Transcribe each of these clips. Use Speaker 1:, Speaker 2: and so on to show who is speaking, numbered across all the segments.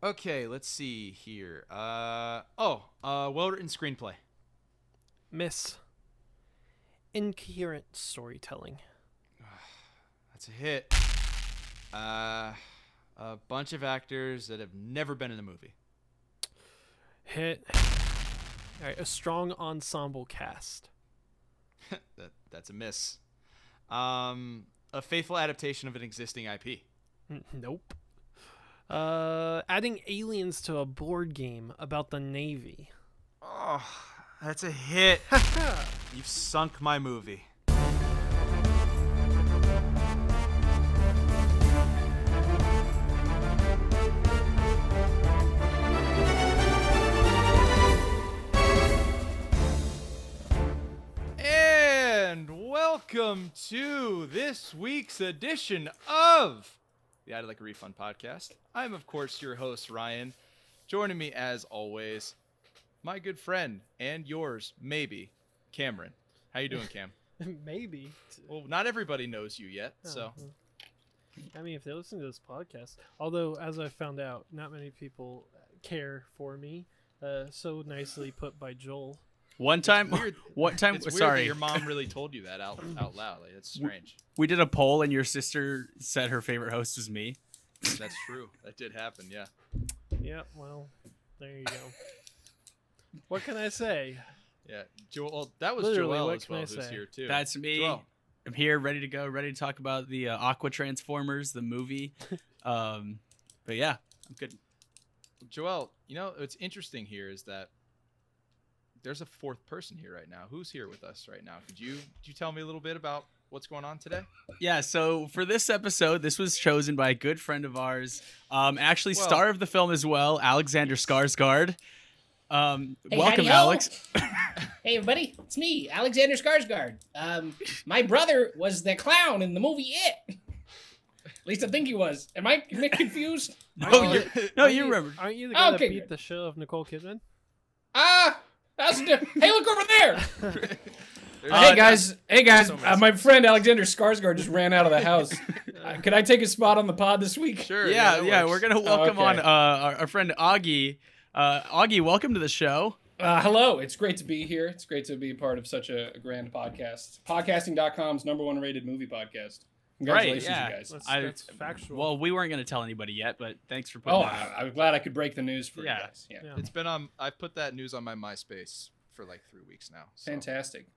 Speaker 1: Okay, let's see here. Uh, oh, uh, well written screenplay.
Speaker 2: Miss. Incoherent storytelling.
Speaker 1: That's a hit. Uh, a bunch of actors that have never been in a movie.
Speaker 2: Hit. All right, a strong ensemble cast.
Speaker 1: that that's a miss. Um, a faithful adaptation of an existing IP.
Speaker 2: N- Nope. Uh, adding aliens to a board game about the Navy.
Speaker 1: Oh, that's a hit. You've sunk my movie. And welcome to this week's edition of the I'd Like a Refund podcast. I'm, of course, your host, Ryan. Joining me, as always, my good friend and yours, maybe, Cameron. How you doing, Cam?
Speaker 2: Maybe.
Speaker 1: well, not everybody knows you yet, so
Speaker 2: I mean, if they listen to this podcast, although as I found out, not many people care for me. Uh, so nicely put by Joel.
Speaker 3: One time,
Speaker 1: weird-
Speaker 3: one time.
Speaker 1: it's weird that
Speaker 3: sorry,
Speaker 1: your mom really told you that out out loud. Like, that's strange.
Speaker 3: we did a poll, and your sister said her favorite host was me.
Speaker 1: that's true. That did happen. Yeah.
Speaker 2: Yeah, well, there you go. what can I say?
Speaker 1: Yeah, Joel. That was
Speaker 2: Literally,
Speaker 1: Joel
Speaker 2: what
Speaker 1: as
Speaker 2: can
Speaker 1: well.
Speaker 2: I
Speaker 1: Who's
Speaker 2: say?
Speaker 1: here too?
Speaker 3: That's me.
Speaker 1: Joel.
Speaker 3: I'm here, ready to go, ready to talk about the uh, Aqua Transformers, the movie. um, but yeah, I'm good.
Speaker 1: Joel. You know what's interesting here is that there's a fourth person here right now. Who's here with us right now? Could you could you tell me a little bit about what's going on today?
Speaker 3: Yeah, so for this episode, this was chosen by a good friend of ours, um, actually
Speaker 1: Well-
Speaker 3: star of the film as well, Alexander Skarsgård. Um,
Speaker 4: Hey,
Speaker 3: welcome,
Speaker 4: howdy, y'all.
Speaker 3: Alex.
Speaker 4: Hey everybody, it's me, Alexander Skarsgård. Um, my brother was the clown in the movie It. At least I think he was. Am I am I confused?
Speaker 3: No, you, no,
Speaker 2: Aren't
Speaker 3: you remember.
Speaker 2: Aren't you the guy
Speaker 4: Okay,
Speaker 2: that beat
Speaker 4: good.
Speaker 2: the shit of Nicole Kidman?
Speaker 4: Ah, that's a di- hey, look over there.
Speaker 1: There's-
Speaker 3: Uh,
Speaker 4: hey guys, hey guys, uh, my friend Alexander Skarsgård just ran out of the house. Uh, can I take his spot on the pod this week?
Speaker 1: sure.
Speaker 3: yeah,
Speaker 1: that
Speaker 3: yeah,
Speaker 1: works.
Speaker 3: we're gonna welcome
Speaker 4: okay.
Speaker 3: on uh, our, our friend Augie. Uh, Augie, welcome to the show.
Speaker 4: Uh, hello, it's great to be here. It's great to be part of such a, a grand podcast. Podcasting.com's number one rated movie podcast. Congratulations,
Speaker 3: yeah.
Speaker 4: you guys.
Speaker 2: That's,
Speaker 3: I-
Speaker 2: that's factual.
Speaker 3: Well, we weren't gonna tell anybody yet, but thanks for putting.
Speaker 4: Oh,
Speaker 3: that
Speaker 4: I, I'm glad I could break the news for
Speaker 3: Yeah.
Speaker 4: you guys. Yeah.
Speaker 2: yeah.
Speaker 1: It's been on. I put that news on my MySpace for like three weeks now. so.
Speaker 4: Fantastic.
Speaker 3: out.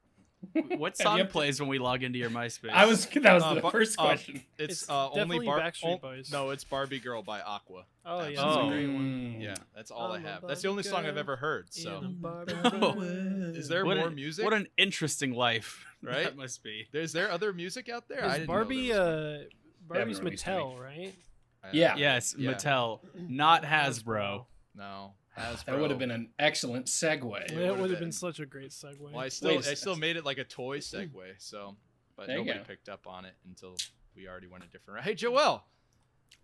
Speaker 3: What
Speaker 4: Have you
Speaker 3: song
Speaker 4: up to-
Speaker 3: plays when we log into your MySpace?
Speaker 4: I was that was
Speaker 1: Uh,
Speaker 4: the
Speaker 1: bu-
Speaker 4: first
Speaker 1: uh,
Speaker 4: question.
Speaker 1: It's,
Speaker 2: It's
Speaker 1: uh, only
Speaker 2: definitely
Speaker 1: Bar-
Speaker 2: Backstreet
Speaker 1: on-
Speaker 2: Boys.
Speaker 1: No, it's Barbie Girl by Aqua.
Speaker 2: oh, yeah.
Speaker 1: Oh.
Speaker 2: that's a great one.
Speaker 4: Mm.
Speaker 1: Yeah, that's all I
Speaker 2: I'm a
Speaker 1: have. That's the only song I've
Speaker 2: Barbie
Speaker 1: ever heard. So.
Speaker 2: In a Barbie
Speaker 3: Oh.
Speaker 2: girl.
Speaker 1: Is there
Speaker 3: what
Speaker 1: more
Speaker 3: an,
Speaker 1: music?
Speaker 3: What an interesting life,
Speaker 1: Right?
Speaker 3: That must be.
Speaker 1: Is there other music out there? I
Speaker 2: Is
Speaker 1: didn't know
Speaker 2: Barbie,
Speaker 1: there was-
Speaker 2: uh, Barbie's
Speaker 4: released
Speaker 2: Mattel, right?
Speaker 1: I-
Speaker 4: uh, yeah.
Speaker 3: Yes,
Speaker 1: Yeah.
Speaker 3: Mattel, not Hasbro.
Speaker 1: No. Hasbro.
Speaker 4: That would have been an excellent
Speaker 1: Yeah.
Speaker 4: segue.
Speaker 1: would've
Speaker 2: That would have
Speaker 1: been-
Speaker 2: been such a great segue.
Speaker 1: Well, I still,
Speaker 4: Wait a
Speaker 1: I
Speaker 4: second.
Speaker 1: still made it like a toy segue. So, but
Speaker 4: There you
Speaker 1: nobody
Speaker 4: go.
Speaker 1: picked up on it until we already went a different route. Hey, Joel,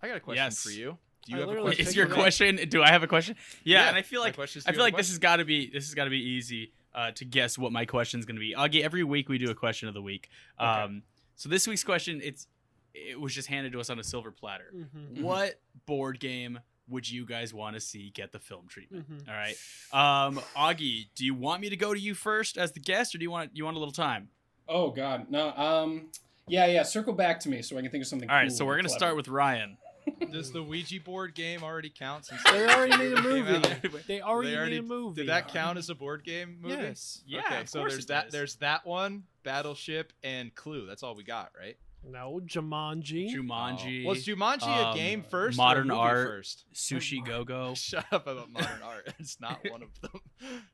Speaker 1: I got a question
Speaker 3: Yes.
Speaker 1: for you. Do you
Speaker 2: I
Speaker 1: have a
Speaker 2: literally
Speaker 1: question?
Speaker 2: picked
Speaker 3: Is
Speaker 2: Take
Speaker 3: your
Speaker 2: it up.
Speaker 3: question? Do I have a question? Yeah, and I feel
Speaker 1: my
Speaker 3: like
Speaker 1: question is,
Speaker 3: I
Speaker 1: do you
Speaker 3: feel
Speaker 1: have
Speaker 3: like
Speaker 1: a
Speaker 3: this has got to be this has got to be easy uh, to guess what my question's going to be. Augie, every week we do a question of the week.
Speaker 4: Okay.
Speaker 3: Um, so this week's question, it's it was just handed to us on a silver platter.
Speaker 2: Mhm,
Speaker 1: Mm.
Speaker 4: Mhm.
Speaker 3: What board game would you guys want to see get the film treatment?
Speaker 2: mhm.
Speaker 3: All right, um, Augie, do you want me to go to you first as the guest, or do you want you want a little time?
Speaker 4: Oh God, no. Um, yeah, yeah. Circle back to me so I can think of something.
Speaker 3: All right,
Speaker 4: cool
Speaker 3: so we're
Speaker 4: and
Speaker 3: gonna start
Speaker 4: clever.
Speaker 3: with Ryan.
Speaker 1: question? Does the Ouija board game already count? Since
Speaker 2: They already made a
Speaker 1: came out?
Speaker 2: movie. They already
Speaker 1: They already-
Speaker 2: made a movie.
Speaker 1: Did that count as a board game movie?
Speaker 2: Yes.
Speaker 3: Yeah,
Speaker 1: okay,
Speaker 3: of
Speaker 1: so
Speaker 3: course
Speaker 1: there's
Speaker 3: it
Speaker 1: that.
Speaker 3: does.
Speaker 1: There's that one, Battleship, and Clue. That's all we got, right?
Speaker 2: No, Jumanji.
Speaker 3: Jumanji,
Speaker 1: Oh. Was Jumanji a
Speaker 3: um,
Speaker 1: game first?
Speaker 3: Modern
Speaker 1: or a movie
Speaker 3: Art.
Speaker 1: first.
Speaker 3: Sushi Go Go.
Speaker 1: Shut up about modern art. It's not one of them.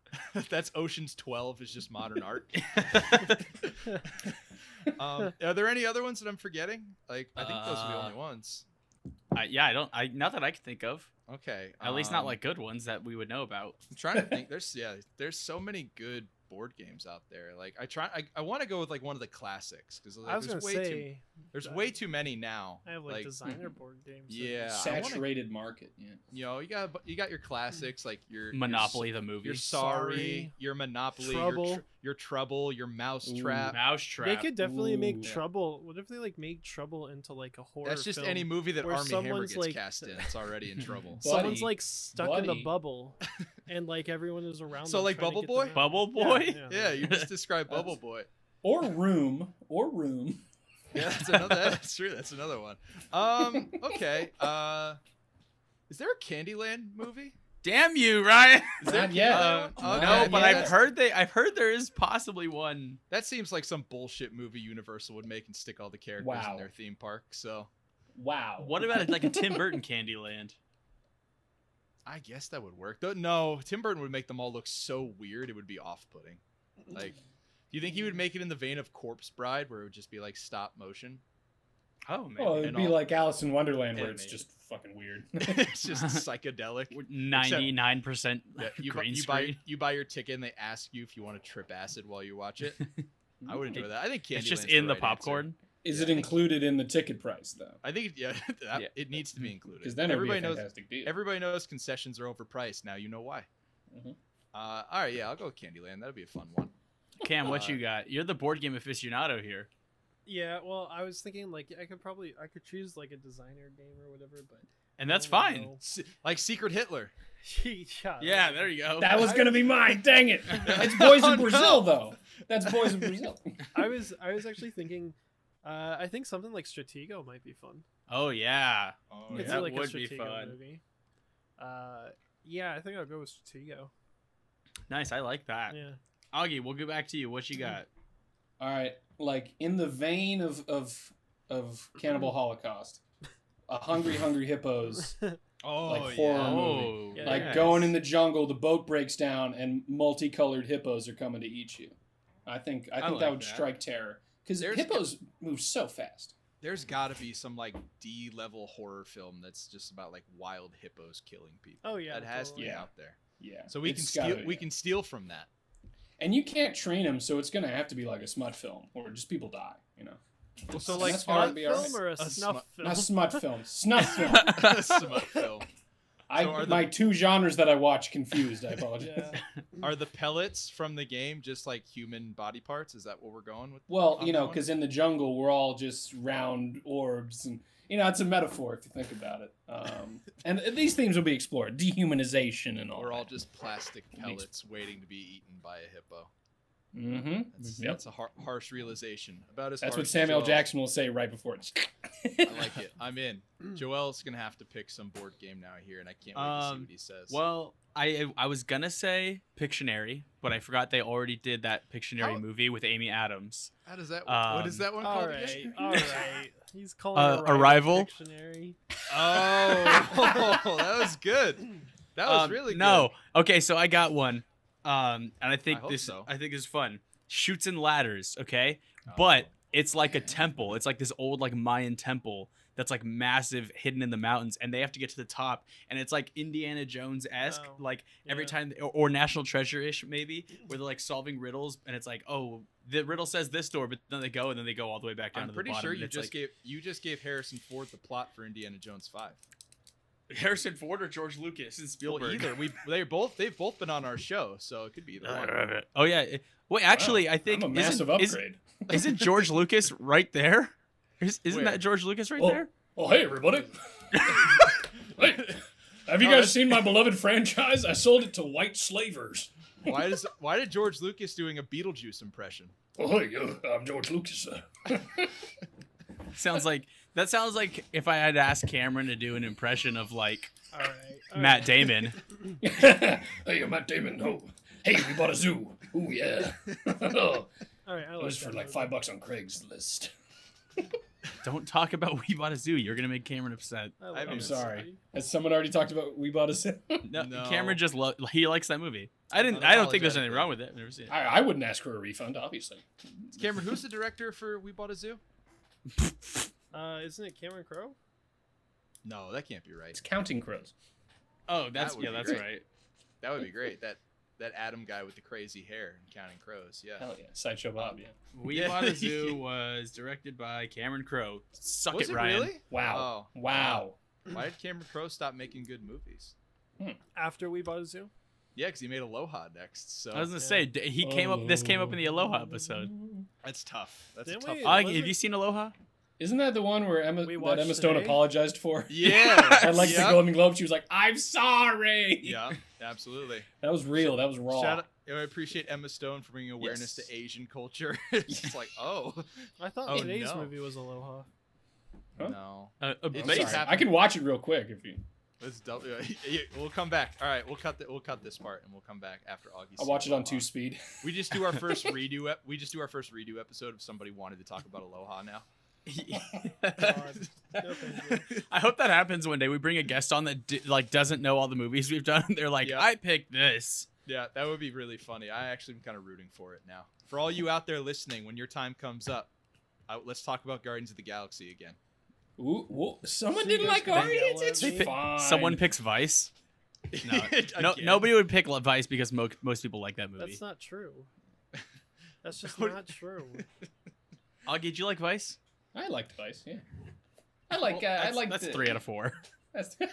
Speaker 1: That's Ocean's Twelve. Is just modern art. um, are there any other ones that I'm forgetting? Like I think those are the
Speaker 3: Uh,
Speaker 1: only ones.
Speaker 3: I, yeah, I don't. I not that I can think of.
Speaker 1: Okay.
Speaker 3: At least not
Speaker 1: um,
Speaker 3: like good ones that we would know about.
Speaker 1: I'm trying to think. There's yeah. There's so many good board games out there. Like I try, I, I want to go with like one of the classics because
Speaker 2: I was gonna
Speaker 1: there's way too
Speaker 2: say
Speaker 1: there's
Speaker 2: that
Speaker 1: way too many now.
Speaker 2: I have like, designer board games. that-
Speaker 1: yeah, I wanna-
Speaker 4: Saturated market. Yeah.
Speaker 1: you know, you got you got your classics like your your
Speaker 3: Monopoly the
Speaker 1: s-
Speaker 3: movie.
Speaker 1: your sorry,
Speaker 2: Sorry.
Speaker 1: your Monopoly, your
Speaker 2: Trouble.
Speaker 1: tr- your trouble, your
Speaker 4: Ooh.
Speaker 1: mousetrap.
Speaker 3: Mousetrap.
Speaker 2: They could definitely make
Speaker 4: Ooh.
Speaker 2: trouble. What if they like made trouble into like a horror?
Speaker 1: That's just
Speaker 2: film?
Speaker 1: any movie that
Speaker 2: where
Speaker 1: Army Hammer
Speaker 2: someone's,
Speaker 1: gets
Speaker 2: like-
Speaker 1: cast in. It's already in trouble.
Speaker 4: Buddy.
Speaker 2: Someone's like stuck in
Speaker 4: Buddy.
Speaker 2: the bubble, and like everyone is around.
Speaker 1: So,
Speaker 2: them
Speaker 1: like,
Speaker 2: trying to
Speaker 1: Bubble
Speaker 2: get them
Speaker 1: Boy?
Speaker 2: out.
Speaker 3: Bubble
Speaker 2: Yeah,
Speaker 3: Boy?
Speaker 2: yeah.
Speaker 1: yeah, you just described
Speaker 4: That's-
Speaker 1: Bubble Boy.
Speaker 4: Or room. Or room.
Speaker 1: Yeah, that's another. That's true. That's another one. Um. Okay. Uh. Is there a Candyland movie?
Speaker 3: Damn you, Ryan.
Speaker 1: Is there
Speaker 4: Not
Speaker 1: a
Speaker 4: yet.
Speaker 1: Candyland
Speaker 3: Uh,
Speaker 1: one?
Speaker 4: Not
Speaker 3: no,
Speaker 1: Okay,
Speaker 3: but
Speaker 1: yeah,
Speaker 3: I've
Speaker 1: that's-
Speaker 3: heard they. I've heard there is possibly one.
Speaker 1: That seems like some bullshit movie Universal would make and stick all the characters in
Speaker 4: Wow.
Speaker 1: their theme park. So
Speaker 4: Wow.
Speaker 3: What about like a Tim Burton Candyland?
Speaker 1: I guess that would work. Though no, Tim Burton would make them all look so weird it would be off-putting. Like, do you think he would make it in the vein of Corpse Bride, where it would just be like stop motion?
Speaker 3: Oh man,
Speaker 4: Oh, it'd
Speaker 1: and
Speaker 4: be
Speaker 1: all-
Speaker 4: like Alice in Wonderland where it's
Speaker 3: Animated.
Speaker 4: just fucking weird.
Speaker 1: it's just psychedelic.
Speaker 3: ninety-nine percent
Speaker 1: Yeah, you, bu-
Speaker 3: green
Speaker 1: you buy
Speaker 3: screen.
Speaker 1: you buy your ticket and they ask you if you want to trip acid while you watch it. I would enjoy that. I think Candyland's
Speaker 3: it's just in the
Speaker 1: right answer.
Speaker 3: popcorn.
Speaker 4: Is it included in the ticket price though?
Speaker 1: I think yeah, that,
Speaker 3: Yeah.
Speaker 1: it needs to be included.
Speaker 4: Because then
Speaker 1: everybody
Speaker 4: it'd be a
Speaker 1: knows
Speaker 4: fantastic deal.
Speaker 1: everybody knows concessions are overpriced. Now you know why.
Speaker 2: Mm-hmm.
Speaker 4: Mhm.
Speaker 1: Uh, all right, yeah, I'll go with Candyland. That'll be a fun one.
Speaker 3: Cam, what
Speaker 1: Uh,
Speaker 3: you got? You're the board game aficionado here.
Speaker 2: Yeah, well, I was thinking like I could probably I could choose like a designer game or whatever, but
Speaker 3: And that's
Speaker 2: I don't
Speaker 3: fine.
Speaker 2: know.
Speaker 1: Se- like Secret Hitler.
Speaker 2: yeah,
Speaker 3: Yeah,
Speaker 2: like-
Speaker 3: there you go.
Speaker 4: That was gonna be mine. Dang it! It's
Speaker 1: No,
Speaker 4: boys in
Speaker 1: no.
Speaker 4: Brazil though. That's boys in Brazil.
Speaker 2: I was I was actually thinking, uh, I think something like Stratego might be fun.
Speaker 3: Oh yeah.
Speaker 1: Oh,
Speaker 3: yeah.
Speaker 2: It's
Speaker 3: that
Speaker 2: like
Speaker 3: would
Speaker 2: a
Speaker 3: be
Speaker 2: Stratego
Speaker 3: fun.
Speaker 2: movie. Uh, yeah, I think I'll go with Stratego.
Speaker 3: Nice. I like that.
Speaker 2: Yeah,
Speaker 3: Augie, we'll get back to you. What you got?
Speaker 4: All right, like in the vein of of of Cannibal Holocaust, a hungry hungry hippos,
Speaker 1: Oh,
Speaker 4: Like horror
Speaker 1: yeah.
Speaker 3: oh,
Speaker 2: Yeah.
Speaker 4: like
Speaker 2: Yes.
Speaker 4: going in the jungle, the boat breaks down, and multicolored hippos are coming to eat you. I think I think
Speaker 3: like
Speaker 4: that would
Speaker 3: that.
Speaker 4: strike terror because
Speaker 1: There's-
Speaker 4: hippos move so fast.
Speaker 1: There's got to be some like D level horror film that's just about like wild hippos killing people.
Speaker 2: Oh, yeah,
Speaker 1: that has to be
Speaker 2: totally.
Speaker 1: out there.
Speaker 4: Yeah,
Speaker 1: So we
Speaker 4: it's
Speaker 1: can steal.
Speaker 4: gotta be.
Speaker 1: We can steal from that.
Speaker 4: and you can't train them, so it's gonna have to be like a smut film or just people die. You know,
Speaker 1: Well, so
Speaker 4: And
Speaker 1: like
Speaker 4: that's
Speaker 1: our-
Speaker 4: gotta
Speaker 2: Smut
Speaker 4: be our-
Speaker 2: film or a,
Speaker 1: a
Speaker 2: snuff film.
Speaker 4: not smut film, snuff film.
Speaker 1: smut film.
Speaker 4: I
Speaker 1: So are the-
Speaker 4: my two genres that I watch confused. I apologize.
Speaker 2: yeah.
Speaker 1: Are the pellets from the game just like human body parts? Is that what we're going with?
Speaker 4: Well,
Speaker 1: on
Speaker 4: you
Speaker 1: that
Speaker 4: know,
Speaker 1: one?
Speaker 4: because in the jungle we're all just round orbs, and you know it's a metaphor if you think about it. Um, and these themes will be explored: dehumanization and all.
Speaker 2: Oh,
Speaker 1: We're all
Speaker 4: that.
Speaker 1: just plastic pellets waiting to be eaten by a hippo.
Speaker 4: Mhm.
Speaker 1: That's,
Speaker 4: Yep.
Speaker 1: that's a har- harsh realization. About as
Speaker 4: That's
Speaker 1: harsh
Speaker 4: what
Speaker 1: as
Speaker 4: Samuel
Speaker 1: Joel's.
Speaker 4: Jackson will say right before it's.
Speaker 1: I like it. I'm in. Joel's gonna have to pick some board game now here, and I can't wait to see
Speaker 3: Um,
Speaker 1: what he says.
Speaker 3: Well, I I was gonna say Pictionary, but I forgot they already did that Pictionary
Speaker 2: Oh.
Speaker 1: How-
Speaker 3: movie with Amy Adams.
Speaker 1: how does that? what
Speaker 3: um,
Speaker 1: is that one
Speaker 2: All
Speaker 1: called?
Speaker 2: right,
Speaker 1: again?
Speaker 2: all right. He's calling
Speaker 3: Uh,
Speaker 2: Arrival
Speaker 3: Arrival?
Speaker 2: Dictionary.
Speaker 1: Oh, that was good. That was
Speaker 3: Um,
Speaker 1: really good.
Speaker 3: no. Okay, so I got one, um, and I think
Speaker 1: hope
Speaker 3: this
Speaker 1: so.
Speaker 3: I think is fun. Shoots and ladders. Okay,
Speaker 1: Oh,
Speaker 3: but it's like a temple. It's like this old like Mayan temple that's like massive, hidden in the mountains, and they have to get to the top. And it's like Indiana Jones esque,
Speaker 2: Oh,
Speaker 3: like every
Speaker 2: yeah.
Speaker 3: time, or, or National Treasure ish maybe, where they're like solving riddles, and it's like, oh, the riddle says this door, but then they go and then they go all the way back down
Speaker 1: I'm
Speaker 3: to the
Speaker 1: pretty
Speaker 3: bottom.
Speaker 1: sure
Speaker 3: and
Speaker 1: you
Speaker 3: it's
Speaker 1: just
Speaker 3: like,
Speaker 1: gave you just gave Harrison Ford the plot for Indiana Jones Five.
Speaker 3: Harrison Ford or George Lucas and
Speaker 1: Well,
Speaker 3: Spielberg.
Speaker 1: either we they both they've both been on our show, so it could be either one.
Speaker 3: oh yeah. it- Wait, actually, I think
Speaker 4: I'm a massive
Speaker 3: isn't,
Speaker 4: upgrade.
Speaker 3: Is, not George Lucas right there? Is, isn't
Speaker 1: Where?
Speaker 3: that George Lucas right
Speaker 4: Oh.
Speaker 3: there?
Speaker 4: Oh hey everybody! hey, have you
Speaker 1: No, that's-
Speaker 4: guys seen my beloved franchise? I sold it to white slavers.
Speaker 1: Why does why did George Lucas doing a Beetlejuice impression?
Speaker 4: Oh hey, uh, I'm George Lucas. uh.
Speaker 3: Sounds like that sounds like if I had to ask Cameron to do an impression of like
Speaker 2: All right. all
Speaker 3: Matt
Speaker 2: right.
Speaker 3: Damon.
Speaker 4: hey, I'm Matt Damon. Oh, hey, we bought a zoo. Oh yeah.
Speaker 2: All right, I like
Speaker 4: It was for
Speaker 2: that
Speaker 4: like
Speaker 2: movie.
Speaker 4: five bucks on Craigslist.
Speaker 3: Don't talk about We Bought a Zoo. You're gonna make Cameron upset.
Speaker 2: I like
Speaker 1: I'm
Speaker 2: that
Speaker 4: sorry.
Speaker 2: movie.
Speaker 4: Has someone already talked about We Bought a Zoo?
Speaker 3: No,
Speaker 1: No.
Speaker 3: Cameron just lo- he likes that movie. I didn't.
Speaker 1: Not
Speaker 3: I don't think there's anything
Speaker 1: apologetically.
Speaker 3: wrong with it. I've never seen it.
Speaker 4: I, I wouldn't ask for a refund, obviously.
Speaker 1: Cameron, who's the director for We Bought a Zoo?
Speaker 2: Uh, isn't it Cameron Crowe?
Speaker 1: No, that can't be right.
Speaker 4: Counting Crows.
Speaker 3: Oh, that's
Speaker 1: would
Speaker 3: yeah,
Speaker 1: be
Speaker 3: that's
Speaker 1: great.
Speaker 3: right.
Speaker 1: That would be great. That that Adam guy with the crazy hair and counting crows. Yeah.
Speaker 4: Hell yeah, sideshow Bob. Yeah.
Speaker 3: We
Speaker 1: Yeah.
Speaker 3: Bought a Zoo was directed by Cameron Crowe. Suck
Speaker 1: Was
Speaker 3: it, Ryan.
Speaker 1: really?
Speaker 4: Wow.
Speaker 1: Oh,
Speaker 4: Wow.
Speaker 1: why did Cameron Crowe stop making good movies?
Speaker 2: After we bought a zoo,
Speaker 1: Yeah, because he made Aloha next. So
Speaker 3: I was gonna
Speaker 2: Yeah.
Speaker 3: say d- he came up. This came up in the Aloha episode.
Speaker 1: that's tough. That's
Speaker 2: Didn't
Speaker 1: a tough.
Speaker 2: we-
Speaker 1: one.
Speaker 3: I,
Speaker 2: was
Speaker 3: have
Speaker 2: it-
Speaker 3: you seen Aloha?
Speaker 4: Isn't that the one where Emma
Speaker 2: We
Speaker 4: that
Speaker 2: watched
Speaker 4: Emma Stone
Speaker 2: today?
Speaker 4: apologized for?
Speaker 1: Yeah.
Speaker 4: At like
Speaker 1: yep.
Speaker 4: the Golden Globe, she was like, "I'm sorry."
Speaker 1: Yeah, absolutely.
Speaker 4: That was real. That was raw.
Speaker 1: Shout out, and I appreciate Emma Stone for bringing awareness
Speaker 4: Yes.
Speaker 1: to Asian culture. it's just like, oh,
Speaker 2: I thought
Speaker 1: Oh,
Speaker 2: today's
Speaker 1: no.
Speaker 2: movie was Aloha.
Speaker 4: Huh?
Speaker 1: no,
Speaker 3: Uh,
Speaker 1: It's
Speaker 4: I'm
Speaker 1: Amazing.
Speaker 4: sorry. I can watch it real quick if you.
Speaker 1: it's double. We'll come back. All right, we'll cut the, we'll cut this part and we'll come back after August.
Speaker 4: I'll watch it on two speed.
Speaker 1: We just do our first redo. Ep- we just do our first redo episode if somebody wanted to talk about Aloha now.
Speaker 2: God. No, thank
Speaker 3: I hope that happens one day. We bring a guest on that di- like doesn't know all the movies we've done. They're like,
Speaker 1: Yeah.
Speaker 3: I picked this.
Speaker 1: Yeah, that would be really funny. I actually am kind of rooting for it now. For all you out there listening, when your time comes up, I, let's talk about Guardians of the Galaxy again.
Speaker 4: Ooh, whoa, someone
Speaker 2: See,
Speaker 4: didn't
Speaker 2: that's
Speaker 4: like
Speaker 2: gonna be
Speaker 4: Guardians.
Speaker 2: yellow.
Speaker 4: It's
Speaker 2: They
Speaker 3: pick-
Speaker 4: fine.
Speaker 3: Someone picks Vice. No, no
Speaker 1: Again.
Speaker 3: nobody would pick Le- Vice because mo- most people like that movie.
Speaker 2: That's not true. That's just
Speaker 1: What-
Speaker 2: not true.
Speaker 3: Augie, did you like Vice?
Speaker 4: I liked Vice. Yeah. I like.
Speaker 3: Well,
Speaker 4: uh, I
Speaker 3: that's-
Speaker 4: like.
Speaker 3: That's
Speaker 4: the-
Speaker 3: three out of four.
Speaker 4: That's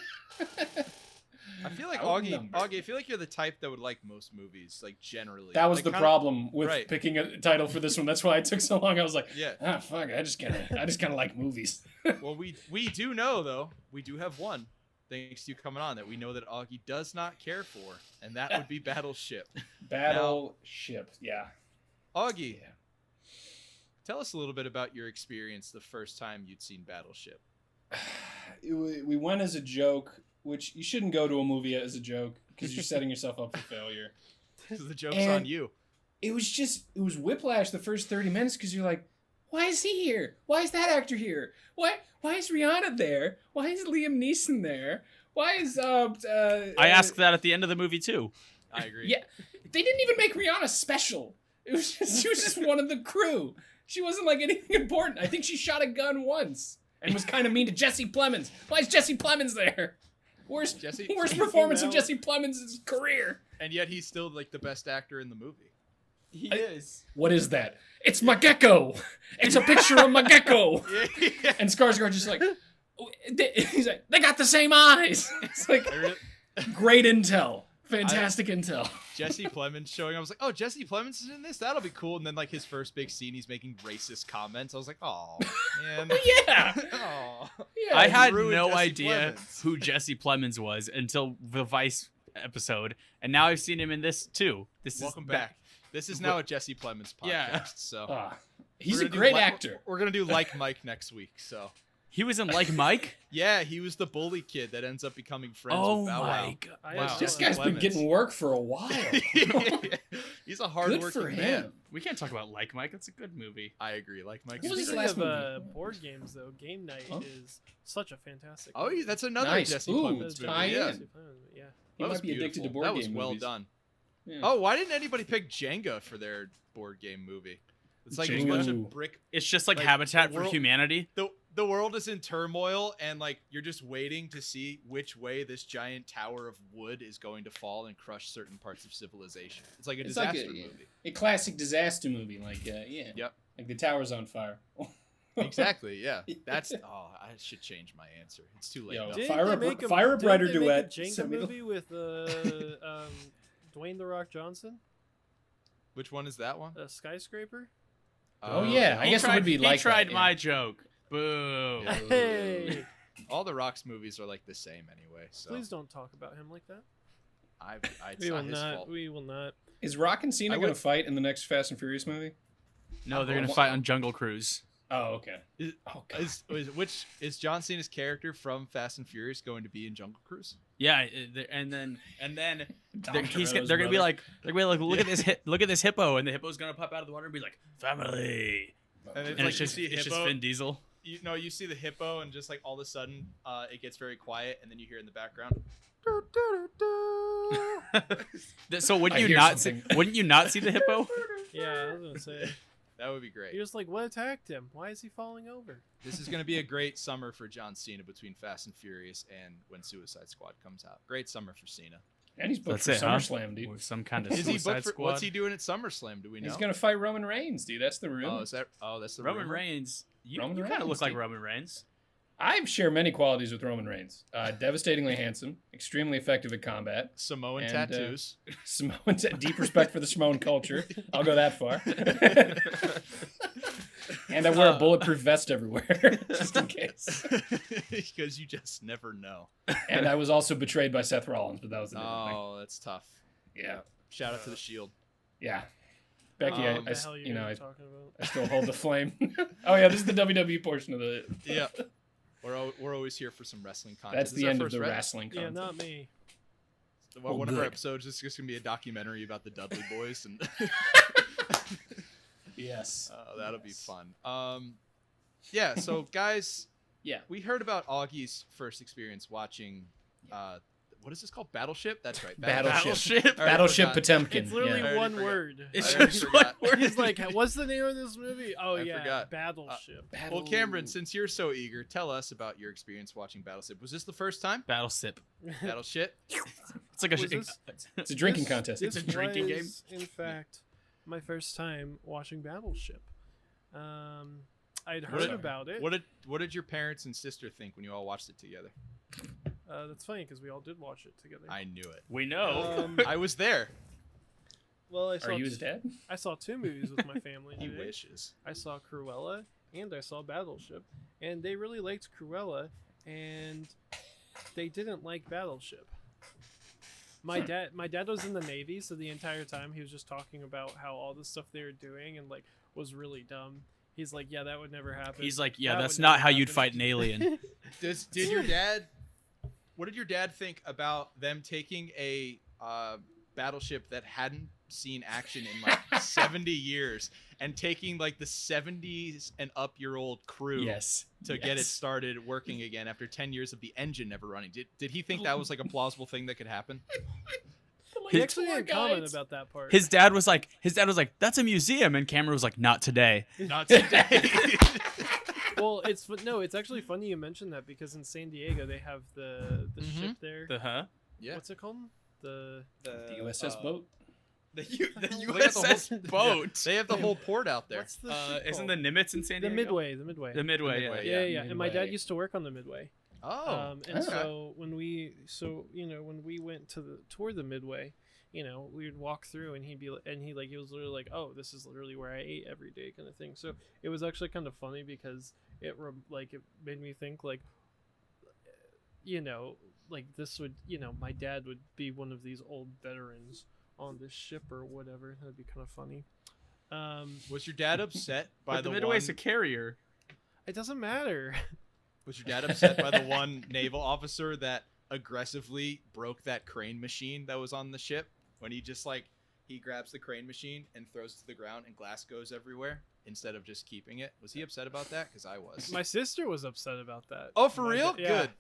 Speaker 1: I feel like Augie,
Speaker 4: Outnumbered.
Speaker 1: Augie, I feel like you're the type that would like most movies, like generally.
Speaker 4: that was
Speaker 1: Like,
Speaker 4: the
Speaker 1: kinda-
Speaker 4: problem with
Speaker 1: right.
Speaker 4: picking a title for this one. That's why it took so long. I was like,
Speaker 1: Yeah.
Speaker 4: ah, fuck. I just kind of, I just kind of like movies.
Speaker 1: Well, we we do know though, we do have one, thanks to you coming on, that we know that Augie does not care for, and that would be Battleship.
Speaker 4: Battleship. Yeah.
Speaker 1: Augie,
Speaker 4: Yeah.
Speaker 1: tell us a little bit about your experience the first time you'd seen Battleship.
Speaker 4: It wa- we went as a joke, which you shouldn't go to a movie as a joke because you're setting yourself up for failure.
Speaker 1: Because the joke's on
Speaker 4: And-
Speaker 1: you.
Speaker 4: it was just it was whiplash the first 30 minutes because you're like why is he here why is that actor here why why is rihanna there why is liam neeson there why is uh, uh
Speaker 3: I
Speaker 4: uh,
Speaker 3: asked that at the end of the movie too.
Speaker 1: I agree.
Speaker 4: yeah they didn't even make rihanna special it was just she was just one of the crew she wasn't like anything important i think she shot a gun once and was kind of mean to jesse plemons why is jesse plemons there worst
Speaker 1: Jesse-
Speaker 4: worst
Speaker 1: You
Speaker 4: performance of
Speaker 2: know-
Speaker 4: jesse plemons' career
Speaker 1: And yet he's still like the best actor in the movie.
Speaker 3: He is.
Speaker 4: what is that it's my gecko it's a picture of my gecko
Speaker 1: Yeah.
Speaker 4: And Skarsgård just like, "Oh, they, he's like, they got the same eyes. It's like great intel, fantastic intel.
Speaker 1: Jesse Plemons showing. I was like, oh, Jesse Plemons is in this. That'll be cool. And then like his first big scene, he's making racist comments. I was like, oh man.
Speaker 4: Yeah,
Speaker 1: Aw.
Speaker 4: yeah.
Speaker 3: I had
Speaker 1: ruined
Speaker 3: no
Speaker 1: Jesse
Speaker 3: idea
Speaker 1: Plemons.
Speaker 3: who Jesse Plemons was until the Vice episode, and now I've seen him in this too. This
Speaker 1: Welcome
Speaker 3: is
Speaker 1: back. This is now a Jesse Plemons podcast.
Speaker 3: Yeah.
Speaker 1: So
Speaker 4: Ah, he's
Speaker 1: We're
Speaker 4: a
Speaker 1: gonna do
Speaker 4: great
Speaker 1: like-
Speaker 4: actor.
Speaker 1: We're gonna do like Mike next week. So
Speaker 3: He was in Like Mike.
Speaker 1: yeah, he was the bully kid that ends up becoming friends
Speaker 3: oh
Speaker 1: with Bow
Speaker 3: my
Speaker 1: Wow.
Speaker 3: god!
Speaker 2: I
Speaker 1: Wow.
Speaker 2: wow.
Speaker 4: This
Speaker 1: Just
Speaker 4: guy's been
Speaker 1: Clemens.
Speaker 4: getting work for a while.
Speaker 1: He's a
Speaker 4: Good for
Speaker 1: hard-working man.
Speaker 4: him.
Speaker 3: We can't talk about Like Mike. That's a good movie.
Speaker 1: I agree. Like Mike.
Speaker 4: What was
Speaker 1: is
Speaker 4: his
Speaker 1: great.
Speaker 2: Speaking
Speaker 4: last
Speaker 2: of uh,
Speaker 4: movie?
Speaker 2: board games, though, Game Night
Speaker 4: Huh?
Speaker 2: is such a fantastic.
Speaker 1: Oh, yeah,
Speaker 2: movie.
Speaker 1: that's another
Speaker 4: Nice.
Speaker 1: Jesse
Speaker 4: Ooh,
Speaker 1: Plemons
Speaker 2: That's
Speaker 1: movie.
Speaker 4: tie
Speaker 1: yeah.
Speaker 4: in.
Speaker 2: Yeah.
Speaker 4: He
Speaker 1: That was
Speaker 4: might be addicted to
Speaker 1: beautiful.
Speaker 4: board
Speaker 1: That
Speaker 4: game
Speaker 1: was well
Speaker 4: movies.
Speaker 1: done.
Speaker 4: Yeah.
Speaker 1: Oh, why didn't anybody pick Jenga for their board game movie? It's like a bunch
Speaker 4: Jenga.
Speaker 1: of brick.
Speaker 3: It's just like,
Speaker 1: Like,
Speaker 3: Habitat
Speaker 1: the
Speaker 3: for
Speaker 1: world-
Speaker 3: Humanity.
Speaker 1: The, the world is in turmoil, and like you're just waiting to see which way this giant tower of wood is going to fall and crush certain parts of civilization. It's like a
Speaker 4: It's like a-
Speaker 1: disaster
Speaker 4: yeah.
Speaker 1: movie.
Speaker 4: a classic disaster movie, like uh, yeah,
Speaker 1: Yep.
Speaker 4: like the tower's on fire.
Speaker 1: Exactly. Yeah. That's. Oh, I should change my answer. It's too late.
Speaker 4: Yo.
Speaker 1: now.
Speaker 4: Did-
Speaker 2: Didn't
Speaker 4: Fire
Speaker 2: they
Speaker 4: a br-
Speaker 2: make
Speaker 4: fire a
Speaker 2: didn't
Speaker 4: brighter
Speaker 2: they make
Speaker 4: duet,
Speaker 2: A Jenga
Speaker 4: send me the-
Speaker 2: movie with uh, um, Dwayne the Rock Johnson,
Speaker 1: Which one is that one?
Speaker 2: a skyscraper.
Speaker 4: Oh, yeah, I
Speaker 3: He
Speaker 4: guess it
Speaker 3: tried,
Speaker 4: would be
Speaker 3: he
Speaker 4: like that,
Speaker 3: tried
Speaker 4: yeah.
Speaker 3: my joke. Boo.
Speaker 1: Oh, Yeah.
Speaker 2: Hey,
Speaker 1: All the Rocks movies are like the same anyway. So
Speaker 2: please don't talk about him like that.
Speaker 1: I, I, it's
Speaker 2: We will
Speaker 1: not his
Speaker 2: not.
Speaker 1: fault.
Speaker 2: We will not.
Speaker 4: Is Rock and Cena
Speaker 1: I
Speaker 4: gonna
Speaker 1: would-
Speaker 4: fight in the next Fast and Furious movie?
Speaker 3: No, they're gonna fight on Jungle Cruise.
Speaker 4: Oh, okay.
Speaker 1: Is-
Speaker 4: oh god.
Speaker 1: Is, is which is John Cena's character from Fast and Furious going to be in Jungle Cruise?
Speaker 3: Yeah, uh, they're- and then and then they're,
Speaker 4: Dom
Speaker 3: he's gonna,
Speaker 4: Toretto's
Speaker 3: they're gonna be
Speaker 4: brother.
Speaker 3: like they're gonna be like look at
Speaker 1: Yeah.
Speaker 3: this hi- look at this hippo and the hippo's gonna pop out of the water and be like family
Speaker 1: And it's
Speaker 3: and
Speaker 1: like
Speaker 3: it's
Speaker 1: you
Speaker 3: just
Speaker 1: see a
Speaker 3: it's just
Speaker 1: hippo-
Speaker 3: Vin Diesel.
Speaker 1: You know, you see the hippo, and just like all of a sudden, uh, it gets very quiet, and then you hear in the background.
Speaker 3: Th- so
Speaker 4: I
Speaker 3: wouldn't you
Speaker 4: hear
Speaker 3: not see,
Speaker 4: something.
Speaker 3: wouldn't you not see the hippo?
Speaker 2: Yeah, I was gonna say.
Speaker 1: That would be
Speaker 2: He
Speaker 1: great.
Speaker 2: was like, "What attacked him? Why is he falling over?"
Speaker 1: This is going to be a great summer for John Cena between Fast and Furious and when Suicide Squad comes out. Great summer for Cena.
Speaker 4: And he's booked
Speaker 3: That's
Speaker 4: for
Speaker 3: it, huh?
Speaker 4: SummerSlam, dude.
Speaker 3: Or some kind of
Speaker 1: Is he
Speaker 3: Suicide
Speaker 1: booked for,
Speaker 3: Squad.
Speaker 1: what's he doing at SummerSlam? Do we know?
Speaker 4: He's gonna fight Roman Reigns, dude. That's the rumor.
Speaker 1: oh, is that? Oh, that's the
Speaker 3: Roman
Speaker 1: rumor?
Speaker 3: Reigns. You,
Speaker 4: Roman
Speaker 3: you kind of
Speaker 4: Reigns,
Speaker 3: look like
Speaker 4: dude.
Speaker 3: Roman Reigns.
Speaker 4: I share many qualities with Roman Reigns. Uh, devastatingly handsome, extremely effective at combat,
Speaker 1: Samoan
Speaker 4: And, uh,
Speaker 1: tattoos.
Speaker 4: Samoan deep respect for the Samoan culture. I'll go that far. and I wear a
Speaker 3: Uh.
Speaker 4: bulletproof vest everywhere, just in case.
Speaker 1: Because you just never know.
Speaker 4: And I was also betrayed by Seth Rollins, but that was another thing.
Speaker 1: Oh, that's tough.
Speaker 4: Yeah,
Speaker 1: Shout out to the Shield.
Speaker 4: yeah. Becky,
Speaker 1: Um,
Speaker 4: I- I,
Speaker 2: Oh, the
Speaker 4: s-
Speaker 2: hell
Speaker 4: you know, I,
Speaker 2: talking about?
Speaker 4: I still hold the flame. oh yeah, this is the WWE portion of the.
Speaker 1: Yeah. We're, al- we're always here for some wrestling content.
Speaker 4: That's
Speaker 1: This is
Speaker 4: the
Speaker 1: our
Speaker 4: end of
Speaker 1: first
Speaker 4: the
Speaker 1: re-
Speaker 4: wrestling.
Speaker 2: Yeah,
Speaker 4: Content.
Speaker 2: not me.
Speaker 1: Well,
Speaker 4: Oh,
Speaker 1: one of our
Speaker 4: good.
Speaker 1: episodes is just gonna be a documentary about the Dudley Boys, and
Speaker 4: Yes.
Speaker 1: uh, that'll be
Speaker 4: Yes.
Speaker 1: fun. Um, yeah. So, guys,
Speaker 4: Yeah.
Speaker 1: we heard about Augie's first experience watching. Uh, what is this called? Battleship. That's right.
Speaker 4: Battleship.
Speaker 1: Battleship. Alright,
Speaker 4: Battleship
Speaker 1: forgot.
Speaker 4: Potemkin.
Speaker 2: It's
Speaker 1: I
Speaker 2: literally
Speaker 1: already
Speaker 2: one
Speaker 1: forgot.
Speaker 2: word.
Speaker 3: It's
Speaker 1: I already
Speaker 3: just
Speaker 1: forgot.
Speaker 3: one word.
Speaker 2: It's like, what's the name of this movie? Oh
Speaker 1: I
Speaker 2: yeah,
Speaker 1: forgot.
Speaker 2: Battleship.
Speaker 4: yeah.
Speaker 1: Well, Cameron, since you're so eager, tell us about your experience watching Battleship. Was this the first time?
Speaker 3: Battleship.
Speaker 1: Uh, Battleship.
Speaker 3: It's like a.
Speaker 2: Was
Speaker 3: sh-
Speaker 2: this-
Speaker 4: It's a drinking
Speaker 2: This-
Speaker 4: contest.
Speaker 2: this
Speaker 3: It's a drinking game.
Speaker 2: was, In fact, my first time watching Battleship. Um, I'd
Speaker 1: What
Speaker 2: heard
Speaker 1: a-
Speaker 2: about it.
Speaker 1: What did What did your parents and sister think when you all watched it together?
Speaker 2: Uh, that's funny because we all did watch it together.
Speaker 1: I knew it.
Speaker 3: we know.
Speaker 2: Um,
Speaker 1: I was there.
Speaker 2: well, I
Speaker 4: Are
Speaker 2: saw
Speaker 4: you
Speaker 2: t-
Speaker 4: his dad?
Speaker 2: I saw two movies with my family.
Speaker 1: He
Speaker 2: today.
Speaker 1: wishes.
Speaker 2: I saw Cruella and I saw Battleship, and they really liked Cruella, and they didn't like Battleship. My
Speaker 3: Hmm.
Speaker 2: dad, my dad was in the Navy, so the entire time he was just talking about how all the stuff they were doing and like was really dumb. He's like, yeah, that would never happen.
Speaker 3: He's like, yeah,
Speaker 2: that
Speaker 3: that's
Speaker 2: would
Speaker 3: not
Speaker 2: never
Speaker 3: how you'd
Speaker 2: happen.
Speaker 3: fight an alien.
Speaker 1: Does did your dad? What did your dad think about them taking a uh, battleship that hadn't seen action in like seventy years and taking like the seventies and up year old crew
Speaker 4: Yes.
Speaker 1: to get it
Speaker 4: Yes.
Speaker 1: started working again after ten years of the engine never running? Did did he think that was like a plausible thing that could happen?
Speaker 2: he
Speaker 4: His-
Speaker 2: actually
Speaker 4: tour
Speaker 2: didn't comment
Speaker 4: guides.
Speaker 2: about that part.
Speaker 3: his dad was like, his dad was like, that's a museum, and Cameron was like, not today.
Speaker 1: Not today.
Speaker 2: well, it's fu- no, it's actually funny you mentioned that because in San Diego they have the the ship there.
Speaker 3: Mm-hmm. The huh?
Speaker 1: yeah.
Speaker 2: What's it called? The
Speaker 4: The USS boat.
Speaker 3: The, U- the
Speaker 1: Well, they got the whole-
Speaker 3: USS boat.
Speaker 1: They have the whole port out there.
Speaker 2: what's the
Speaker 3: Uh,
Speaker 2: ship
Speaker 3: isn't
Speaker 2: called?
Speaker 3: the Nimitz in San
Speaker 2: the
Speaker 3: Diego?
Speaker 2: Midway? The Midway.
Speaker 3: The Midway.
Speaker 1: The
Speaker 3: yeah.
Speaker 1: Midway,
Speaker 2: yeah, yeah, And my dad
Speaker 4: Midway.
Speaker 2: used to work on the Midway.
Speaker 1: Oh,
Speaker 2: um, and
Speaker 1: okay.
Speaker 2: so when we, so you know, when we went to the toward the Midway, you know, we'd walk through, and he'd be, li- and he like, he was literally like, "Oh, this is literally where I ate every day," kind of thing. So it was actually kind of funny because it, rem- like, it made me think, like, you know, like this would, you know, my dad would be one of these old veterans on this ship or whatever. That'd be kind of funny. Um,
Speaker 1: was your dad upset by
Speaker 3: But
Speaker 1: the,
Speaker 3: the Midway's
Speaker 1: one-
Speaker 3: a carrier.
Speaker 2: it doesn't matter.
Speaker 1: Was your dad upset by the one naval officer that aggressively broke that crane machine that was on the ship? When he just like he grabs the crane machine and throws it to the ground and glass goes everywhere instead of just keeping it. Was he upset about that? Because I was.
Speaker 2: My sister was upset about that.
Speaker 1: oh, for
Speaker 2: My
Speaker 1: real?
Speaker 2: da- yeah.
Speaker 1: Good.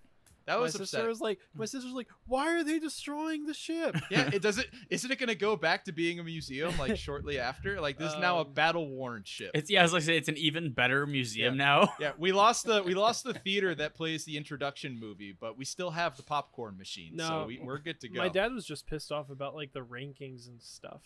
Speaker 1: That
Speaker 2: my
Speaker 1: was
Speaker 2: sister
Speaker 1: upset. Hmm.
Speaker 2: was like, my sister was like, why are they destroying the ship?
Speaker 1: yeah, it doesn't. Isn't it gonna go back to being a museum like shortly after? Like this is now a
Speaker 2: Um,
Speaker 1: battle worn ship.
Speaker 3: It's yeah, I was like, say it's an even better museum now.
Speaker 1: yeah, we lost the we lost the theater that plays the introduction movie, but we still have the popcorn machine, so
Speaker 2: No.
Speaker 1: we, we're good to go.
Speaker 2: my dad was just pissed off about like the rankings and stuff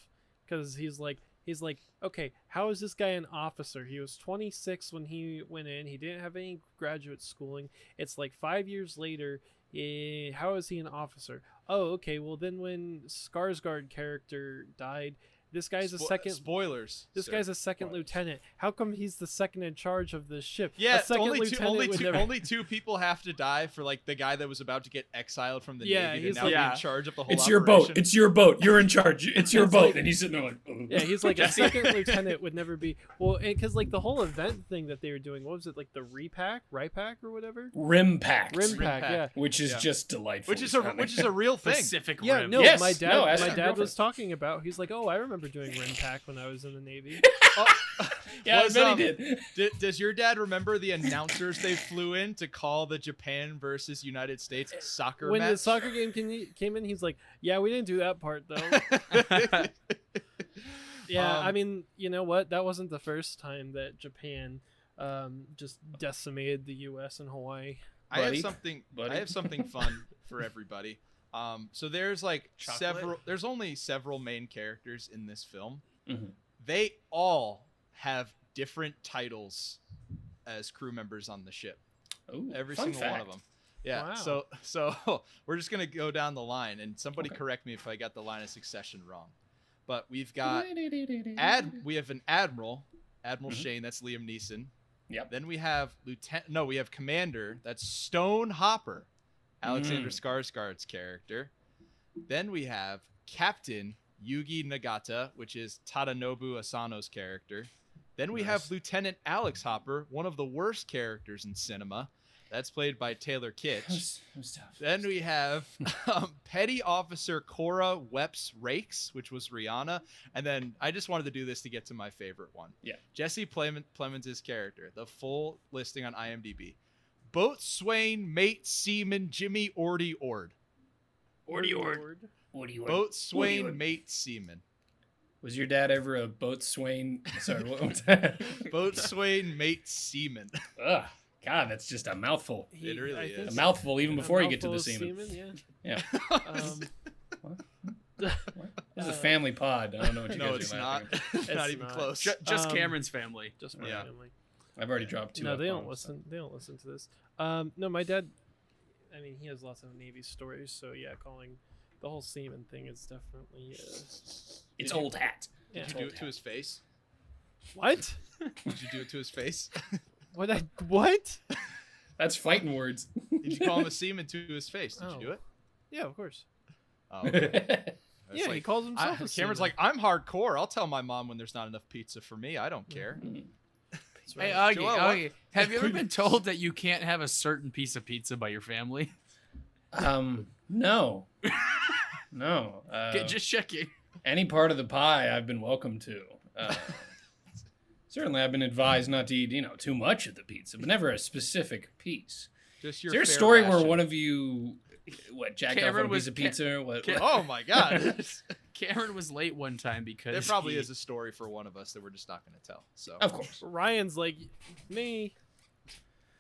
Speaker 2: because he's like, he's like, okay, how is this guy an officer? He was 26 when he went in. He didn't have any graduate schooling. It's like five years later. eh, how is he an officer? Oh, okay. Well, then when Skarsgård character died, this guy's a
Speaker 1: Spo-
Speaker 2: second.
Speaker 1: spoilers.
Speaker 2: This
Speaker 1: sir.
Speaker 2: guy's a second
Speaker 1: Spoilers.
Speaker 2: lieutenant. How come he's the second in charge of this ship? A
Speaker 1: Yeah, it's
Speaker 2: second
Speaker 1: only two,
Speaker 2: lieutenant
Speaker 1: only
Speaker 2: would
Speaker 1: two,
Speaker 2: never-
Speaker 1: only two people have to die for like the guy that was about to get exiled from the
Speaker 2: Yeah,
Speaker 1: navy
Speaker 2: he's
Speaker 1: to now
Speaker 2: like-
Speaker 1: be
Speaker 3: Yeah.
Speaker 1: in charge of the whole.
Speaker 4: It's your boat.
Speaker 1: operation.
Speaker 4: It's your boat. You're in charge. It's your
Speaker 2: It's
Speaker 4: boat.
Speaker 2: like-
Speaker 4: and he's sitting there like. "Ugh."
Speaker 2: Yeah, he's like a
Speaker 3: Jesse.
Speaker 2: second lieutenant would never be well, because like the whole event thing that they were doing, what was it like the repack, repack or whatever?
Speaker 4: Rim packed.
Speaker 2: Rim
Speaker 1: Rim
Speaker 2: pack,
Speaker 1: pack.
Speaker 2: yeah,
Speaker 4: Which is
Speaker 1: Yeah.
Speaker 4: just delightful.
Speaker 1: which is a which is a real thing.
Speaker 3: Pacific
Speaker 2: yeah.
Speaker 3: Rim.
Speaker 2: No,
Speaker 4: Yes,
Speaker 2: my
Speaker 4: no,
Speaker 2: dad,
Speaker 4: ask
Speaker 2: my
Speaker 4: my
Speaker 2: dad was
Speaker 4: girlfriend.
Speaker 2: talking about. He's like, oh, I remember doing rim pack when I was in the navy.
Speaker 4: yeah, I
Speaker 1: was,
Speaker 4: bet
Speaker 1: um,
Speaker 4: he did.
Speaker 1: D- does your dad remember the announcers they flew in to call the Japan versus United States soccer
Speaker 2: when the
Speaker 1: match?
Speaker 2: soccer game can, came in, he's like, yeah, we didn't do that part though. Yeah,
Speaker 1: Um,
Speaker 2: I mean, you know what? That wasn't the first time that Japan um, just decimated the U.S. and Hawaii.
Speaker 1: I have
Speaker 4: Buddy.
Speaker 1: something.
Speaker 4: Buddy.
Speaker 1: I have something fun for everybody. Um, so there's like
Speaker 3: Chocolate?
Speaker 1: several. There's only several main characters in this film.
Speaker 4: Mhm.
Speaker 1: They all have different titles as crew members on the ship.
Speaker 4: Ooh,
Speaker 1: Every
Speaker 4: fun
Speaker 1: single one of
Speaker 4: fact.
Speaker 1: them. Yeah.
Speaker 2: Wow.
Speaker 1: So so we're just gonna go down the line, and somebody
Speaker 4: Okay.
Speaker 1: correct me if I got the line of succession wrong. But we've got ad. We have an admiral, Admiral
Speaker 4: Mhm.
Speaker 1: Shane. That's Liam Neeson.
Speaker 4: Yep.
Speaker 1: Then we have lieutenant. No, we have commander. That's Stone Hopper, Alexander
Speaker 4: Mm.
Speaker 1: Skarsgård's character. Then we have captain Yugi Nagata, which is Tadanobu Asano's character. Then we have
Speaker 4: Nice.
Speaker 1: lieutenant Alex Hopper, one of the worst characters in cinema. That's played by Taylor
Speaker 4: That
Speaker 1: Kitsch.
Speaker 4: was, that was tough.
Speaker 1: Then we have um, Petty Officer Cora Weps Rakes, which was Rihanna. And then I just wanted to do this to get to my favorite one.
Speaker 4: Yeah.
Speaker 1: Jesse Plem- Plemons' character, the full listing on IMDb. Boatswain, mate, seaman, Jimmy Ordy Ord.
Speaker 4: Ordy Ord.
Speaker 2: Lord.
Speaker 4: Ordy Ord. Ordy
Speaker 1: Boatswain,
Speaker 4: Ord.
Speaker 1: mate, seaman.
Speaker 4: Was your dad ever a boatswain? Sorry, what was that?
Speaker 1: Boatswain, mate, seaman.
Speaker 4: Ugh, God, that's just a mouthful.
Speaker 2: He-
Speaker 1: It really
Speaker 2: I
Speaker 1: is.
Speaker 2: think
Speaker 4: A
Speaker 1: It's-
Speaker 4: mouthful even
Speaker 2: a
Speaker 4: before you get to
Speaker 2: mouthful
Speaker 4: the
Speaker 2: of
Speaker 4: semen.
Speaker 2: Yeah. Um,
Speaker 4: This is a
Speaker 2: Uh,
Speaker 4: family pod. I don't know what you
Speaker 1: no,
Speaker 4: guys
Speaker 1: it's
Speaker 4: are
Speaker 1: not.
Speaker 4: laughing
Speaker 1: It's not
Speaker 2: It's
Speaker 1: even
Speaker 2: not.
Speaker 1: close.
Speaker 3: Ju- just
Speaker 2: Um,
Speaker 3: Cameron's family.
Speaker 2: just my
Speaker 1: Yeah.
Speaker 2: family.
Speaker 4: at. I've already dropped two.
Speaker 2: no, they don't
Speaker 4: F-bombs, so-
Speaker 2: listen. They don't listen to this. Um, no, my dad. I mean, he has lots of Navy stories, so yeah, calling the whole seaman thing is definitely. Uh,
Speaker 4: It's
Speaker 1: Did you-
Speaker 4: old hat.
Speaker 2: yeah.
Speaker 1: Did you do it to his face?
Speaker 2: What?
Speaker 1: Did you do it to his face?
Speaker 2: What? I, what?
Speaker 4: That's fighting words.
Speaker 1: Did you call him a seaman to his face? Did
Speaker 2: Oh.
Speaker 1: you do it?
Speaker 2: Yeah, of course.
Speaker 1: Oh, okay. That's
Speaker 2: yeah, he
Speaker 1: like-
Speaker 2: calls
Speaker 1: I,
Speaker 2: himself. a
Speaker 1: Cameron's
Speaker 2: seaman.
Speaker 1: like, I'm hardcore. I'll tell my mom when there's not enough pizza for me. I don't care.
Speaker 2: Mm-hmm. That's
Speaker 3: Hey,
Speaker 2: right.
Speaker 3: Augie,
Speaker 1: Joel, what-
Speaker 3: Augie, have you ever been told that you can't have a certain piece of pizza by your family?
Speaker 4: um, no, no. Uh,
Speaker 3: Okay, just checking.
Speaker 4: any part of the pie, I've been welcome to. Uh, certainly, I've been advised not to eat, you know, too much of the pizza, but never a specific piece.
Speaker 1: Just your
Speaker 4: Is there a
Speaker 1: fair
Speaker 4: story where
Speaker 1: ration.
Speaker 4: one of you, what, jacked off on
Speaker 3: Cameron
Speaker 4: a
Speaker 3: was-
Speaker 4: piece of pizza? What?
Speaker 3: Ca-
Speaker 1: Oh my god.
Speaker 3: Cameron was late one time because
Speaker 1: there probably
Speaker 3: he-
Speaker 1: is a story for one of us that we're just not going to tell. So
Speaker 4: Of course.
Speaker 2: Ryan's like me.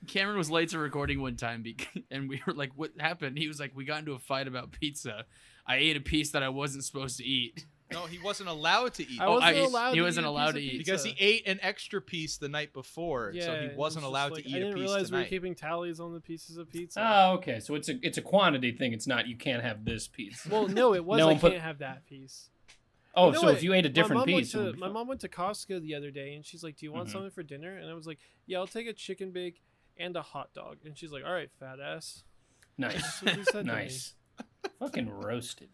Speaker 3: Cameron was late to recording one time, bec and we were like, "What happened?" He was like, "We got into a fight about pizza. I ate a piece that I wasn't supposed to eat."
Speaker 1: no, he wasn't allowed to eat
Speaker 2: I
Speaker 3: Oh,
Speaker 2: wasn't
Speaker 3: I-
Speaker 2: allowed.
Speaker 3: he
Speaker 2: to
Speaker 3: wasn't
Speaker 2: eat a
Speaker 3: allowed
Speaker 2: piece of
Speaker 3: to eat.
Speaker 1: because he
Speaker 2: pizza.
Speaker 1: ate an extra piece the night before,
Speaker 2: Yeah,
Speaker 1: so
Speaker 2: and
Speaker 1: he
Speaker 2: it's
Speaker 1: wasn't
Speaker 2: just
Speaker 1: allowed
Speaker 2: like,
Speaker 1: to eat
Speaker 2: I
Speaker 1: a
Speaker 2: didn't
Speaker 1: piece
Speaker 2: realize we were
Speaker 1: tonight.
Speaker 2: keeping tallies on the pieces of pizza.
Speaker 4: Oh, okay. So it's a it's a quantity thing. It's not you can't have this piece.
Speaker 2: well, no, it was.
Speaker 4: No,
Speaker 2: I
Speaker 4: but-
Speaker 2: can't have that piece.
Speaker 4: Oh,
Speaker 2: You know
Speaker 4: so
Speaker 2: what?
Speaker 4: if you ate a different
Speaker 2: my mom
Speaker 4: piece, it
Speaker 2: Went
Speaker 4: would
Speaker 2: to,
Speaker 4: be
Speaker 2: my
Speaker 4: fine.
Speaker 2: mom went to Costco the other day, and she's like, "Do you want
Speaker 4: Mhm.
Speaker 2: something for dinner?" And I was like, "Yeah, I'll take a chicken bake and a hot dog." And she's like, "All right, fat ass."
Speaker 4: nice,
Speaker 2: That's what she said to me. Uh,
Speaker 4: nice, fucking roasted.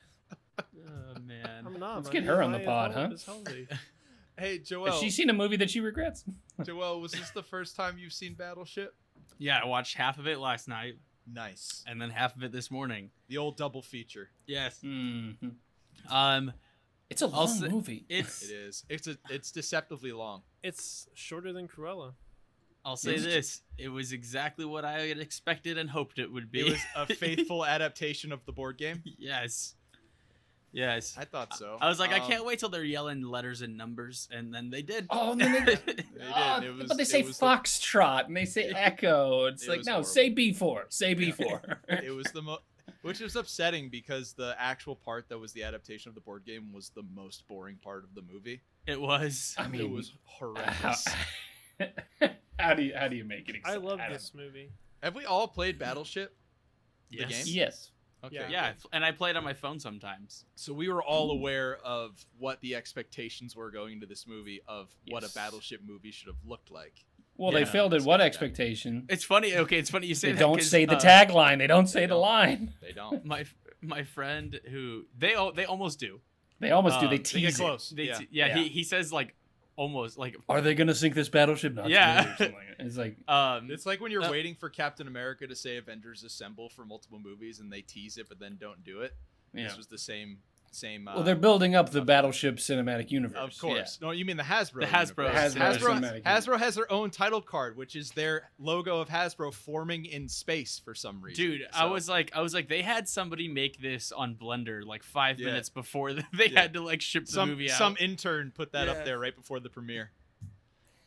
Speaker 3: Oh man.
Speaker 2: I'm not.
Speaker 4: Let's
Speaker 2: my
Speaker 4: get
Speaker 2: meal
Speaker 4: her on the
Speaker 2: plan
Speaker 4: pod,
Speaker 2: is
Speaker 4: huh?
Speaker 2: It's healthy.
Speaker 1: Hey,
Speaker 4: Has
Speaker 1: Joel.
Speaker 4: she seen a movie that she regrets?
Speaker 1: Joel, was this the first time you've seen Battleship?
Speaker 3: Yeah, I watched half of it last night
Speaker 1: Nice.
Speaker 3: and then half of it this morning.
Speaker 1: The old double feature.
Speaker 3: Yes.
Speaker 4: Mhm.
Speaker 3: Um,
Speaker 4: It's a long
Speaker 3: Also-
Speaker 4: movie.
Speaker 3: it's.
Speaker 1: It is. It's a, it's deceptively long.
Speaker 2: It's shorter than Cruella.
Speaker 3: I'll say
Speaker 4: Yes.
Speaker 3: this: it was exactly what I had expected and hoped it would be.
Speaker 1: It was a faithful adaptation of the board game.
Speaker 3: yes. Yes.
Speaker 1: I thought so.
Speaker 3: I was like, I
Speaker 1: Um,
Speaker 3: can't wait till they're yelling letters and numbers, and then they did.
Speaker 4: Oh, and then they,
Speaker 1: They did.
Speaker 4: Ah,
Speaker 1: It was-
Speaker 4: but they
Speaker 1: it
Speaker 4: say
Speaker 1: was the-
Speaker 4: foxtrot and they say echo. It's
Speaker 1: It
Speaker 4: like
Speaker 1: was
Speaker 4: no,
Speaker 1: horrible.
Speaker 4: say B four, say B four.
Speaker 1: it was the mo- which was upsetting because the actual part that was the adaptation of the board game was the most boring part of the movie.
Speaker 3: it was.
Speaker 4: I mean,
Speaker 1: it was
Speaker 4: how,
Speaker 1: horrendous.
Speaker 4: how do you how do you make it?
Speaker 2: I
Speaker 4: exciting?
Speaker 2: love
Speaker 4: don't
Speaker 2: this movie.
Speaker 1: Have we all played Battleship?
Speaker 3: Yes.
Speaker 1: game?
Speaker 4: know. Yes.
Speaker 1: Okay.
Speaker 2: Yeah.
Speaker 3: Yeah, and I play it on my phone sometimes.
Speaker 1: So we were all aware of what the expectations were going into this movie of what
Speaker 4: Yes.
Speaker 1: a Battleship movie should have looked like.
Speaker 4: Well,
Speaker 3: Yeah.
Speaker 4: they failed at what
Speaker 1: Yeah.
Speaker 4: expectation?
Speaker 3: It's funny. Okay, it's funny you say
Speaker 4: They
Speaker 3: that.
Speaker 4: don't
Speaker 3: 'cause,
Speaker 4: say the
Speaker 3: uh,
Speaker 4: tagline. They don't say
Speaker 1: they
Speaker 4: the
Speaker 1: don't.
Speaker 4: line.
Speaker 1: They don't.
Speaker 3: My my friend who they all they almost do.
Speaker 4: They almost do.
Speaker 3: Um,
Speaker 4: They
Speaker 3: they
Speaker 1: They get
Speaker 4: tease it.
Speaker 1: close.
Speaker 3: They
Speaker 1: yeah.
Speaker 3: yeah, yeah,
Speaker 4: Yeah.
Speaker 3: He, he says like almost like
Speaker 4: Are they gonna sink this battleship? Not
Speaker 3: Yeah.
Speaker 4: today or something like that. It's like
Speaker 3: um
Speaker 1: it's like when you're
Speaker 3: Uh,
Speaker 1: waiting for Captain America to say Avengers Assemble for multiple movies and they tease it but then don't do it.
Speaker 4: yeah.
Speaker 1: This was the same same uh,
Speaker 4: Well, they're building up the battleship cinematic universe.
Speaker 1: Of course. No, you mean the Hasbro.
Speaker 3: The Hasbro
Speaker 1: universe.
Speaker 4: Hasbro
Speaker 1: Hasbro,
Speaker 4: cinematic
Speaker 1: Hasbro has their own title card, which is their logo of Hasbro forming in space for some reason.
Speaker 3: dude, I
Speaker 1: So,
Speaker 3: was like I was like they had somebody make this on Blender like 5
Speaker 1: Yeah.
Speaker 3: minutes before th- they
Speaker 1: Yeah.
Speaker 3: had to like ship the
Speaker 1: some
Speaker 3: movie out.
Speaker 1: some intern put that
Speaker 3: Yeah.
Speaker 1: up there right before the premiere.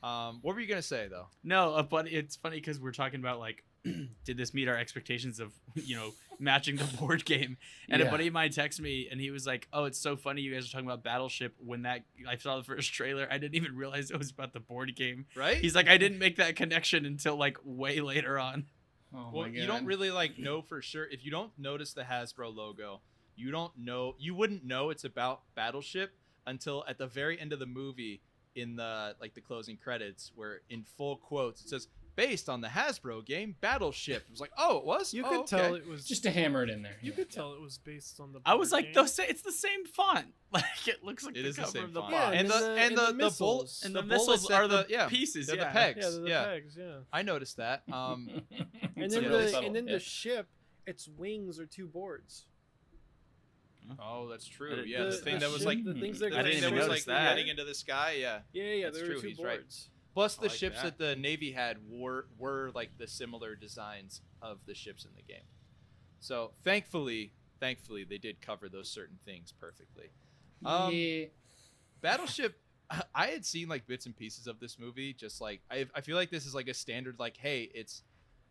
Speaker 1: Um, what were you gonna say though?
Speaker 3: No, uh, but it's funny cuz we're talking about like did this meet our expectations of you know matching the board game? And
Speaker 4: Yeah.
Speaker 3: a buddy of mine texted me and he was like, "Oh, it's so funny you guys are talking about Battleship when that I saw the first trailer. I didn't even realize it was about the board game."
Speaker 1: right?
Speaker 3: He's like, "I didn't make that connection until like way later on."
Speaker 4: Oh
Speaker 1: well,
Speaker 4: my
Speaker 1: you don't
Speaker 4: God.
Speaker 1: really like know for sure if you don't notice the Hasbro logo. You don't know. You wouldn't know it's about Battleship until at the very end of the movie, in the like the closing credits, where in full quotes it says "based on the Hasbro game Battleship." It was like, oh, it was.
Speaker 2: You
Speaker 1: Oh,
Speaker 2: could tell
Speaker 1: okay.
Speaker 2: it was
Speaker 4: just to hammer it in there.
Speaker 2: You
Speaker 4: Yeah.
Speaker 2: could tell it was based on the.
Speaker 3: I was
Speaker 2: board
Speaker 3: like,
Speaker 2: game.
Speaker 3: "Those it's the same font. Like it looks like
Speaker 1: It
Speaker 3: the
Speaker 1: is the
Speaker 3: cover
Speaker 1: same
Speaker 3: of the
Speaker 1: font.
Speaker 3: box.
Speaker 1: and
Speaker 2: Yeah, and
Speaker 1: the
Speaker 2: the-
Speaker 1: and
Speaker 2: and
Speaker 1: the
Speaker 2: the
Speaker 1: the, bull
Speaker 2: missiles.
Speaker 3: And
Speaker 1: the
Speaker 3: the,
Speaker 1: bullets
Speaker 3: missiles
Speaker 1: that
Speaker 3: are the
Speaker 1: the- yeah,
Speaker 3: pieces.
Speaker 1: they're the
Speaker 3: yeah.
Speaker 1: pegs.
Speaker 2: Yeah, they're the
Speaker 1: yeah.
Speaker 2: pegs. Yeah.
Speaker 1: I noticed that. Um,
Speaker 2: And
Speaker 4: It's
Speaker 2: then,
Speaker 1: like
Speaker 4: really
Speaker 1: the-
Speaker 2: the,
Speaker 4: subtle,
Speaker 2: and then
Speaker 4: yeah.
Speaker 2: the ship, its wings are two boards.
Speaker 1: oh, that's
Speaker 3: I
Speaker 1: true.
Speaker 3: didn't-
Speaker 1: Yeah, the,
Speaker 2: the,
Speaker 1: thing
Speaker 2: the
Speaker 1: that was
Speaker 2: ship-
Speaker 1: like
Speaker 2: the things that
Speaker 3: I
Speaker 1: the
Speaker 2: go
Speaker 1: thing
Speaker 3: didn't
Speaker 1: that
Speaker 3: even
Speaker 1: was like
Speaker 2: straight
Speaker 3: notice that.
Speaker 1: running into the sky. Yeah.
Speaker 2: Yeah, yeah,
Speaker 1: That's
Speaker 2: there
Speaker 1: true,
Speaker 2: were two
Speaker 1: he's right.
Speaker 2: boards.
Speaker 1: Plus, the
Speaker 3: I like
Speaker 1: ships that.
Speaker 3: that.
Speaker 1: the Navy had were were like the similar designs of the ships in the game. So thankfully, thankfully, they did cover those certain things perfectly. Um,
Speaker 4: yeah.
Speaker 1: Battleship, I had seen like bits and pieces of this movie. Just like I, I feel like this is like a standard. Like, hey, it's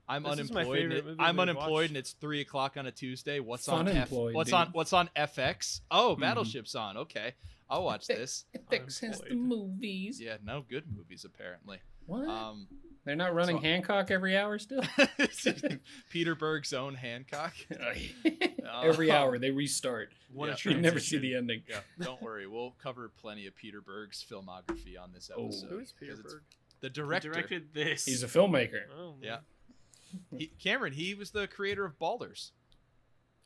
Speaker 1: I'm
Speaker 2: This is my
Speaker 1: unemployed. and
Speaker 2: favorite
Speaker 1: it-
Speaker 2: movie
Speaker 1: I'm
Speaker 2: we've
Speaker 1: unemployed,
Speaker 2: watched.
Speaker 1: and it's three o'clock on a Tuesday. What's on
Speaker 4: Fun
Speaker 1: F-
Speaker 4: employed,
Speaker 1: What's
Speaker 4: dude.
Speaker 1: on What's on FX? Oh,
Speaker 2: Mm-hmm.
Speaker 3: Mhm.
Speaker 1: Battleship's on. Okay, I'll watch this.
Speaker 4: Fix has the
Speaker 2: Unemployed.
Speaker 4: movies.
Speaker 1: Yeah, no good movies apparently.
Speaker 4: What?
Speaker 1: Um,
Speaker 4: They're not running
Speaker 1: so-
Speaker 4: Hancock every hour still.
Speaker 1: Peter Berg's own Hancock.
Speaker 4: every
Speaker 1: Um,
Speaker 4: hour they restart.
Speaker 1: Uh,
Speaker 3: What
Speaker 1: Yeah.
Speaker 3: a
Speaker 4: You
Speaker 3: transition.
Speaker 4: never see the ending.
Speaker 1: Yeah, don't worry. We'll cover plenty of Peter Berg's filmography on this
Speaker 4: Oh.
Speaker 1: episode.
Speaker 2: Who's Peter
Speaker 1: 'cause it's
Speaker 2: Berg?
Speaker 1: The
Speaker 3: He
Speaker 1: director.
Speaker 3: directed this.
Speaker 4: He's a filmmaker.
Speaker 2: Oh, man.
Speaker 1: Yeah. He, Cameron, he was the creator of Baldur's.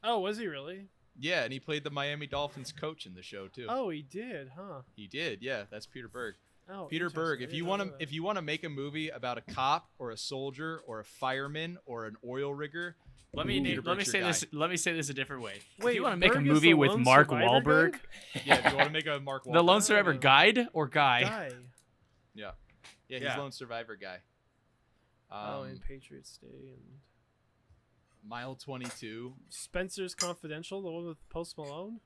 Speaker 2: Oh, was he really?
Speaker 1: Yeah, and he played the Miami Dolphins coach in the show too.
Speaker 2: Oh, he did, huh?
Speaker 1: He did. Yeah, that's Peter Berg.
Speaker 2: Oh,
Speaker 1: Peter
Speaker 2: interesting. Uh,
Speaker 1: Berg,
Speaker 2: I
Speaker 1: if
Speaker 2: didn't
Speaker 1: you
Speaker 2: know
Speaker 1: want to
Speaker 2: that.
Speaker 1: if you want to make a movie about a cop or a soldier or a fireman or an oil rigger,
Speaker 3: Let me
Speaker 4: Ooh.
Speaker 3: name-
Speaker 1: Peter
Speaker 3: let me
Speaker 1: Berg's
Speaker 3: say
Speaker 1: your
Speaker 3: this.
Speaker 1: guy.
Speaker 3: Let me say this a different way. if
Speaker 2: Wait,
Speaker 3: you want to make a
Speaker 2: Berg is
Speaker 3: movie
Speaker 2: the
Speaker 3: with
Speaker 2: Lone
Speaker 3: Mark
Speaker 2: Survivor
Speaker 3: Wahlberg,
Speaker 2: guy?
Speaker 1: yeah, if you want to make a Mark
Speaker 3: the
Speaker 1: Wahlberg,
Speaker 3: Lone Survivor guide or guy. Uh,
Speaker 2: Guy.
Speaker 1: yeah, he's
Speaker 3: Yeah.
Speaker 1: lone survivor guy.
Speaker 2: oh,
Speaker 1: Um,
Speaker 2: and Patriots Day and
Speaker 1: Mile Twenty Two.
Speaker 2: Spencer's Confidential, the one with Post Malone.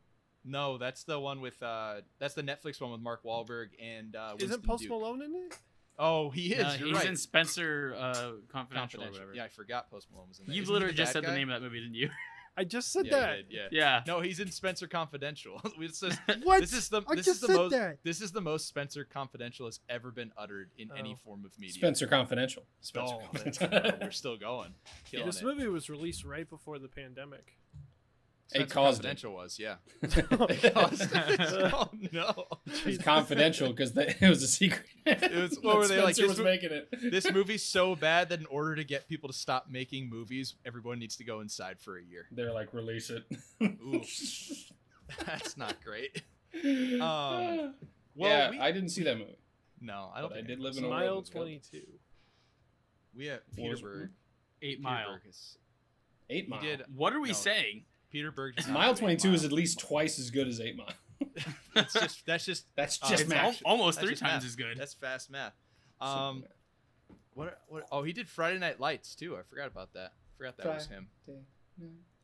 Speaker 1: No, that's the one with uh that's the Netflix one with Mark Wahlberg and uh Winston
Speaker 2: Isn't Post
Speaker 1: Duke.
Speaker 2: Malone in it?
Speaker 1: Oh, he is.
Speaker 3: No,
Speaker 1: you're
Speaker 3: he's
Speaker 1: right.
Speaker 3: in Spencer uh, Confidential, or
Speaker 1: Confidential.
Speaker 3: whatever.
Speaker 1: Yeah, I forgot Post Malone was in there.
Speaker 3: you
Speaker 1: Isn't he
Speaker 3: literally just
Speaker 1: bad
Speaker 3: said the
Speaker 1: guy?
Speaker 3: name of that movie, didn't you?
Speaker 2: I just said
Speaker 1: Yeah,
Speaker 2: that.
Speaker 1: you did, yeah.
Speaker 3: yeah.
Speaker 1: No, he's in Spencer Confidential. it's just
Speaker 2: What?
Speaker 1: this is the
Speaker 2: I
Speaker 1: this
Speaker 2: just
Speaker 1: is the
Speaker 2: said
Speaker 1: most
Speaker 2: that.
Speaker 1: this is the most Spencer Confidential has ever been uttered in any
Speaker 2: Oh.
Speaker 1: form of media.
Speaker 4: Spencer Confidential. Spencer
Speaker 1: Oh, that's- wow,
Speaker 4: Confidential.
Speaker 1: we're still going. Killing
Speaker 2: This
Speaker 1: it.
Speaker 2: movie was released right before the pandemic.
Speaker 1: Spencer
Speaker 4: caused it.
Speaker 1: Confidential was yeah.
Speaker 2: Caused
Speaker 1: oh no!
Speaker 4: It's confidential because it was a secret. It
Speaker 1: was- what were they like, this
Speaker 4: was
Speaker 1: mo-
Speaker 4: making it.
Speaker 1: This movie's so bad that in order to get people to stop making movies, everyone needs to go inside for a year.
Speaker 4: They're like, release it.
Speaker 1: That's not great. Um,
Speaker 4: Um,
Speaker 1: Well,
Speaker 4: yeah,
Speaker 1: we,
Speaker 4: I didn't see that movie.
Speaker 1: no, I don't.
Speaker 4: but I
Speaker 1: think
Speaker 4: did
Speaker 1: know.
Speaker 4: live in a
Speaker 1: So
Speaker 4: world
Speaker 2: Mile
Speaker 4: was good.
Speaker 2: 22.
Speaker 1: We have
Speaker 4: What was-
Speaker 1: Peterberg.
Speaker 3: Eight Mile.
Speaker 1: Peterberg is,
Speaker 4: Eight
Speaker 1: he
Speaker 4: Mile.
Speaker 1: did
Speaker 3: What are we
Speaker 1: No.
Speaker 3: saying?
Speaker 1: Peterberg. did not
Speaker 4: Mile
Speaker 1: do
Speaker 4: 22
Speaker 1: Eight
Speaker 4: is
Speaker 1: Mile.
Speaker 4: at least twice as good as Eight Mile.
Speaker 1: That's just that's just
Speaker 4: That's
Speaker 1: Uh,
Speaker 4: just
Speaker 1: it's
Speaker 4: math.
Speaker 3: al- almost
Speaker 1: That's
Speaker 3: three
Speaker 1: just math.
Speaker 3: times as good.
Speaker 1: that's fast math. Um, what, what? Oh, he did Friday Night Lights too. I forgot about that. Forgot that was
Speaker 4: Fri-
Speaker 1: him.
Speaker 4: Yeah.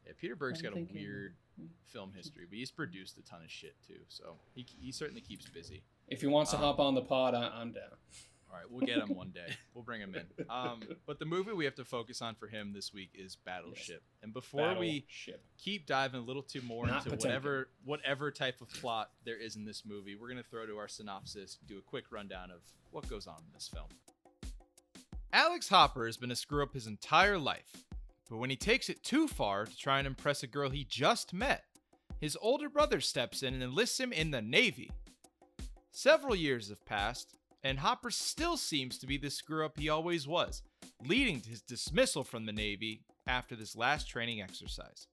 Speaker 1: Yeah, Peterberg's
Speaker 4: I'm
Speaker 1: got a
Speaker 4: thinking-
Speaker 1: weird film history, but he's produced a ton of shit too. So he he certainly keeps busy.
Speaker 4: If he wants to
Speaker 1: Um,
Speaker 4: hop on the pod, I, I'm down.
Speaker 1: All right, we'll get him one day. We'll bring him in. Um, but the movie we have to focus on for him this week is Battleship. And before we
Speaker 4: Battleship.
Speaker 1: keep diving a little too more
Speaker 4: Not
Speaker 1: into
Speaker 4: Potemkin.
Speaker 1: whatever whatever type of plot there is in this movie, we're gonna throw to our synopsis, do a quick rundown of what goes on in this film. Alex Hopper has been a screw up his entire life, but when he takes it too far to try and impress a girl he just met, his older brother steps in and enlists him in the Navy. Several years have passed, and Hopper still seems to be the screw up he always was, leading to his dismissal from the Navy after this last training exercise.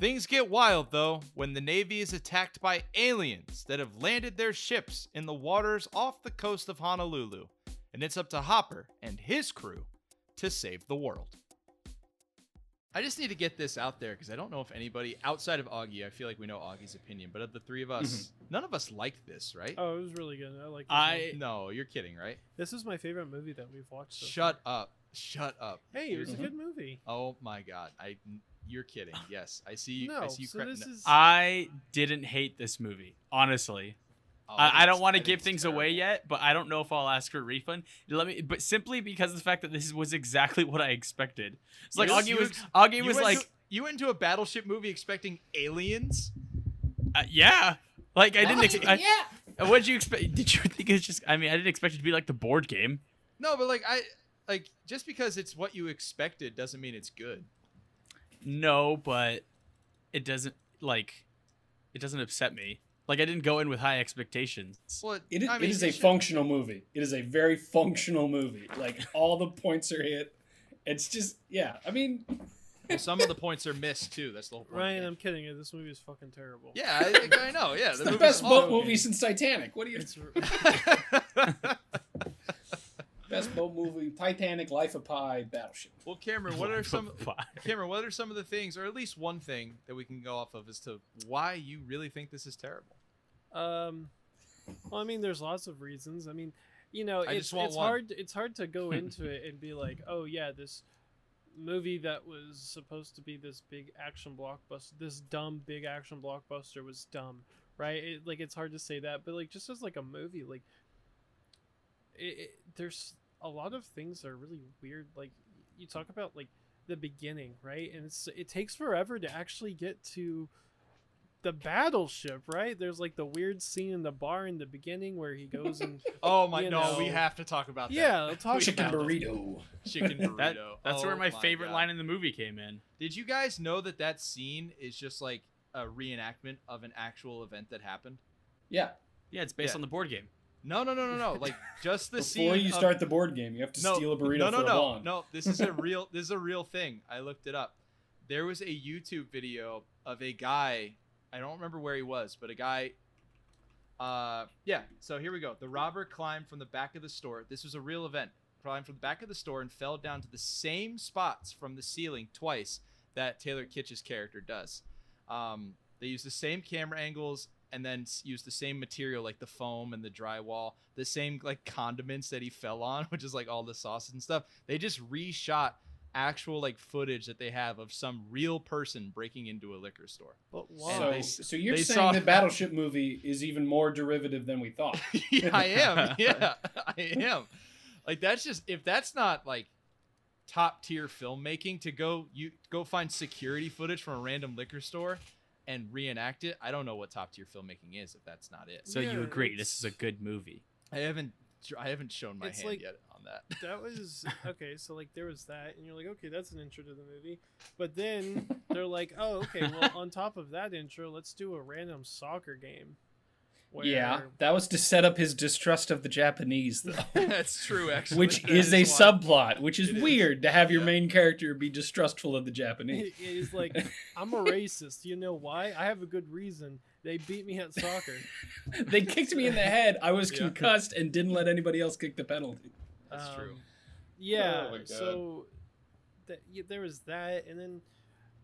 Speaker 1: Things get wild, though, when the Navy is attacked by aliens that have landed their ships in the waters off the coast of Honolulu, and it's up to Hopper and his crew to save the world. I just need to get this out there because I don't know if anybody outside of Augie, I feel like we know Augie's opinion, but of the three of us, none of us liked this, right?
Speaker 2: Mm-hmm. Oh, it was really good. I like this
Speaker 3: I-
Speaker 2: one.
Speaker 1: no, you're kidding, right?
Speaker 2: This is my favorite movie that we've watched. So
Speaker 1: Shut up. Shut up.
Speaker 2: far. Hey, it was
Speaker 4: Mhm.
Speaker 2: a good movie.
Speaker 1: Oh my god. I you're kidding. Yes. I see you
Speaker 2: No,
Speaker 1: I see you Ah,
Speaker 2: so
Speaker 1: cra-
Speaker 2: this
Speaker 1: no.
Speaker 2: is.
Speaker 3: I didn't hate this movie, honestly.
Speaker 1: Oh,
Speaker 3: I, I
Speaker 1: that's-
Speaker 3: don't want to
Speaker 1: that
Speaker 3: give
Speaker 1: is
Speaker 3: things
Speaker 1: terrible.
Speaker 3: away yet, but I don't know if I'll ask for a refund. Let me, but simply because of the fact that this was exactly what I expected. It's like
Speaker 1: You-
Speaker 3: Augie
Speaker 1: you
Speaker 3: was,
Speaker 1: ex-
Speaker 3: Augie
Speaker 1: You
Speaker 3: was
Speaker 1: went
Speaker 3: like,
Speaker 1: to- you went into a battleship movie expecting aliens.
Speaker 3: uh, yeah, like I didn't.
Speaker 4: Oh,
Speaker 3: Ex- I,
Speaker 4: yeah.
Speaker 3: Uh, What did you expect? Did you think it's just? I mean, I didn't expect it to be like the board game.
Speaker 1: No, but like I like just because it's what you expected doesn't mean it's good.
Speaker 3: No, but it doesn't like it doesn't upset me. Like I didn't go in with high expectations.
Speaker 1: Well,
Speaker 4: It is,
Speaker 1: I mean,
Speaker 4: it is a
Speaker 1: should-
Speaker 4: functional movie. It is a very functional movie. Like all the points are hit. It's just yeah. I mean,
Speaker 1: well, some of the points are missed too. That's the whole point.
Speaker 2: Ryan, I'm kidding. you. This movie is fucking terrible.
Speaker 1: yeah, I, I know. Yeah,
Speaker 4: it's
Speaker 1: the
Speaker 4: the,
Speaker 1: movie's
Speaker 4: best boat
Speaker 1: awful.
Speaker 4: movie since Titanic. What do you?
Speaker 2: It's r-
Speaker 4: Best boat movie: Titanic, Life of Pi, Battleship.
Speaker 1: well, Cameron, what are some
Speaker 3: Why?
Speaker 1: Cameron? What are some of the things, or at least one thing that we can go off of as to why you really think this is terrible?
Speaker 2: Um, well, I mean, there's lots of reasons. I mean, you know,
Speaker 1: I
Speaker 2: it's,
Speaker 1: just want
Speaker 2: it's
Speaker 1: one.
Speaker 2: hard. It's hard to go into it and be like, oh yeah, this movie that was supposed to be this big action blockbuster, this dumb big action blockbuster was dumb, right? It, like it's hard to say that, but like just as like a movie, like it, it, there's a lot of things that are really weird. Like you talk about like the beginning, right? And it's it takes forever to actually get to the battleship, right? There's like the weird scene in the bar in the beginning where he goes and
Speaker 1: Oh my!
Speaker 2: You
Speaker 1: no, we
Speaker 2: know.
Speaker 1: have to talk about that.
Speaker 2: yeah, I'll talk
Speaker 4: Chicken
Speaker 2: about it.
Speaker 4: burrito.
Speaker 1: chicken burrito.
Speaker 3: That, that's
Speaker 1: Oh
Speaker 3: where my, favorite
Speaker 1: God.
Speaker 3: line in the movie came in.
Speaker 1: Did you guys know that that scene is just like a reenactment of an actual event that happened?
Speaker 4: Yeah.
Speaker 3: Yeah, it's based
Speaker 1: Yeah.
Speaker 3: on the board game.
Speaker 1: No, no, no, no, no. Like just the scene.
Speaker 4: Before you
Speaker 1: of-
Speaker 4: start the board game, you have to
Speaker 1: no,
Speaker 4: steal a burrito
Speaker 1: no, no,
Speaker 4: for
Speaker 1: no,
Speaker 4: a bond.
Speaker 1: no. This is a real. This is a real thing. I looked it up. There was a YouTube video of a guy. I don't remember where he was, but a guy. Uh, yeah. So here we go. The robber climbed from the back of the store. This was a real event. Climbed from the back of the store and fell down to the same spots from the ceiling twice that Taylor Kitsch's character does. Um, they use the same camera angles and then s- use the same material like the foam and the drywall, the same like condiments that he fell on, which is like all the sauces and stuff. They just reshot actual like footage that they have of some real person breaking into a liquor store.
Speaker 2: But why?
Speaker 4: So,
Speaker 1: they-
Speaker 4: so you're
Speaker 1: they
Speaker 4: saying
Speaker 1: saw-
Speaker 4: the Battleship movie is even more derivative than we thought.
Speaker 1: Yeah, I am. Yeah, I am. Like that's just if that's not like top tier filmmaking to go you go find security footage from a random liquor store and reenact it. I don't know what top tier filmmaking is if that's not it.
Speaker 3: So you
Speaker 2: Yeah,
Speaker 3: agree
Speaker 2: it's-
Speaker 3: this is a good movie.
Speaker 1: I haven't I haven't shown my
Speaker 2: It's
Speaker 1: hand
Speaker 2: like-
Speaker 1: yet on that.
Speaker 2: that was okay. So like there was that, and you're like, okay, that's an intro to the movie. But then they're like, oh, okay. Well, on top of that intro, let's do a random soccer game. Where,
Speaker 4: Yeah, that was to set up his distrust of the Japanese, though,
Speaker 1: That's true, actually.
Speaker 4: which
Speaker 1: That
Speaker 4: is a
Speaker 1: why-
Speaker 4: subplot, which is
Speaker 1: It is.
Speaker 4: weird to have your
Speaker 1: Yeah.
Speaker 4: main character be distrustful of the Japanese.
Speaker 2: It is like I'm a racist. You know why? I have a good reason. They beat me at soccer.
Speaker 4: they kicked me in the head. I was
Speaker 1: Yeah.
Speaker 4: concussed and didn't let anybody else kick the penalty.
Speaker 1: That's true.
Speaker 2: Um, Yeah.
Speaker 4: Oh my God.
Speaker 2: So that yeah, there was that, and then,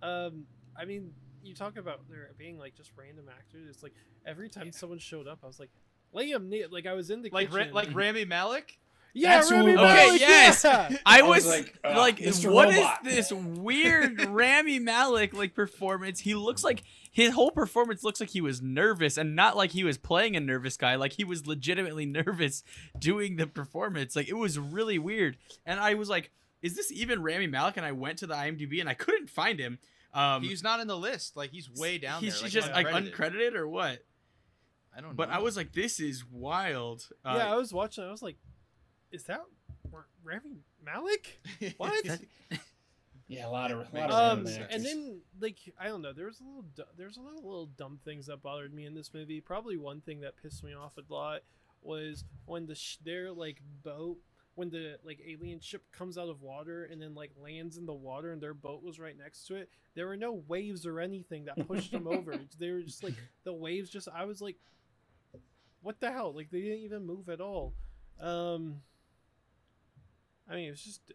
Speaker 2: um, I mean, you talk about there being like just random actors. It's like every time someone showed up, I was like, Liam, Ne-, like I was in the
Speaker 1: Like Ra-
Speaker 2: kitchen.
Speaker 1: like Rami Malik.
Speaker 2: yeah,
Speaker 4: That's who
Speaker 2: Rami
Speaker 4: it was.
Speaker 2: Malek,
Speaker 3: Okay, yes!
Speaker 2: yeah!
Speaker 3: I
Speaker 4: I was
Speaker 3: was,
Speaker 4: like,
Speaker 1: uh,
Speaker 4: "Ugh,
Speaker 3: like,
Speaker 4: Mr.
Speaker 3: what is
Speaker 4: Robot."
Speaker 3: this weird Rami Malik like performance? He looks like his whole performance looks like he was nervous, and not like he was playing a nervous guy. Like he was legitimately nervous doing the performance. Like it was really weird, and I was like, "Is this even Rami Malik?" And I went to the IMDb and I couldn't find him. Um,
Speaker 1: he's not in the list. Like he's way down
Speaker 3: he's
Speaker 1: there.
Speaker 3: he's just like
Speaker 1: uncredited.
Speaker 3: uncredited or what?
Speaker 1: I don't know.
Speaker 3: But I was like, "This is wild." Uh,
Speaker 2: yeah, I was watching. I was like, is that R- Rami Malik? What?
Speaker 4: Yeah, a lot of a lot
Speaker 1: Makes
Speaker 4: of
Speaker 2: um,
Speaker 4: random
Speaker 1: sense.
Speaker 4: actors.
Speaker 2: and then like I don't know, there was a little du- there's a lot of little dumb things that bothered me in this movie. Probably one thing that pissed me off a lot was when the sh- their like boat when the like alien ship comes out of water and then like lands in the water and their boat was right next to it. There were no waves or anything that pushed them over. They were just like the waves just I was like what the hell? Like they didn't even move at all. Um I mean, it was just uh,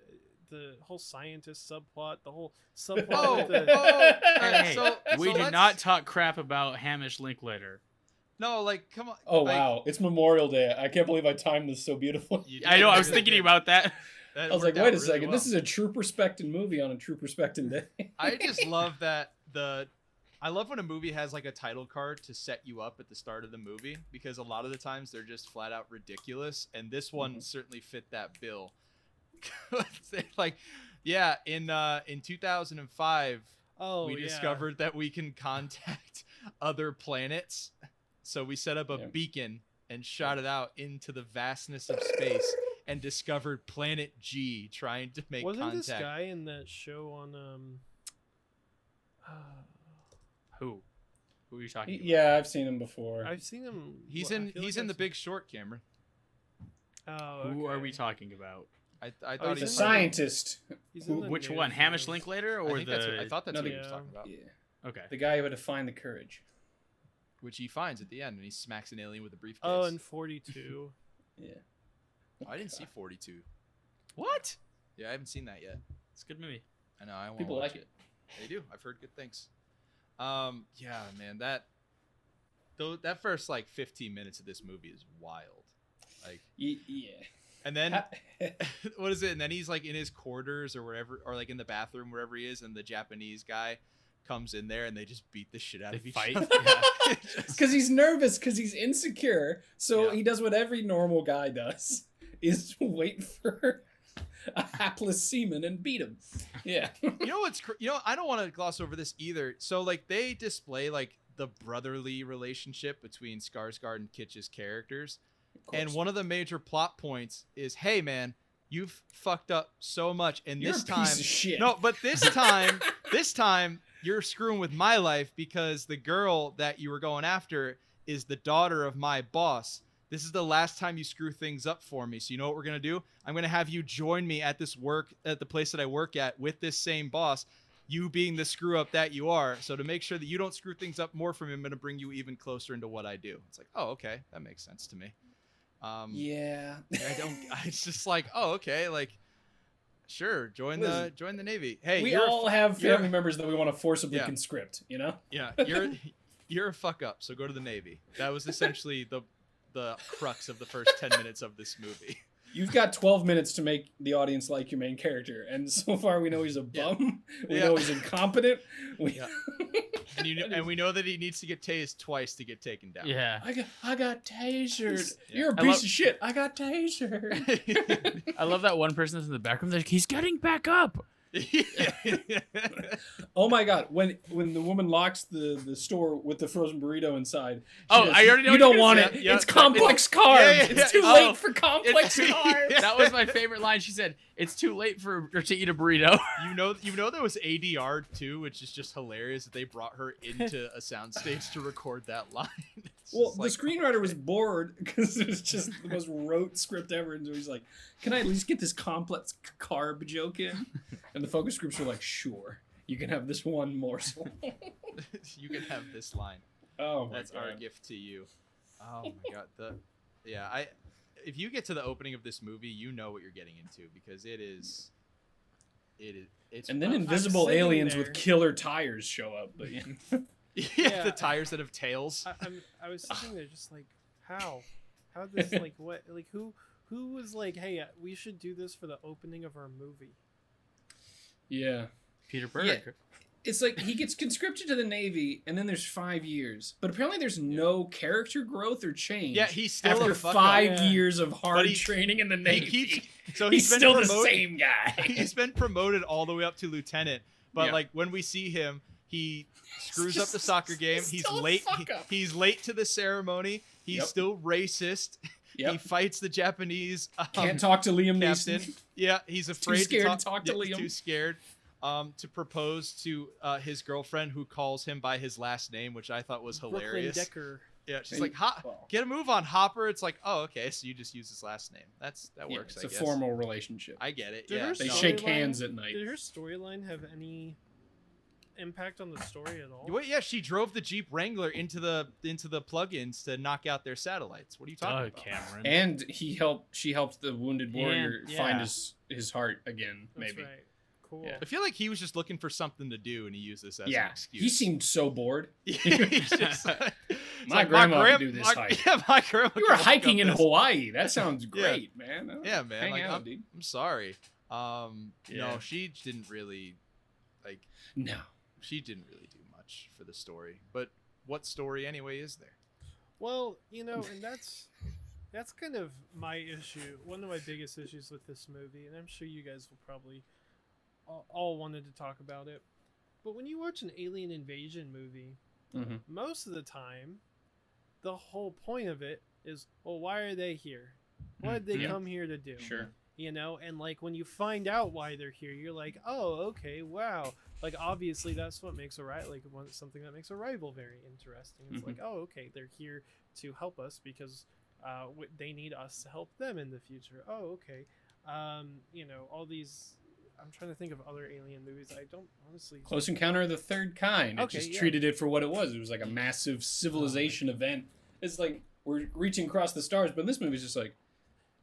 Speaker 2: the whole scientist subplot, the whole subplot.
Speaker 1: Oh,
Speaker 2: with
Speaker 1: oh,
Speaker 2: the,
Speaker 1: alright,
Speaker 3: Hey,
Speaker 1: so,
Speaker 3: we
Speaker 1: so
Speaker 3: do
Speaker 1: let's-
Speaker 3: not talk crap about Hamish Linklater.
Speaker 1: No, like, come on.
Speaker 4: oh
Speaker 1: like,
Speaker 4: wow, it's Memorial Day. I can't believe I timed this so beautifully.
Speaker 1: you
Speaker 3: I
Speaker 1: did
Speaker 3: know. I was
Speaker 1: really
Speaker 3: thinking
Speaker 1: good.
Speaker 3: about that.
Speaker 1: That
Speaker 4: I was like,
Speaker 1: worked
Speaker 4: wait
Speaker 1: out
Speaker 4: a
Speaker 1: really
Speaker 4: second,
Speaker 1: well.
Speaker 4: this is a true perspective movie on a true perspective day.
Speaker 1: I just love that the I love when a movie has like a title card to set you up at the start of the movie because a lot of the times they're just flat out ridiculous, and this one
Speaker 2: Mm-hmm.
Speaker 1: certainly fit that bill. They're like, yeah, in uh, in 2005,
Speaker 2: Oh,
Speaker 1: we
Speaker 2: yeah.
Speaker 1: discovered that we can contact other planets, so we set up a
Speaker 4: Yeah.
Speaker 1: beacon and shot it out into the vastness of space and discovered planet G, trying to make
Speaker 2: Wasn't
Speaker 1: contact.
Speaker 2: this guy in that show on um? uh,
Speaker 3: Who? Who are you talking?
Speaker 4: He-
Speaker 3: about?
Speaker 4: yeah, I've seen him before.
Speaker 2: I've seen him.
Speaker 1: He's
Speaker 2: well, I
Speaker 1: in
Speaker 2: feel
Speaker 1: he's
Speaker 2: like
Speaker 1: in the
Speaker 2: I've
Speaker 1: Big Short, Cameron.
Speaker 2: seen- Oh,
Speaker 3: Who are
Speaker 2: okay.
Speaker 3: we talking about?
Speaker 1: I, I thought
Speaker 2: he's
Speaker 1: he
Speaker 2: in
Speaker 4: the
Speaker 1: was.
Speaker 2: science-
Speaker 4: Oh, scientist.
Speaker 2: He's in the
Speaker 3: Which
Speaker 2: new
Speaker 3: one? Hamish
Speaker 2: show.
Speaker 3: Linklater
Speaker 1: I
Speaker 3: or
Speaker 1: think
Speaker 3: the?
Speaker 1: that's what, I thought that's
Speaker 4: No,
Speaker 1: what
Speaker 4: the-
Speaker 1: he was talking about.
Speaker 4: Yeah.
Speaker 3: Okay.
Speaker 4: The guy who had to find the courage.
Speaker 1: Which he finds at the end, and he smacks an alien with a briefcase.
Speaker 2: Oh, and forty two.
Speaker 4: Yeah.
Speaker 1: I didn't see 42.
Speaker 3: What?
Speaker 1: Yeah, I haven't seen that yet.
Speaker 3: It's a good movie.
Speaker 1: I know. I want
Speaker 4: People like it.
Speaker 1: They do. I've heard good things. Um, yeah, man, that though that first like 15 minutes of this movie is wild. Like,
Speaker 4: Ye- Yeah.
Speaker 1: and then
Speaker 4: Ha-
Speaker 1: what is it? And then he's like in his quarters or wherever, or like in the bathroom, wherever he is, and the Japanese guy comes in there and they just beat the shit out
Speaker 3: They
Speaker 1: of each
Speaker 3: fight.
Speaker 1: other.
Speaker 3: Yeah.
Speaker 4: because he's nervous because he's insecure so
Speaker 1: Yeah.
Speaker 4: he does what every normal guy does is wait for a hapless seaman and beat him yeah
Speaker 1: you know what's cr- you know I don't want to gloss over this either. So like they display like the brotherly relationship between Skarsgård and Kitsch's characters,
Speaker 4: Of course.
Speaker 1: and one of the major plot points is, hey man, you've fucked up so much, and
Speaker 4: You're
Speaker 1: this
Speaker 4: a
Speaker 1: time,
Speaker 4: piece of shit.
Speaker 1: no, but this time, this time you're screwing with my life because the girl that you were going after is the daughter of my boss. This is the last time you screw things up for me. So you know what we're gonna do? I'm gonna have you join me at this work at the place that I work at with this same boss. You being the screw up that you are. So to make sure that you don't screw things up more from him, I'm gonna bring you even closer into what I do. It's like, oh, okay, that makes sense to me. Um,
Speaker 4: yeah
Speaker 1: I don't. It's just like, oh, okay, like, sure, join the
Speaker 4: Listen,
Speaker 1: join the navy. Hey,
Speaker 4: we
Speaker 1: you're a
Speaker 4: all have
Speaker 1: you're-
Speaker 4: family members that we want to forcibly
Speaker 1: Yeah.
Speaker 4: conscript you know
Speaker 1: Yeah, you're you're a fuck up, so go to the navy. That was essentially the the crux of the first ten minutes of this movie.
Speaker 4: you've got 12 minutes to make the audience like your main character and so far we know he's a bum we
Speaker 1: Yeah.
Speaker 4: know he's incompetent we,
Speaker 1: Yeah. And you and we know that he needs to get tased twice to get taken down.
Speaker 3: Yeah.
Speaker 4: I, got, I got tasered
Speaker 1: Yeah.
Speaker 4: you're a
Speaker 3: I
Speaker 4: piece
Speaker 3: love-
Speaker 4: of shit i got tasered
Speaker 3: I love that one person that's in the background. Like he's getting back up.
Speaker 4: Oh my god! When when the woman locks the, the store with the frozen burrito inside. she
Speaker 3: Oh,
Speaker 4: goes,
Speaker 3: I already know
Speaker 4: You
Speaker 3: what
Speaker 4: don't
Speaker 3: you're
Speaker 4: want
Speaker 3: gonna
Speaker 4: it.
Speaker 1: say. Yeah,
Speaker 4: it's
Speaker 1: yeah,
Speaker 4: complex carbs.
Speaker 1: yeah, yeah,
Speaker 4: it's too
Speaker 1: yeah.
Speaker 4: late
Speaker 1: Oh,
Speaker 4: for complex
Speaker 1: it's-
Speaker 4: carbs.
Speaker 1: yeah.
Speaker 3: That was my favorite line. She said, "It's too late for her to eat a burrito."
Speaker 1: you know, you know there was ADR too, which is just hilarious that they brought her into a soundstage to record that line. It's
Speaker 4: Well,
Speaker 1: just
Speaker 4: the
Speaker 1: like,
Speaker 4: screenwriter was bored because it was just the most rote script ever, and so he's like, "Can I at least get this complex c- carb joke in?" And the focus groups were like, "Sure, you can have this one morsel."
Speaker 1: you can have this line.
Speaker 4: Oh my
Speaker 1: That's
Speaker 4: god!
Speaker 1: our gift to you. Oh my god. The yeah, I if you get to the opening of this movie, you know what you're getting into because it is it is it's
Speaker 4: And then
Speaker 2: I'm- I'm
Speaker 4: invisible
Speaker 2: sitting
Speaker 4: aliens
Speaker 2: there.
Speaker 4: with killer tires show up. But yeah.
Speaker 1: yeah,
Speaker 2: Yeah.
Speaker 1: the tires that have tails.
Speaker 2: I, I'm, I was sitting there just like, how, how this like what like who who was like, hey, uh, we should do this for the opening of our movie.
Speaker 4: yeah.
Speaker 3: Peter
Speaker 4: Berg. it's like he gets conscripted to the navy and then there's five years but apparently there's no character growth or change
Speaker 1: yeah, he's still
Speaker 4: after
Speaker 1: a fuck
Speaker 4: five
Speaker 2: up.
Speaker 4: years of hard
Speaker 1: he-
Speaker 4: training in the
Speaker 1: Up. He
Speaker 4: navy
Speaker 1: keeps so
Speaker 4: he's,
Speaker 1: been
Speaker 4: still the
Speaker 1: promoted-
Speaker 4: same guy
Speaker 1: He's been promoted all the way up to lieutenant, but
Speaker 3: Yeah.
Speaker 1: like when we see him, he screws up
Speaker 4: just-
Speaker 1: the soccer
Speaker 4: he's
Speaker 1: game. He's
Speaker 4: still a
Speaker 1: late.
Speaker 4: fuck
Speaker 1: he-
Speaker 4: up.
Speaker 1: he's late to the ceremony. He's
Speaker 4: Yep.
Speaker 1: still racist. He
Speaker 4: yep.
Speaker 1: fights the Japanese. Um,
Speaker 4: can't talk to liam
Speaker 1: captain.
Speaker 4: neeson
Speaker 1: Yeah, he's afraid
Speaker 4: scared
Speaker 1: to
Speaker 4: to
Speaker 1: talk,
Speaker 4: talk to
Speaker 1: yeah, he's
Speaker 4: Liam.
Speaker 1: Too scared um, to propose to uh, his girlfriend, who calls him by his last name, which I thought was hilarious.
Speaker 2: Brooklyn Decker.
Speaker 1: Yeah, she's
Speaker 4: Hey,
Speaker 1: like, "Hop,
Speaker 4: well.
Speaker 1: get a move on, Hopper." It's like, oh, okay, so you just use his last name. That's that
Speaker 4: Yeah,
Speaker 1: works.
Speaker 4: it's
Speaker 1: I
Speaker 4: a
Speaker 1: guess.
Speaker 4: formal relationship
Speaker 1: I get it.
Speaker 2: Did
Speaker 1: yeah,
Speaker 2: her
Speaker 4: they
Speaker 2: Storyline-
Speaker 4: shake hands at night
Speaker 2: Did her storyline have any impact on the story at all?
Speaker 1: Well, yeah, she drove the Jeep Wrangler into the into the plugins to knock out their satellites. What are you
Speaker 4: Uh,
Speaker 1: talking about?
Speaker 3: Cameron.
Speaker 4: and he helped she helped the wounded warrior
Speaker 3: And-
Speaker 4: find
Speaker 3: yeah.
Speaker 4: his his heart again
Speaker 2: That's
Speaker 4: maybe
Speaker 2: right. Cool.
Speaker 4: Yeah.
Speaker 1: I feel like he was just looking for something to do, and he used this as
Speaker 4: yeah
Speaker 1: an excuse.
Speaker 4: he seemed so bored
Speaker 1: He's just like- it's
Speaker 4: My
Speaker 1: like,
Speaker 4: grandma
Speaker 1: gran-
Speaker 4: could do this
Speaker 1: my-
Speaker 4: hike.
Speaker 1: Yeah, my grandma.
Speaker 4: you
Speaker 1: could
Speaker 4: were
Speaker 1: look up
Speaker 4: hiking in
Speaker 1: this.
Speaker 4: hawaii that sounds great man
Speaker 1: Yeah, man,
Speaker 4: Hang
Speaker 1: like,
Speaker 4: out,
Speaker 1: I'm-
Speaker 4: dude.
Speaker 1: I'm sorry. Um, no,
Speaker 4: Yeah.
Speaker 1: she didn't really, like,
Speaker 4: no
Speaker 1: she didn't really do much. much for the story. But what story anyway is there?
Speaker 2: Well, you know, and that's that's kind of my issue. One of my biggest issues with this movie, and I'm sure you guys will probably all, all wanted to talk about it. But when you watch an alien invasion movie,
Speaker 4: Mm-hmm.
Speaker 2: most of the time, the whole point of it is, well, why are they here? What did they
Speaker 4: Mm-hmm. Yeah.
Speaker 2: come here to do?
Speaker 4: Sure.
Speaker 2: you know and like when you find out why they're here you're like oh okay wow like obviously that's what makes a right like one, something that makes a rival very interesting it's
Speaker 4: Mhm.
Speaker 2: like oh okay they're here to help us because uh, w- they need us to help them in the future oh okay um, you know all these i'm trying to think of other alien movies i don't honestly
Speaker 4: Close Encounter of the Third Kind. It
Speaker 2: Okay,
Speaker 4: just
Speaker 2: yeah.
Speaker 4: treated it for what it was. It was like a
Speaker 1: Oh,
Speaker 4: massive civilization event. It's like we're reaching across the stars, but this movie's just like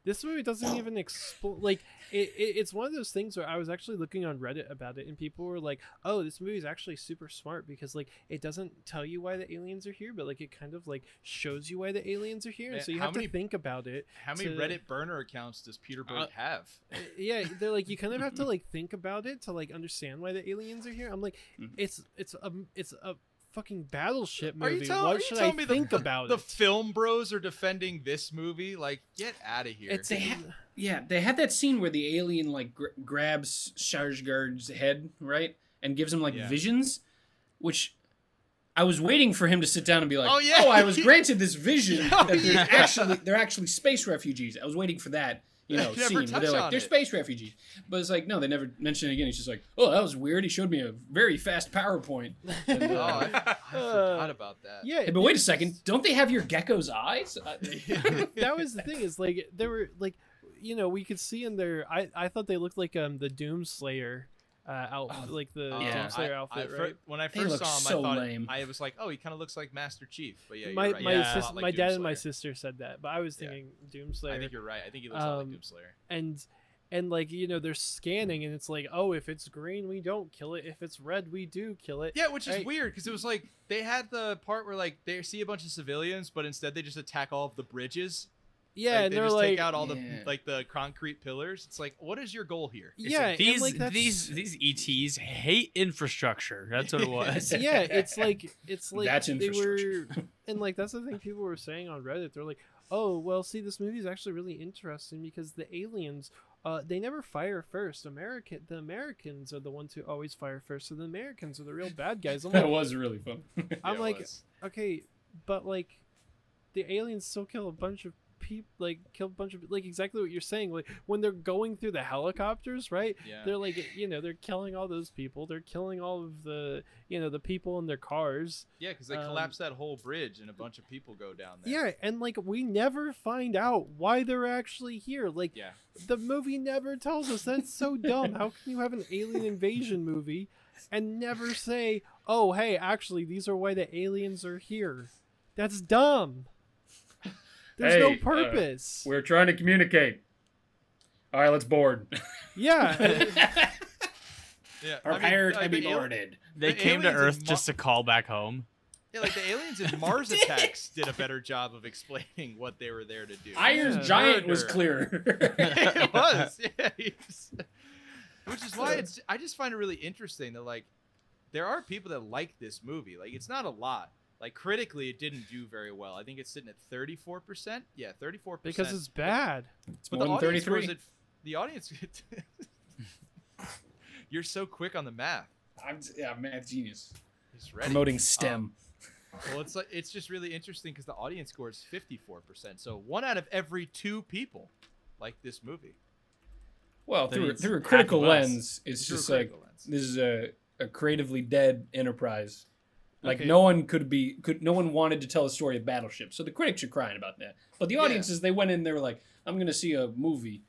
Speaker 2: this movie doesn't even explore like it, it, it's one of those things where i was actually looking on reddit about it and people were like oh this movie is actually super smart because like it doesn't tell you why the aliens are here but like it kind of like shows you why the aliens are here
Speaker 1: Man,
Speaker 2: so you
Speaker 1: Eh, how
Speaker 2: have
Speaker 1: many-
Speaker 2: to think about it
Speaker 1: How many
Speaker 2: To-
Speaker 1: Reddit burner accounts does Peter Berg
Speaker 3: Uh,
Speaker 1: have?
Speaker 2: Uh, yeah they're like you kind of have to like think about it to like understand why the aliens are here i'm like
Speaker 4: Mhm.
Speaker 2: it's it's a it's a fucking battleship
Speaker 1: Mm-hmm. Are
Speaker 2: movie
Speaker 1: you tell- are
Speaker 2: what
Speaker 1: you
Speaker 2: should i
Speaker 1: telling me the-
Speaker 2: think about
Speaker 1: The
Speaker 2: it
Speaker 1: film bros are defending this movie. Like, get out of here.
Speaker 2: it's
Speaker 4: They ha- yeah. They had that scene where the alien like gr- grabs Sharsgard's head right and gives him like
Speaker 1: Yeah.
Speaker 4: visions, which. I was waiting for him to sit down and be like,
Speaker 1: Oh,
Speaker 4: "Oh,
Speaker 1: yeah.
Speaker 4: I was granted this vision
Speaker 1: Oh,
Speaker 4: that they're
Speaker 1: yeah.
Speaker 4: actually they're actually space refugees." I was waiting for that, you
Speaker 1: They
Speaker 4: know,
Speaker 1: never
Speaker 4: scene where
Speaker 1: touch
Speaker 4: they're
Speaker 1: on
Speaker 4: like, "They're
Speaker 1: it.
Speaker 4: space refugees," but it's like, no, they never mention it again. He's just like, "Oh, that was weird." He showed me a very fast PowerPoint. And,
Speaker 1: oh,
Speaker 4: uh,
Speaker 1: I, I forgot about that. Um,
Speaker 2: yeah
Speaker 4: Hey, but wait a second. Don't they have your gecko's eyes? Uh,
Speaker 2: that was the thing is like they were like you know we could see in their i i thought they looked like um the doomslayer uh out
Speaker 4: Oh,
Speaker 2: like the
Speaker 1: Um,
Speaker 4: yeah.
Speaker 2: doomslayer
Speaker 1: I, I
Speaker 2: outfit
Speaker 1: fir-
Speaker 2: right
Speaker 1: when I
Speaker 4: They
Speaker 1: first
Speaker 4: look
Speaker 1: saw him,
Speaker 4: so
Speaker 1: I thought
Speaker 4: lame.
Speaker 1: I was like, "Oh, he kind of looks like Master Chief." But yeah, you're
Speaker 2: my
Speaker 1: right.
Speaker 2: my,
Speaker 1: he looks a
Speaker 2: sis-
Speaker 1: lot like
Speaker 2: my dad and my
Speaker 1: Doomslayer.
Speaker 2: sister said that but i was
Speaker 1: Yeah.
Speaker 2: thinking
Speaker 1: I
Speaker 2: doomslayer
Speaker 1: think you're right. I think he looks a lot like
Speaker 2: Um,
Speaker 1: Doomslayer.
Speaker 2: and and like you know they're scanning and it's like oh if it's green we don't kill it if it's red we do kill it
Speaker 1: Yeah, which is
Speaker 2: Right.
Speaker 1: weird because it was like they had the part where like they see a bunch of civilians, but instead they just attack all of the bridges.
Speaker 2: yeah
Speaker 1: like,
Speaker 2: and
Speaker 1: they
Speaker 2: they are
Speaker 1: just
Speaker 2: like
Speaker 1: take out all
Speaker 4: Yeah.
Speaker 1: the like the concrete pillars. It's like, what is your goal here?
Speaker 3: It's
Speaker 2: yeah
Speaker 3: like,
Speaker 2: and,
Speaker 3: these
Speaker 2: like, that's-
Speaker 3: these these ETs hate infrastructure. That's what it was.
Speaker 2: yeah it's like it's like
Speaker 4: That's
Speaker 2: they were
Speaker 4: infrastructure.
Speaker 2: and like that's the thing people were saying on reddit they're like oh well see this movie is actually really interesting because the aliens uh, they never fire first american the americans are the ones who always fire first so the americans are the real bad guys i'm
Speaker 4: that
Speaker 2: like,
Speaker 4: was really fun.
Speaker 2: I'm
Speaker 1: Yeah, it
Speaker 2: like
Speaker 1: was.
Speaker 2: okay but like the aliens still kill a bunch of people like kill a bunch of like exactly what you're saying like when they're going through the helicopters right
Speaker 1: yeah.
Speaker 2: they're like you know they're killing all those people they're killing all of the you know the people in their cars
Speaker 1: Yeah, because they
Speaker 2: Um,
Speaker 1: collapse that whole bridge and a bunch of people go down there.
Speaker 2: Yeah, and like we never find out why they're actually here. Like
Speaker 1: Yeah.
Speaker 2: the movie never tells us. That's so dumb. How can you have an alien invasion movie and never say, "Oh, hey, actually these are why the aliens are here." That's dumb. There's
Speaker 4: Hey,
Speaker 2: no
Speaker 4: uh,
Speaker 2: purpose.
Speaker 4: We're trying to communicate. All right, let's board.
Speaker 2: yeah.
Speaker 1: Yeah. I
Speaker 4: Our
Speaker 1: mean,
Speaker 4: hire
Speaker 1: like,
Speaker 4: can be
Speaker 1: the al-
Speaker 4: boarded.
Speaker 3: They
Speaker 1: The
Speaker 3: came
Speaker 1: aliens
Speaker 3: to
Speaker 1: in
Speaker 3: Earth
Speaker 1: Mar-
Speaker 3: just to call back home.
Speaker 1: Yeah, like the aliens in Mars attacks did a better job of explaining what they were there to do.
Speaker 4: Iron's
Speaker 2: Yeah.
Speaker 4: giant was
Speaker 1: Murder.
Speaker 4: clearer.
Speaker 1: it was. Yeah, he's- Which is why it's I just find it really interesting that like there are people that like this movie. Like it's not a lot. Like critically it didn't do very well. I think it's sitting at 34%. Yeah, 34%.
Speaker 2: because it's bad.
Speaker 4: it's
Speaker 1: but
Speaker 4: more than
Speaker 1: the audience was
Speaker 4: 33.
Speaker 1: at the audience You're so quick on the math.
Speaker 4: I'm, yeah, I'm math genius.
Speaker 1: It's ready. Um,
Speaker 4: Promoting STEM.
Speaker 1: Well, it's like, it's just really interesting because the audience score is 54%. So one out of every two people like this movie.
Speaker 4: well,
Speaker 3: that
Speaker 4: through,
Speaker 3: means
Speaker 4: through a
Speaker 3: half
Speaker 4: critical
Speaker 3: of us.
Speaker 4: lens, it's
Speaker 1: Through a
Speaker 4: just like
Speaker 1: critical lens.
Speaker 4: this is a, a creatively dead enterprise. Like
Speaker 2: Okay.
Speaker 4: no one could be could no one wanted to tell a story of battleship, so the critics are crying about that. But the
Speaker 1: Yeah.
Speaker 4: audiences, they went in, they were like, "I'm going to see a movie,"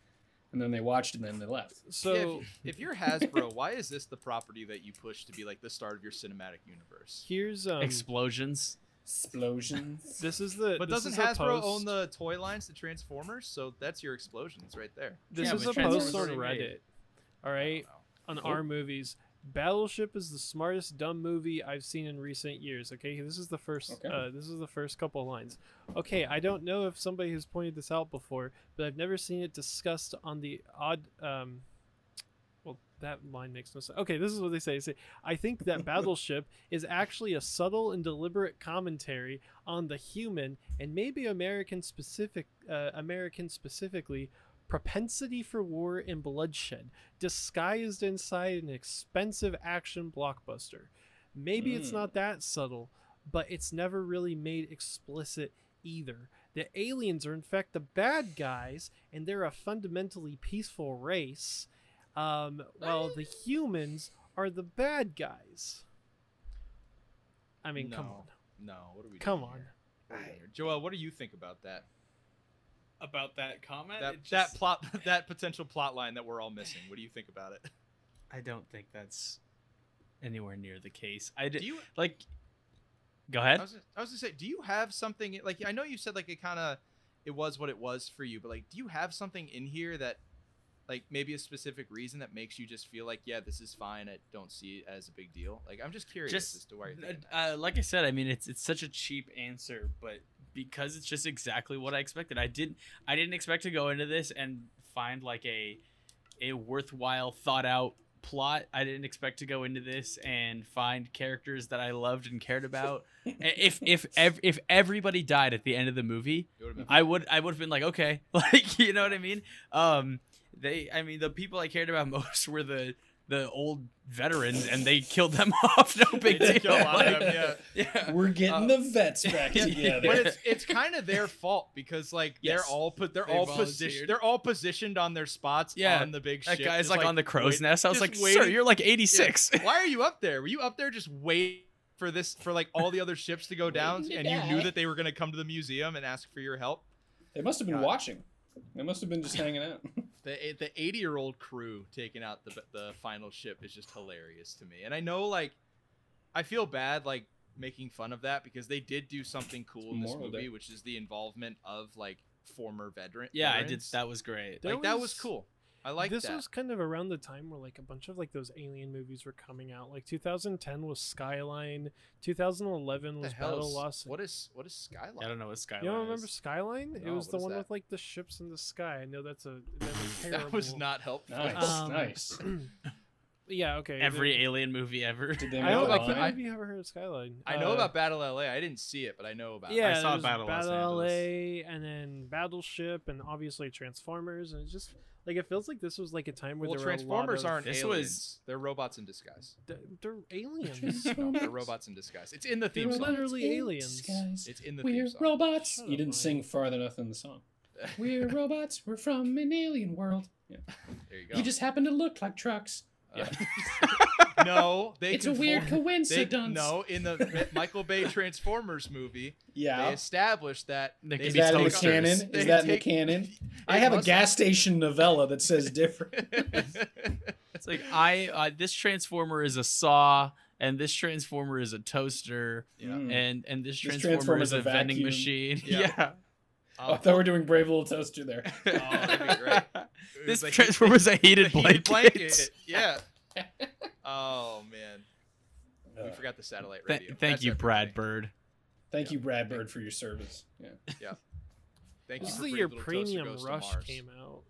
Speaker 4: and then they watched it, and then they left.
Speaker 1: Yeah,
Speaker 2: So
Speaker 1: if, if you're Hasbro, why is this the property that you push to be like the start of your cinematic universe?
Speaker 2: here's um
Speaker 3: Explosions.
Speaker 4: Explosions.
Speaker 2: this is the
Speaker 1: But
Speaker 2: this
Speaker 1: doesn't
Speaker 2: is a
Speaker 1: Hasbro
Speaker 2: post-
Speaker 1: own the toy lines to Transformers? So that's your explosions right there.
Speaker 2: This
Speaker 4: Yeah,
Speaker 2: is
Speaker 4: but
Speaker 2: a post
Speaker 4: Transformers
Speaker 2: on
Speaker 4: already
Speaker 2: Reddit.
Speaker 4: made.
Speaker 2: All
Speaker 1: I
Speaker 2: right.
Speaker 1: don't know.
Speaker 2: on our movies. Battleship is the smartest dumb movie I've seen in recent years. Okay, this is the first.
Speaker 4: Okay.
Speaker 2: Uh, this is the first couple of lines. Okay, I don't know if somebody has pointed this out before, but I've never seen it discussed on the odd. Um, well, that line makes no sense. Okay, this is what they say. They say, I think that Battleship is actually a subtle and deliberate commentary on the human and maybe American specific uh, American specifically propensity for war and bloodshed disguised inside an expensive action blockbuster. Maybe it's
Speaker 4: Mm.
Speaker 1: Hmm.
Speaker 2: not that subtle, but it's never really made explicit either. The aliens are in fact the bad guys, and they're a fundamentally peaceful race, um, while the humans are the bad guys. I mean, come
Speaker 1: No.
Speaker 2: on,
Speaker 1: No, what are we?
Speaker 2: come
Speaker 1: doing
Speaker 2: on.
Speaker 1: here? What are we doing here? Joel, what do you think about that?
Speaker 3: about that comment.
Speaker 1: That,
Speaker 3: Uh,
Speaker 1: that
Speaker 3: it just-
Speaker 1: plot, that potential plot line that we're all missing. What do you think about it?
Speaker 3: I don't think that's anywhere near the case. I did,
Speaker 1: Do you?
Speaker 3: like. Go
Speaker 1: I
Speaker 3: ahead.
Speaker 1: was, I was gonna say, do you have something like I know you said like it kind of, it was what it was for you, but like, do you have something in here that, like, maybe a specific reason that makes you just feel like, yeah, this is fine. I don't see it as a big deal. Like, I'm just curious
Speaker 3: Just-
Speaker 1: as to why you're
Speaker 3: Uh,
Speaker 1: thinking. that.
Speaker 3: uh, like I said, I mean it's it's such a cheap answer, but because it's just exactly what I expected. I didn't I didn't expect to go into this and find like a a worthwhile thought out plot. I didn't expect to go into this and find characters that I loved and cared about. A- if if ev- if everybody died at the end of the movie,
Speaker 1: It would've been
Speaker 3: I would I would have been like okay, like you know what I mean. Um, they I mean the people I cared about most were the the old veterans, and they killed them off. No
Speaker 1: They
Speaker 3: big deal.
Speaker 1: did kill a lot of them,
Speaker 3: Like,
Speaker 1: yeah.
Speaker 3: yeah.
Speaker 4: We're getting
Speaker 3: Uh,
Speaker 4: the vets back
Speaker 3: yeah.
Speaker 1: but
Speaker 4: together.
Speaker 1: it's it's kind of their fault because like they're
Speaker 3: Yes.
Speaker 1: all put they're
Speaker 3: They
Speaker 1: all
Speaker 3: volunteered.
Speaker 1: positioned they're all positioned on their spots
Speaker 3: Yeah,
Speaker 1: on the big
Speaker 3: That
Speaker 1: ship.
Speaker 3: guy's
Speaker 1: just,
Speaker 3: like, on the crow's
Speaker 1: wait-
Speaker 3: nest. I was
Speaker 1: just
Speaker 3: like, sir,
Speaker 1: waiting-
Speaker 3: you're like
Speaker 1: Yeah.
Speaker 3: 86.
Speaker 1: Why are you up there? Were you up there just waiting for this for like all the other ships to go down
Speaker 4: Waiting to
Speaker 1: and you knew
Speaker 4: die.
Speaker 1: that they were going to come to the museum and ask for your help?
Speaker 4: They must have been
Speaker 1: God.
Speaker 4: watching. They must have been just hanging out.
Speaker 1: The the 80 year old crew taking out the the final ship is just hilarious to me. And I know like I feel bad like making fun of that because they did do something cool in this
Speaker 4: Moral
Speaker 1: movie,
Speaker 4: day.
Speaker 1: which is the involvement of like former veteran.
Speaker 3: Yeah, I did.
Speaker 1: veterans.
Speaker 3: That was great.
Speaker 2: There
Speaker 1: like that was
Speaker 2: was-
Speaker 1: cool. I like
Speaker 2: this
Speaker 1: that.
Speaker 2: was kind of around the time where like a bunch of like those alien movies were coming out. Like 2010 was Skyline, 2011
Speaker 1: What
Speaker 2: was
Speaker 1: the hell
Speaker 2: Battle
Speaker 1: is-
Speaker 2: Lost.
Speaker 1: What is what is Skyline?
Speaker 3: I don't know what Skyline
Speaker 2: you don't remember
Speaker 3: is.
Speaker 2: Skyline? it
Speaker 1: No,
Speaker 2: was
Speaker 1: what
Speaker 2: the
Speaker 1: is
Speaker 2: one
Speaker 1: that?
Speaker 2: with like the ships in the sky. I know that's a that was terrible.
Speaker 1: That was not helpful.
Speaker 4: Nice,
Speaker 2: Um,
Speaker 4: nice.
Speaker 2: Yeah. Okay.
Speaker 3: Every alien movie ever.
Speaker 4: Did they
Speaker 2: the,
Speaker 4: make
Speaker 2: I don't
Speaker 4: a
Speaker 1: like
Speaker 2: like.
Speaker 1: the-
Speaker 4: line?
Speaker 1: I-
Speaker 2: Have you ever heard of Skyline?
Speaker 1: I know
Speaker 2: Uh,
Speaker 1: about Battle LA. I didn't see it, but I know about
Speaker 2: Yeah,
Speaker 1: it.
Speaker 3: I saw
Speaker 2: there was
Speaker 3: Battle Los
Speaker 2: Battle
Speaker 3: Angeles.
Speaker 2: LA, and then Battleship, and obviously Transformers, and it's just like it feels like this was like a time where
Speaker 1: Well,
Speaker 2: there
Speaker 1: Transformers
Speaker 2: were a lot
Speaker 1: aren't
Speaker 3: This
Speaker 1: aliens.
Speaker 3: was-
Speaker 1: They're robots in disguise.
Speaker 2: of, th- they're aliens.
Speaker 1: No, they're robots in disguise. It's in the theme
Speaker 2: They're
Speaker 1: song.
Speaker 2: literally
Speaker 4: In
Speaker 2: aliens.
Speaker 4: disguise.
Speaker 1: It's in the
Speaker 4: We're
Speaker 1: theme song.
Speaker 4: robots.
Speaker 2: Shut
Speaker 4: You
Speaker 2: up,
Speaker 4: didn't
Speaker 2: Ryan.
Speaker 4: sing far enough in the song. We're robots. We're from an alien world. Yeah.
Speaker 1: there you go.
Speaker 4: You just happen to look like trucks.
Speaker 1: Uh, no, they
Speaker 4: it's a weird
Speaker 1: conform- they,
Speaker 4: coincidence.
Speaker 1: No, in the Michael Bay Transformers movie,
Speaker 4: Yeah.
Speaker 1: they established that
Speaker 3: They
Speaker 1: they
Speaker 3: can
Speaker 4: Is
Speaker 3: be
Speaker 1: take
Speaker 4: that in the
Speaker 3: toasters.
Speaker 1: on-
Speaker 4: canon?
Speaker 1: they
Speaker 4: Is that in the
Speaker 1: take-
Speaker 4: canon?
Speaker 1: It
Speaker 4: I have a
Speaker 1: must-
Speaker 4: gas station novella that says different.
Speaker 3: It's like I uh, this transformer is a saw, and this transformer is a toaster,
Speaker 1: yeah.
Speaker 4: Mm.
Speaker 3: and and this
Speaker 4: This
Speaker 3: transformer, is a, vending
Speaker 4: vacuum.
Speaker 3: machine.
Speaker 1: Yeah.
Speaker 4: Oh, I
Speaker 1: Um,
Speaker 4: thought we are doing Brave Little Toaster there.
Speaker 1: Oh, that'd be great. it was
Speaker 3: This
Speaker 1: like-
Speaker 3: transformer is a heated,
Speaker 1: the
Speaker 3: blanket.
Speaker 1: heated Yeah. oh man, we
Speaker 4: Uh,
Speaker 1: forgot the satellite
Speaker 3: Th-
Speaker 1: radio.
Speaker 3: thank
Speaker 1: That's
Speaker 3: you,
Speaker 1: everything.
Speaker 3: Brad Bird.
Speaker 4: Thank you, Brad Bird, for your service. Yeah.
Speaker 1: Thank
Speaker 2: This
Speaker 1: you
Speaker 2: is
Speaker 1: for
Speaker 2: the
Speaker 1: Brave
Speaker 2: year
Speaker 1: Little Toaster
Speaker 2: Premium
Speaker 1: Goes to
Speaker 2: Rush
Speaker 1: Mars.
Speaker 2: came out.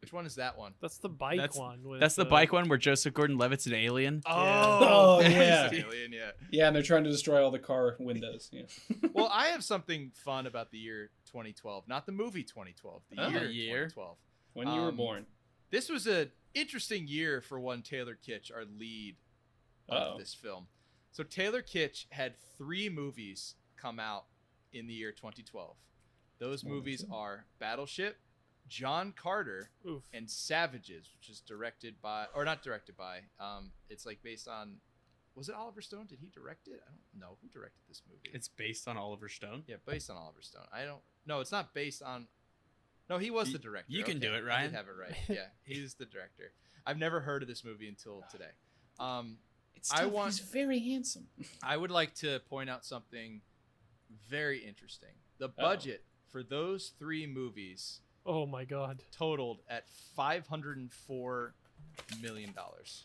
Speaker 1: Which one is that one?
Speaker 2: That's the bike
Speaker 3: That's-
Speaker 2: one. With,
Speaker 3: That's the
Speaker 2: uh,
Speaker 3: bike one where Joseph Gordon-Levitt's an alien.
Speaker 1: Uh,
Speaker 4: Oh,
Speaker 1: that is
Speaker 4: yeah.
Speaker 1: the alien, yeah.
Speaker 4: Yeah, and they're trying to destroy all the car windows. Yeah.
Speaker 1: Well, I have something fun about the year 2012, not the movie 2012, the
Speaker 4: Oh.
Speaker 1: year,
Speaker 3: The year.
Speaker 1: 2012.
Speaker 4: When you were
Speaker 1: Um,
Speaker 4: born.
Speaker 1: This was an interesting year for one Taylor Kitsch, our lead
Speaker 4: Oh.
Speaker 1: of this film. So Taylor Kitsch had three movies come out in the year 2012. Those
Speaker 4: Oh,
Speaker 1: movies
Speaker 4: okay.
Speaker 1: are Battleship, John Carter,
Speaker 2: Oof.
Speaker 1: and Savages, which is directed by, or not directed by, um, it's like based on, was it Oliver Stone? Did he direct it? I don't know who directed this movie.
Speaker 3: It's based on Oliver Stone.
Speaker 1: yeah, based on Oliver Stone. I don't. No, it's not based on. No, he was
Speaker 3: You-
Speaker 1: the director.
Speaker 3: you can
Speaker 1: Okay,
Speaker 3: do it,
Speaker 1: I did
Speaker 3: Ryan.
Speaker 1: have it right. Yeah, he's the director. I've never heard of this movie until today. Um,
Speaker 4: It's
Speaker 1: I
Speaker 4: tough.
Speaker 1: want-
Speaker 4: He's very handsome.
Speaker 1: I would like to point out something very interesting. The budget for those three movies
Speaker 2: Oh my god.
Speaker 1: totaled at 504 million dollars.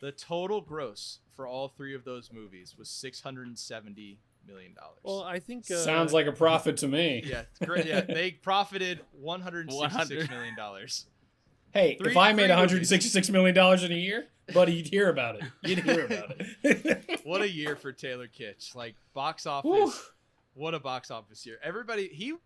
Speaker 1: The total gross for all three of those movies was 670 million dollars.
Speaker 2: Well, I think uh,
Speaker 4: Sounds like a profit to me.
Speaker 1: yeah, it's great. Yeah, they profited 166
Speaker 3: 100.
Speaker 1: million dollars.
Speaker 4: Hey,
Speaker 1: Three-
Speaker 4: if I made
Speaker 1: three
Speaker 4: 166 million dollars in a year, buddy, you'd hear about it. You'd hear about it.
Speaker 1: What a year for Taylor Kitsch. Like box office.
Speaker 4: Whew.
Speaker 1: What a box office year. Everybody he was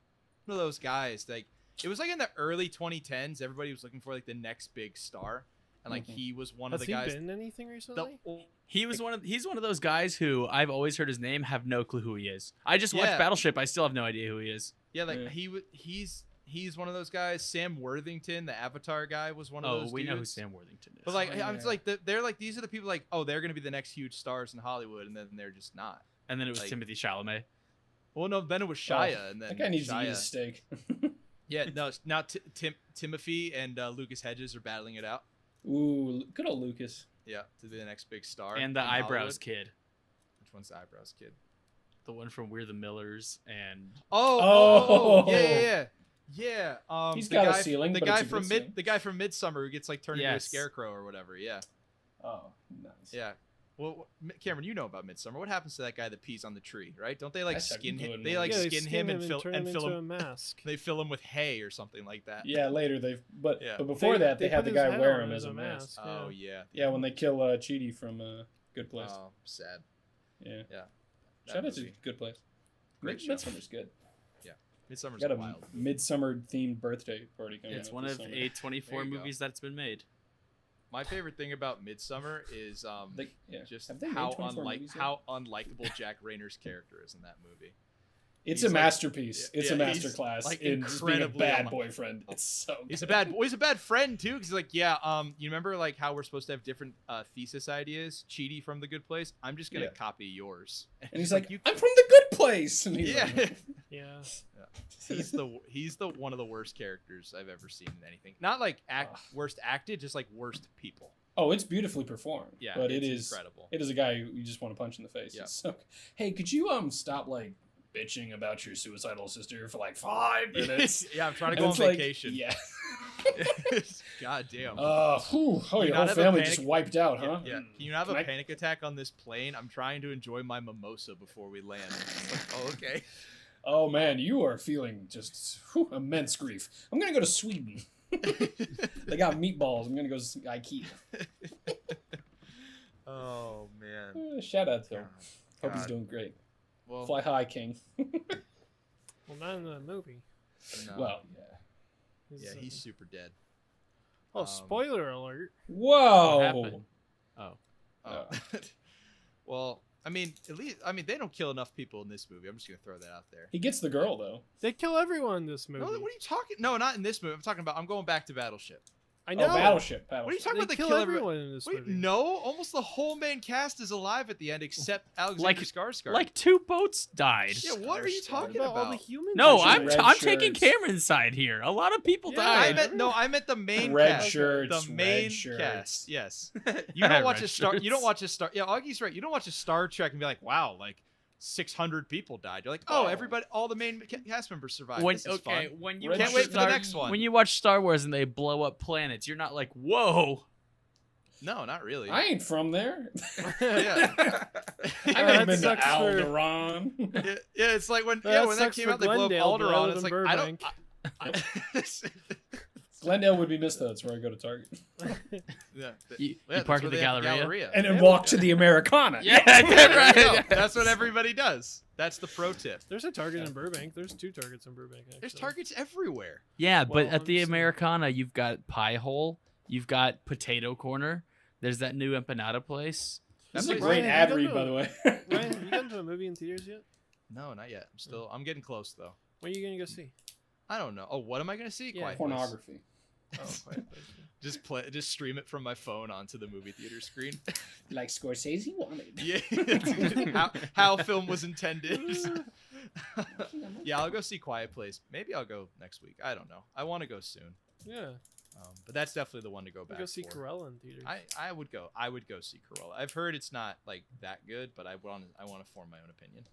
Speaker 1: one of those guys like it was like in the early 2010s everybody was looking for like the next big star and like
Speaker 4: Mhm.
Speaker 1: he was one
Speaker 2: Mm-hmm. Has
Speaker 1: of
Speaker 2: he
Speaker 1: the guys
Speaker 2: been anything
Speaker 1: the-
Speaker 2: recently?
Speaker 3: He was one of he's one of those guys who I've always heard his name, have no clue who he is. I just watched
Speaker 1: Yeah.
Speaker 3: Battleship, I still have no idea who he is.
Speaker 1: yeah like
Speaker 4: Yeah.
Speaker 1: he was he's he's one of those guys Sam Worthington the Avatar guy was one of
Speaker 3: Oh,
Speaker 1: those
Speaker 3: we know who
Speaker 1: dudes.
Speaker 3: Sam Worthington is.
Speaker 1: But like,
Speaker 4: Oh,
Speaker 1: I'm just
Speaker 4: yeah.
Speaker 1: like, the- they're like, these are the people like, oh, they're gonna be the next huge stars in Hollywood, and then they're just not.
Speaker 3: and then it was
Speaker 1: like-
Speaker 3: Timothy Chalamet.
Speaker 1: Well, no, then it was Shia, and then
Speaker 4: That guy needs to
Speaker 1: Shia.
Speaker 4: eat a steak.
Speaker 1: Yeah, no, it's not Ti- Tim Timothy and uh, Lucas Hedges are battling it out.
Speaker 4: Ooh, good old Lucas.
Speaker 1: Yeah, to be the next big star.
Speaker 3: And the
Speaker 1: in
Speaker 3: eyebrows
Speaker 1: Hollywood.
Speaker 3: kid.
Speaker 1: Which one's the eyebrows kid?
Speaker 3: The one from We're the Millers and
Speaker 1: Oh, oh, oh, oh,
Speaker 4: Oh.
Speaker 1: yeah, yeah, yeah. Yeah, Um,
Speaker 4: He's
Speaker 1: the
Speaker 4: got a
Speaker 1: guy,
Speaker 4: ceiling,
Speaker 1: The
Speaker 4: but
Speaker 1: guy
Speaker 4: it's a good
Speaker 1: from
Speaker 4: ceiling.
Speaker 1: mid, the guy from Midsummer who gets like turned into a
Speaker 3: Yes.
Speaker 1: scarecrow or whatever. Yeah,
Speaker 4: Oh, nice.
Speaker 1: yeah. Well, wh- Cameron, you know about Midsummer. What happens to that guy that pees on the tree, right? Don't they like
Speaker 4: That's a
Speaker 1: skin him?
Speaker 4: good
Speaker 1: They
Speaker 4: one.
Speaker 1: like
Speaker 2: Yeah, they
Speaker 1: skin, him and fill
Speaker 2: turn
Speaker 1: and
Speaker 2: him
Speaker 1: fill
Speaker 2: into
Speaker 1: him
Speaker 2: a mask.
Speaker 1: they fill him with hay or something like that.
Speaker 4: Yeah, later they've but
Speaker 1: Yeah.
Speaker 4: but before that they,
Speaker 2: put
Speaker 4: had the
Speaker 2: his
Speaker 4: guy
Speaker 2: head
Speaker 4: wear
Speaker 2: on
Speaker 4: him as a mask.
Speaker 1: Oh yeah.
Speaker 4: Yeah, when they kill uh, Chidi from uh, Good Place.
Speaker 1: Oh, sad.
Speaker 4: yeah.
Speaker 1: That
Speaker 4: Shout out to
Speaker 1: movie.
Speaker 4: Good Place.
Speaker 1: Great
Speaker 4: Mid-
Speaker 1: show.
Speaker 4: Midsummer's good.
Speaker 1: Midsummer's
Speaker 4: Got a
Speaker 1: wild.
Speaker 4: midsummer themed birthday party coming
Speaker 3: it's
Speaker 4: up
Speaker 3: one
Speaker 4: this
Speaker 3: of
Speaker 4: summer.
Speaker 3: a twenty four
Speaker 1: There you go.
Speaker 3: movies that's been made.
Speaker 1: My favorite thing about Midsummer is um
Speaker 4: Like, yeah.
Speaker 1: just
Speaker 4: Have they made
Speaker 1: how
Speaker 4: 24
Speaker 1: unlike
Speaker 4: movies yet?
Speaker 1: how unlikable Jack Rayner's character is in that movie.
Speaker 4: It's
Speaker 1: he's
Speaker 4: a
Speaker 1: like-
Speaker 4: masterpiece.
Speaker 1: yeah,
Speaker 4: it's a
Speaker 1: yeah, he's,
Speaker 4: masterclass
Speaker 1: like,
Speaker 4: in just being a
Speaker 1: incredibly
Speaker 4: bad
Speaker 1: unlikable.
Speaker 4: boyfriend. It's so good.
Speaker 1: He's a bad boy. He's a bad friend too, because he's like, yeah, um, you remember like how we're supposed to have different uh, thesis ideas? Cheaty from the Good Place. I'm just gonna
Speaker 4: Yeah.
Speaker 1: copy yours.
Speaker 4: And he's like,
Speaker 1: you,
Speaker 4: I'm from the good place. And he's
Speaker 1: yeah.
Speaker 4: like,
Speaker 2: Yeah.
Speaker 1: he's the he's the one of the worst characters I've ever seen in anything. Not like act
Speaker 4: Ugh.
Speaker 1: worst acted, just like worst people.
Speaker 4: oh, it's beautifully performed.
Speaker 1: Yeah,
Speaker 4: but
Speaker 1: it's
Speaker 4: it is
Speaker 1: incredible.
Speaker 4: it is a guy who you just want to punch in the face.
Speaker 1: Yeah.
Speaker 4: It's so, hey, could you um stop like bitching about your suicidal sister for like five minutes?
Speaker 1: yeah, I'm trying to
Speaker 4: And
Speaker 1: go on
Speaker 4: it's like,
Speaker 1: vacation.
Speaker 4: Yeah.
Speaker 1: God damn.
Speaker 4: Uh, whew, oh,
Speaker 1: You not
Speaker 4: your whole
Speaker 1: have a
Speaker 4: family
Speaker 1: panic-
Speaker 4: just wiped out,
Speaker 1: Yeah,
Speaker 4: huh?
Speaker 1: yeah. Can
Speaker 4: Mm.
Speaker 1: you have
Speaker 4: Can
Speaker 1: a
Speaker 4: I-
Speaker 1: panic attack on this plane? I'm trying to enjoy my mimosa before we land. It's like, oh, okay.
Speaker 4: Oh man, you are feeling just whew, immense grief. I'm gonna go to Sweden. they got meatballs. I'm gonna go to IKEA.
Speaker 1: Oh man.
Speaker 4: Uh, shout out to him.
Speaker 1: God.
Speaker 4: Hope he's
Speaker 1: God.
Speaker 4: doing great.
Speaker 1: Well,
Speaker 4: Fly high, King.
Speaker 2: Well, not in the movie.
Speaker 1: no.
Speaker 4: Well, yeah.
Speaker 2: He's,
Speaker 1: yeah,
Speaker 2: uh,
Speaker 1: he's super dead.
Speaker 2: Oh,
Speaker 1: um,
Speaker 2: spoiler alert.
Speaker 3: What
Speaker 4: Whoa.
Speaker 3: happened? Oh.
Speaker 1: Oh. well, I mean, at least I mean they don't kill enough people in this movie. I'm just gonna throw that out there.
Speaker 4: He gets the girl though.
Speaker 2: They kill everyone in this
Speaker 1: No,
Speaker 2: movie.
Speaker 1: what are you talking? No, not in this movie. I'm talking about. I'm going back to Battleship.
Speaker 2: I know.
Speaker 4: Oh, battleship.
Speaker 1: What are you
Speaker 4: Battleship.
Speaker 1: talking
Speaker 2: they
Speaker 1: about? They
Speaker 2: kill, everyone in this
Speaker 1: Wait,
Speaker 2: movie.
Speaker 1: no, almost the whole main cast is alive at the end except Alexander
Speaker 3: Like-
Speaker 1: Skarsgård.
Speaker 3: Like two boats died.
Speaker 1: yeah, what are you
Speaker 4: Skarsgård.
Speaker 1: talking
Speaker 2: What about
Speaker 1: about?
Speaker 2: all the humans?
Speaker 3: No,
Speaker 2: that
Speaker 4: Bunch of
Speaker 3: I'm,
Speaker 2: should-
Speaker 4: red
Speaker 3: I'm taking
Speaker 4: shirts.
Speaker 3: Cameron's side here. A lot of people
Speaker 2: Yeah,
Speaker 1: I
Speaker 3: died.
Speaker 1: meant no, I meant the main
Speaker 4: Red
Speaker 1: cast.
Speaker 4: shirts.
Speaker 1: the main
Speaker 4: red shirts.
Speaker 1: cast. Yes, you don't watch
Speaker 3: Red
Speaker 1: a star. You don't
Speaker 3: shirts.
Speaker 1: watch a star. Yeah, Augie's right. You don't watch a Star Trek and be like, wow, like 600 people died. You're like, oh,
Speaker 4: Oh.
Speaker 1: everybody, all the main ca- cast members survived.
Speaker 3: When,
Speaker 1: this is
Speaker 3: okay,
Speaker 1: fun.
Speaker 3: when you
Speaker 4: Red
Speaker 1: Can't wait for the
Speaker 3: Star-
Speaker 1: next one.
Speaker 3: When you watch Star Wars and they blow up planets, you're not like, whoa.
Speaker 1: No, not really.
Speaker 4: I ain't from there.
Speaker 1: yeah.
Speaker 4: I
Speaker 2: that
Speaker 4: haven't been to
Speaker 2: sucks for-
Speaker 4: Alderaan.
Speaker 1: yeah, yeah, it's like when
Speaker 2: That
Speaker 1: yeah when that
Speaker 2: sucks
Speaker 1: came
Speaker 2: for
Speaker 1: out, they blew up
Speaker 2: Glendale
Speaker 1: Alderaan.
Speaker 2: rather
Speaker 1: It's like
Speaker 2: than
Speaker 1: I don't. I, I,
Speaker 4: Glendale would be missed though. It's where I go to Target.
Speaker 1: yeah, th-
Speaker 3: You,
Speaker 1: yeah,
Speaker 3: you
Speaker 1: that's
Speaker 3: park
Speaker 1: where
Speaker 3: at the
Speaker 1: they have
Speaker 3: Galleria.
Speaker 4: And
Speaker 1: Yeah,
Speaker 4: then walk to
Speaker 1: yeah.
Speaker 4: the Americana.
Speaker 3: Yeah,
Speaker 1: There you
Speaker 3: that's
Speaker 1: go.
Speaker 3: right.
Speaker 1: That's what everybody does. That's the pro tip.
Speaker 2: There's a Target
Speaker 4: Yeah.
Speaker 2: in Burbank. There's two Targets in Burbank. Actually.
Speaker 1: There's targets everywhere.
Speaker 3: Yeah, but
Speaker 2: Well,
Speaker 3: at the
Speaker 2: understand.
Speaker 3: Americana, you've got Pie Hole, you've got Potato Corner. There's that new empanada place.
Speaker 4: That's a
Speaker 1: That's
Speaker 4: great
Speaker 2: Ryan,
Speaker 4: ad
Speaker 2: you
Speaker 4: read,
Speaker 2: don't
Speaker 4: by the
Speaker 2: know-
Speaker 4: way.
Speaker 2: Ryan, have you gone to a movie in theaters yet?
Speaker 1: No, not yet. I'm still. I'm getting close though.
Speaker 2: What are you gonna go see?
Speaker 1: I don't know. Oh, what am I gonna see?
Speaker 2: Yeah.
Speaker 1: Quiet Place.
Speaker 4: Pornography.
Speaker 2: Oh, Quiet Place.
Speaker 1: Just play. Just stream it from my phone onto the movie theater screen.
Speaker 4: Like Scorsese wanted.
Speaker 1: yeah. how, how film was intended. yeah, I'll go see Quiet Place. Maybe I'll go next week. I don't know. I want to go soon.
Speaker 2: yeah,
Speaker 1: Um, but that's definitely the one to go
Speaker 2: you
Speaker 1: back.
Speaker 2: go see
Speaker 1: for.
Speaker 2: Cruella in theaters.
Speaker 1: I, I would go. I would go see Cruella. I've heard it's not like that good, but I want I want to form my own opinion.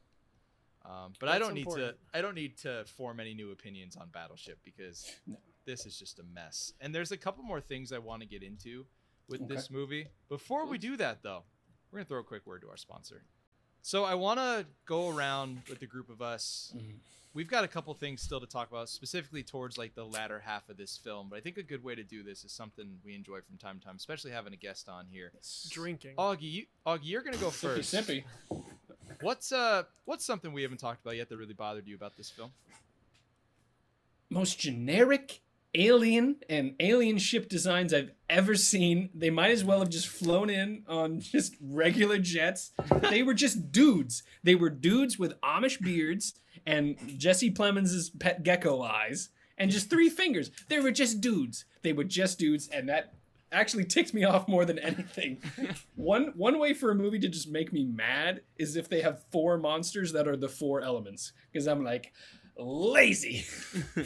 Speaker 1: Um, but I
Speaker 2: That's
Speaker 1: don't need
Speaker 2: important.
Speaker 1: to. I don't need to form any new opinions on Battleship because
Speaker 4: No.
Speaker 1: this is just a mess. And there's a couple more things I want to get into with
Speaker 4: Okay.
Speaker 1: this movie. Before we do that, though, we're gonna throw a quick word to our sponsor. So I want to go around with the group of us.
Speaker 4: Mhm.
Speaker 1: We've got a couple things still to talk about, specifically towards like the latter half of this film. But I think a good way to do this is something we enjoy from time to time, especially having a guest on here.
Speaker 2: Drinking.
Speaker 1: Augie, you, Augie, you're gonna go
Speaker 4: Sippy
Speaker 1: first.
Speaker 4: sippy.
Speaker 1: What's uh, what's something we haven't talked about yet that really bothered you about this film?
Speaker 4: most generic alien and alien ship designs I've ever seen. They might as well have just flown in on just regular jets. they were just dudes. They were dudes with Amish beards and Jesse Plemons' pet gecko eyes and just three fingers. They were just dudes. They were just dudes and that actually ticked me off more than anything. one one way for a movie to just make me mad is if they have four monsters that are the four elements because I'm like lazy.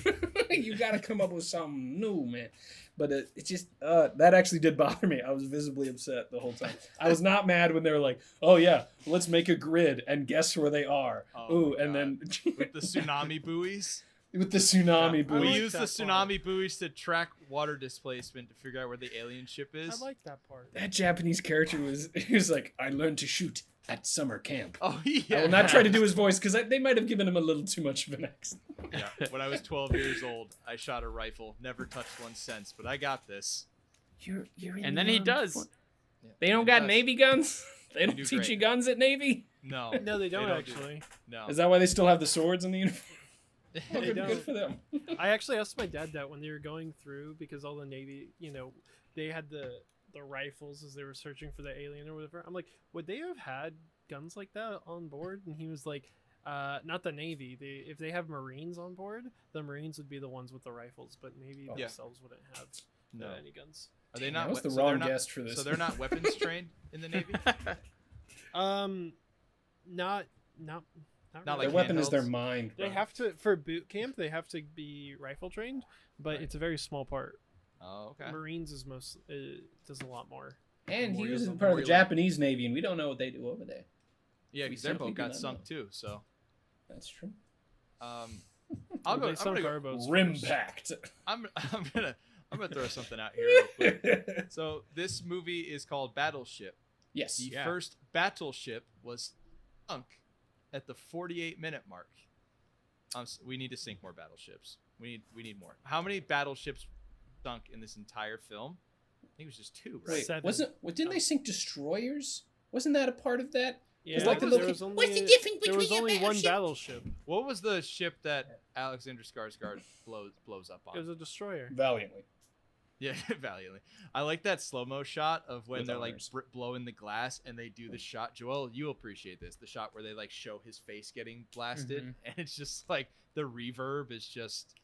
Speaker 4: you got to come up with something new, man. But it, it just uh, that actually did bother me. I was visibly upset the whole time. I was not mad when they were like, "Oh yeah, let's make a grid and guess where they are."
Speaker 1: Oh,
Speaker 4: Ooh,
Speaker 1: my
Speaker 4: and then
Speaker 1: The tsunami buoys.
Speaker 4: with the tsunami
Speaker 2: Yeah, I
Speaker 1: we
Speaker 2: like
Speaker 4: buoy.
Speaker 1: use the
Speaker 2: that
Speaker 1: tsunami buoys to track water displacement to figure out where the alien ship
Speaker 2: I
Speaker 1: is.
Speaker 2: like that part.
Speaker 4: That Japanese character was he was like, "I learned to shoot at summer camp."
Speaker 1: oh yeah.
Speaker 4: I will not try to do his voice because they might have given him a little too much of an accent.
Speaker 1: Yeah. When I was 12 years old, I shot a rifle. Never touched one since, but I got this.
Speaker 4: You're, you're in
Speaker 3: And
Speaker 4: the
Speaker 3: then he
Speaker 4: armed
Speaker 3: does.
Speaker 4: for- They don't got Navy guns. They don't
Speaker 1: do
Speaker 4: teach
Speaker 1: great. Oh.
Speaker 4: you guns at Navy.
Speaker 1: No.
Speaker 2: No, they don't,
Speaker 1: do
Speaker 2: actually.
Speaker 1: that. No.
Speaker 4: Is that why they still have the swords in the uniform? Good,
Speaker 2: don't.
Speaker 4: good for them.
Speaker 2: I actually asked my dad that when they were going through because all the Navy, you know, they had the the rifles as they were searching for the alien or whatever. I'm like, would they have had guns like that on board? And he was like, uh, not the Navy. They if they have Marines on board, the Marines would be the ones with the rifles, but Navy
Speaker 4: Oh.
Speaker 1: Yeah.
Speaker 2: themselves wouldn't have uh,
Speaker 1: no. Are
Speaker 2: any guns.
Speaker 1: they
Speaker 4: That
Speaker 1: not?
Speaker 4: was
Speaker 1: we-
Speaker 4: the
Speaker 1: so they're
Speaker 4: wrong
Speaker 1: not-
Speaker 4: guest for this.
Speaker 1: So they're not weapons trained in the Navy.
Speaker 2: Um, not not not,
Speaker 1: Not like
Speaker 2: really.
Speaker 4: their weapon is
Speaker 1: handhelds.
Speaker 4: their mind.
Speaker 2: They
Speaker 4: bro.
Speaker 2: have to for boot camp. They have to be rifle trained, but
Speaker 1: Right.
Speaker 2: it's a very small part.
Speaker 1: Oh, okay.
Speaker 2: Marines is most uh, does a lot more.
Speaker 4: and he
Speaker 1: Warriors
Speaker 4: was
Speaker 1: of
Speaker 4: part of the
Speaker 1: Warrior.
Speaker 4: Japanese Navy, and we don't know what they do over there.
Speaker 1: Yeah,
Speaker 4: We
Speaker 1: because their
Speaker 4: simply
Speaker 1: boat
Speaker 4: do
Speaker 1: got
Speaker 4: not
Speaker 1: sunk
Speaker 4: know.
Speaker 1: too. So,
Speaker 4: That's true.
Speaker 1: um, I'll go.
Speaker 2: Well,
Speaker 1: I'm
Speaker 2: they sunk
Speaker 1: gonna, go
Speaker 2: our boats
Speaker 4: Rim
Speaker 2: first.
Speaker 4: packed.
Speaker 1: I'm, I'm gonna. I'm gonna throw something out here real quick. So this movie is called Battleship.
Speaker 4: yes.
Speaker 1: The
Speaker 3: Yeah.
Speaker 1: first battleship was sunk at the 48 minute mark. Um, s- we need to sink more battleships. We need we need more. How many battleships sunk in this entire film? I think it was just two, right?
Speaker 4: Wait,
Speaker 2: Seven.
Speaker 4: wasn't? What, didn't they
Speaker 1: Oh.
Speaker 4: sink destroyers? Wasn't that a part of that?
Speaker 2: Yeah,
Speaker 4: like
Speaker 1: the
Speaker 2: there
Speaker 4: little-
Speaker 2: was only,
Speaker 4: What's the difference
Speaker 2: there was
Speaker 4: between a
Speaker 2: only one
Speaker 4: battleship-
Speaker 2: battleship.
Speaker 1: What was the ship that Alexander Skarsgård blows blows up
Speaker 2: It was
Speaker 1: on?
Speaker 2: a destroyer.
Speaker 4: Valiantly.
Speaker 1: yeah, valiantly. I like that slow mo shot of when
Speaker 4: With
Speaker 1: they're like
Speaker 4: owners.
Speaker 1: br- blowing the glass and they do the shot. Joel, you appreciate this. The shot where they like show his face getting blasted,
Speaker 4: Mhm.
Speaker 1: and it's just like the reverb is just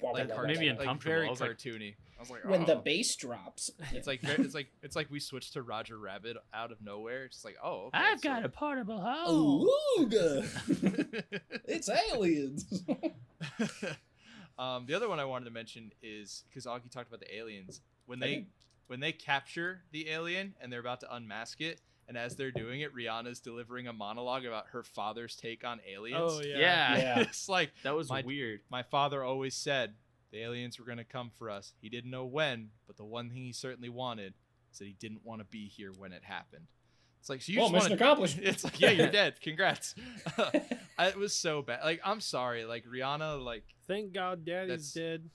Speaker 4: Wah, wah,
Speaker 1: like
Speaker 4: wah, wah,
Speaker 3: maybe
Speaker 4: wah,
Speaker 3: in-
Speaker 4: wah.
Speaker 1: like
Speaker 3: uncomfortable.
Speaker 1: very
Speaker 3: I was like-
Speaker 1: cartoony. I was like,
Speaker 4: when the
Speaker 1: "Oh."
Speaker 4: bass drops.
Speaker 1: It's like very, it's like it's like we switched to Roger Rabbit out of nowhere. It's just like oh, okay,
Speaker 3: I've
Speaker 1: so-
Speaker 3: got a portable hole.
Speaker 4: Ooga. it's aliens.
Speaker 1: um, the other one I wanted to mention is because Augie talked about the aliens when
Speaker 4: I
Speaker 1: they
Speaker 4: did.
Speaker 1: when they capture the alien and they're about to unmask it, and as they're doing it, Rihanna's delivering a monologue about her father's take on aliens.
Speaker 2: Oh yeah.
Speaker 3: Yeah.
Speaker 4: yeah.
Speaker 1: it's like
Speaker 3: that was
Speaker 1: My-
Speaker 3: weird.
Speaker 1: my father always said the aliens were going to come for us. He didn't know when, but the one thing he certainly wanted is that he didn't want to be here when it happened. It's like so you
Speaker 4: Well,
Speaker 1: just
Speaker 4: mission
Speaker 1: wanna-
Speaker 4: accomplished.
Speaker 1: It's like yeah, you're dead. Congrats. it was so bad. Like I'm sorry. Like Rihanna. Like
Speaker 2: Thank God,
Speaker 1: That's-
Speaker 2: Daddy's dead.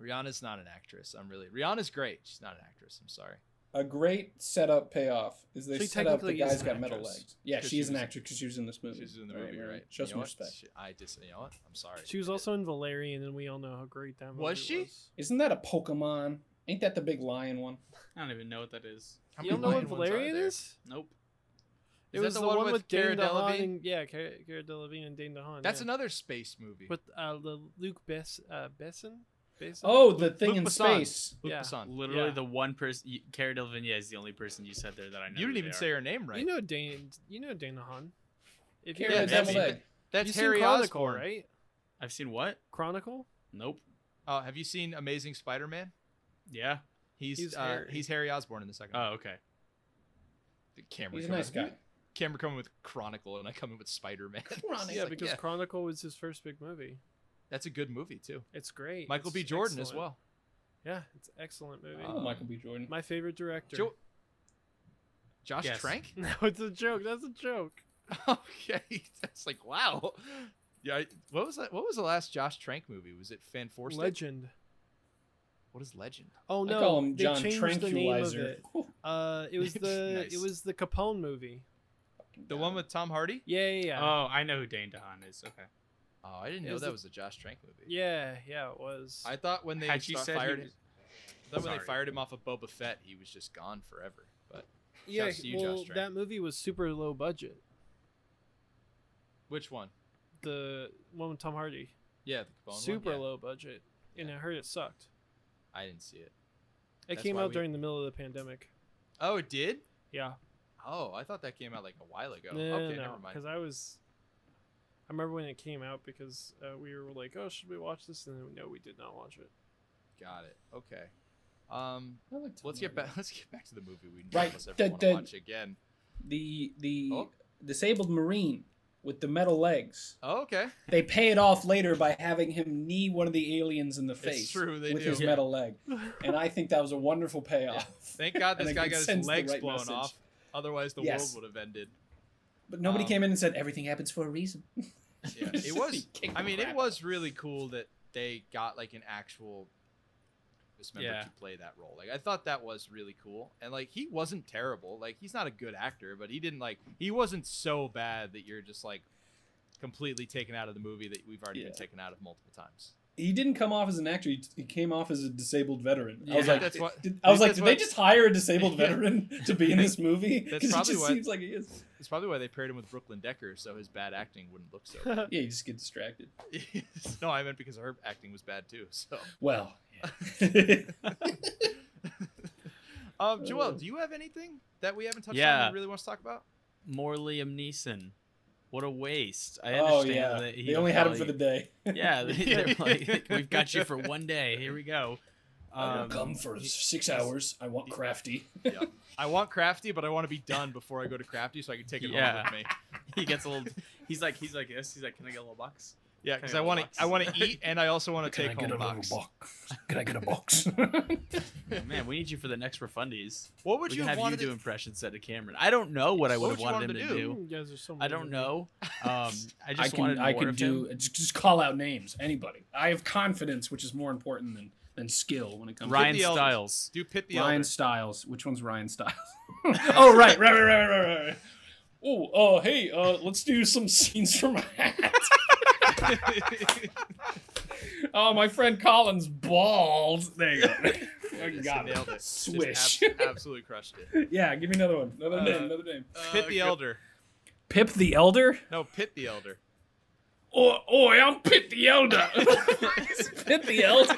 Speaker 1: Rihanna's not an actress. I'm really Rihanna's great. She's not an actress. I'm sorry.
Speaker 4: a great setup payoff is they
Speaker 2: She
Speaker 4: set up the
Speaker 2: technically is
Speaker 4: guy's
Speaker 2: an
Speaker 4: got metal
Speaker 2: actress.
Speaker 4: legs. Yeah,
Speaker 1: 'Cause
Speaker 4: she
Speaker 1: she
Speaker 4: is an
Speaker 1: was-
Speaker 4: actress because she was in this movie.
Speaker 1: She's in the
Speaker 4: All
Speaker 1: movie, right?
Speaker 4: Show
Speaker 1: You know
Speaker 4: some
Speaker 1: what?
Speaker 4: respect.
Speaker 1: She- I dis. You know what? I'm sorry.
Speaker 2: She
Speaker 1: I
Speaker 2: was
Speaker 1: did.
Speaker 2: also in Valerian, and we all know how great that movie
Speaker 1: Was she?
Speaker 4: Isn't that a Pokemon? Ain't that the big lion one?
Speaker 3: I don't even know what that is.
Speaker 1: How
Speaker 2: You don't
Speaker 1: many
Speaker 2: know what
Speaker 1: lion ones are
Speaker 2: Valerian
Speaker 1: there?
Speaker 2: is?
Speaker 3: Nope.
Speaker 2: It
Speaker 1: Is that
Speaker 2: was the, one, with Dane
Speaker 1: Cara
Speaker 2: DeHaan
Speaker 1: Delevingne?
Speaker 2: and yeah, Cara, Cara Delevingne and Dane DeHaan.
Speaker 1: That's
Speaker 2: yeah.
Speaker 1: another space movie.
Speaker 2: With uh, the Luke Bess, uh, Besson. Besson?
Speaker 4: Oh, the thing
Speaker 1: Luke
Speaker 4: in
Speaker 1: Besson.
Speaker 4: space.
Speaker 1: Luke
Speaker 2: yeah.
Speaker 1: Besson.
Speaker 3: Literally
Speaker 2: Yeah.
Speaker 3: the one person. Cara Delevingne is the only person you said there that I know.
Speaker 1: You
Speaker 3: who
Speaker 1: didn't even
Speaker 3: they
Speaker 1: say her name right.
Speaker 2: You know Dane. You know Dane DeHaan. If you
Speaker 4: Carrot
Speaker 1: Yeah,
Speaker 4: yeah,
Speaker 2: read that
Speaker 1: maybe.
Speaker 4: double
Speaker 2: book-
Speaker 1: Delevingne.
Speaker 4: egg.
Speaker 1: That's
Speaker 2: you've seen
Speaker 1: Harry
Speaker 2: Chronicle,
Speaker 1: Osborn.
Speaker 2: right?
Speaker 3: are. I've seen what?
Speaker 2: Chronicle.
Speaker 3: Nope.
Speaker 1: Uh, have you seen Amazing Spider-Man?
Speaker 3: Yeah.
Speaker 1: He's
Speaker 2: He's
Speaker 1: uh,
Speaker 2: Harry.
Speaker 1: he's Harry Osborn in the second.
Speaker 3: Oh, okay.
Speaker 1: one. camera.
Speaker 4: He's a
Speaker 1: coming-
Speaker 4: nice guy.
Speaker 1: Camera coming with Chronicle, and I come in with Spider-Man. It's
Speaker 4: Chronicle.
Speaker 2: yeah,
Speaker 1: like,
Speaker 2: because
Speaker 1: yeah,
Speaker 2: Chronicle was his first big movie.
Speaker 1: that's a good movie too.
Speaker 2: It's great.
Speaker 1: Michael
Speaker 2: It's
Speaker 1: B. Jordan as
Speaker 2: excellent.
Speaker 1: well.
Speaker 2: Yeah, it's an excellent movie.
Speaker 4: Oh, Michael B. Jordan.
Speaker 2: My favorite director.
Speaker 1: Jo- Josh
Speaker 3: Yes.
Speaker 1: Trank.
Speaker 2: no, it's a joke. That's a joke.
Speaker 1: okay, that's like wow. Yeah, I- what was that? What was the last Josh Trank movie? Was it Fan Force?
Speaker 2: Legend.
Speaker 1: What is Legend?
Speaker 2: Oh no,
Speaker 4: I call him
Speaker 2: they
Speaker 4: John
Speaker 2: changed the name of
Speaker 4: Tranquilizer.
Speaker 2: it. Uh, it was the
Speaker 1: Nice.
Speaker 2: it was the Capone movie.
Speaker 1: The one with Tom Hardy?
Speaker 2: Yeah, yeah, yeah.
Speaker 1: Uh,
Speaker 3: Oh, I know who Dane DeHaan is. Okay.
Speaker 1: Oh, I didn't
Speaker 2: It
Speaker 1: know
Speaker 2: was
Speaker 1: that
Speaker 2: the-
Speaker 1: was a Josh Trank movie.
Speaker 2: yeah, yeah, it was.
Speaker 1: I thought when they
Speaker 3: Had you
Speaker 1: sta-
Speaker 3: said he
Speaker 1: fired,
Speaker 3: was-
Speaker 1: I thought when they
Speaker 3: Sorry.
Speaker 1: fired him off of Boba Fett, he was just gone forever. But
Speaker 2: yeah,
Speaker 1: shouts to you, Josh
Speaker 2: well,
Speaker 1: Trank.
Speaker 2: that movie was super low budget.
Speaker 1: which one?
Speaker 2: The one with Tom Hardy,
Speaker 1: Yeah, the Capone
Speaker 2: super
Speaker 1: one? Yeah.
Speaker 2: low budget, and I heard it sucked.
Speaker 1: I didn't see it.
Speaker 2: It
Speaker 1: That's
Speaker 2: came
Speaker 1: why
Speaker 2: out
Speaker 1: we-
Speaker 2: during the middle of the pandemic.
Speaker 1: Oh, it did?
Speaker 2: Yeah.
Speaker 1: Oh, I thought that came out like a while ago.
Speaker 2: No,
Speaker 1: okay,
Speaker 2: no,
Speaker 1: never mind.
Speaker 2: Because I was, I remember when it came out because uh, we were like, "Oh, should we watch this?" And then no, we did not watch it.
Speaker 1: Got it. Okay. Um,
Speaker 4: I like Tom
Speaker 1: let's get
Speaker 4: Hardy.
Speaker 1: back. Let's get back to the movie we
Speaker 4: Right,
Speaker 1: almost
Speaker 4: the-
Speaker 1: ever want to
Speaker 4: the-
Speaker 1: watch again.
Speaker 4: The the
Speaker 1: Oh.
Speaker 4: disabled marine with the metal legs.
Speaker 1: Oh, okay.
Speaker 4: They pay it off later by having him knee one of the aliens in the face
Speaker 1: true, they
Speaker 4: with
Speaker 1: do.
Speaker 4: his
Speaker 1: Yeah.
Speaker 4: metal leg, and I think that was a wonderful payoff.
Speaker 1: Thank God
Speaker 4: And
Speaker 1: this
Speaker 4: I
Speaker 1: guy
Speaker 4: could
Speaker 1: got
Speaker 4: sense
Speaker 1: his
Speaker 4: the
Speaker 1: legs
Speaker 4: right
Speaker 1: blown
Speaker 4: message.
Speaker 1: off. Otherwise, the
Speaker 4: Yes.
Speaker 1: world would have ended.
Speaker 4: But nobody
Speaker 1: Um,
Speaker 4: came in and said everything happens for a reason.
Speaker 1: Yeah, it was. I mean, it was really cool that they got like an actual cast member
Speaker 3: Yeah.
Speaker 1: to play that role. Like I thought that was really cool, and like he wasn't terrible. Like he's not a good actor, but he didn't like he wasn't so bad that you're just like completely taken out of the movie that we've already
Speaker 4: Yeah.
Speaker 1: been taken out of multiple times.
Speaker 4: He didn't come off as an actor. He, t- he came off as a disabled veteran. I was
Speaker 3: Yeah.
Speaker 4: like,
Speaker 1: that's what
Speaker 4: did, I was
Speaker 1: think
Speaker 4: like,
Speaker 1: that's
Speaker 4: did they
Speaker 1: what-
Speaker 4: just hire a disabled
Speaker 1: Yeah.
Speaker 4: veteran to be in this movie?
Speaker 1: That's
Speaker 4: 'Cause it
Speaker 1: probably
Speaker 4: just
Speaker 1: what-
Speaker 4: seems like he is.
Speaker 1: it's probably why they paired him with Brooklyn Decker, so his bad acting wouldn't look so. bad.
Speaker 2: yeah,
Speaker 4: Yeah, you just get distracted.
Speaker 1: no, I meant because her acting was bad too. So,
Speaker 4: Well, yeah.
Speaker 1: um, Joel,
Speaker 4: Uh.
Speaker 1: do you have anything that we haven't touched on that
Speaker 3: Yeah.
Speaker 1: you really want to talk about?
Speaker 3: More Liam Neeson. What a waste. I
Speaker 4: oh
Speaker 3: understand
Speaker 4: yeah,
Speaker 3: that he
Speaker 4: they only had him for the
Speaker 3: probably-
Speaker 4: day.
Speaker 3: Yeah, they- they're like, we've got you for one day. Here we go.
Speaker 4: I will
Speaker 1: Uh,
Speaker 3: Um,
Speaker 4: come for six hours. I want crafty.
Speaker 1: yeah. I want crafty, but I want to be done before I go to crafty, so I can take it home
Speaker 3: Yeah.
Speaker 1: with me.
Speaker 3: he gets a little. He's like he's like this. He's like, can I get a little box?
Speaker 1: Yeah, because
Speaker 3: Can I
Speaker 1: I
Speaker 3: get a
Speaker 1: want to
Speaker 3: box?
Speaker 1: I want to eat, and I also want to take home a box.
Speaker 4: box? Can I get a box?
Speaker 3: Oh, man, we need you for the next refundies.
Speaker 1: What would
Speaker 3: We
Speaker 1: you
Speaker 3: can
Speaker 1: have
Speaker 3: have you
Speaker 1: wanted?
Speaker 3: do impressions set of Cameron. I don't know what I
Speaker 1: What would
Speaker 3: would have
Speaker 1: you
Speaker 3: wanted
Speaker 1: want him
Speaker 3: him
Speaker 1: to
Speaker 3: to
Speaker 1: do?
Speaker 3: do.
Speaker 2: You guys are so.
Speaker 3: I
Speaker 2: many
Speaker 3: don't
Speaker 2: of them.
Speaker 3: know. Um, I just
Speaker 4: I can
Speaker 3: wanted more
Speaker 4: I can
Speaker 3: of
Speaker 4: do
Speaker 3: him.
Speaker 4: just, just call out names. Anybody. I have confidence, which is more important than than skill when it comes.
Speaker 3: Ryan
Speaker 1: the elders.
Speaker 3: Stiles.
Speaker 1: do Pit the
Speaker 4: to Ryan
Speaker 1: Elder.
Speaker 4: Stiles. Which one's Ryan Stiles? oh right, right, right, right, right, right, right. Oh, oh, hey, uh, let's do some scenes from Hat. oh, my friend Colin's balls. There you go. I
Speaker 1: Yes,
Speaker 4: got
Speaker 1: nailed
Speaker 4: it.
Speaker 1: it. Just
Speaker 4: Swish.
Speaker 1: abs- absolutely crushed it.
Speaker 4: yeah, give me another one. Another
Speaker 1: Uh,
Speaker 4: name. Another name.
Speaker 1: Pit the Elder.
Speaker 4: Pip the Elder.
Speaker 1: No, Pit the Elder.
Speaker 4: Oh, oi, I'm Pip the Elder. Pip the Elder.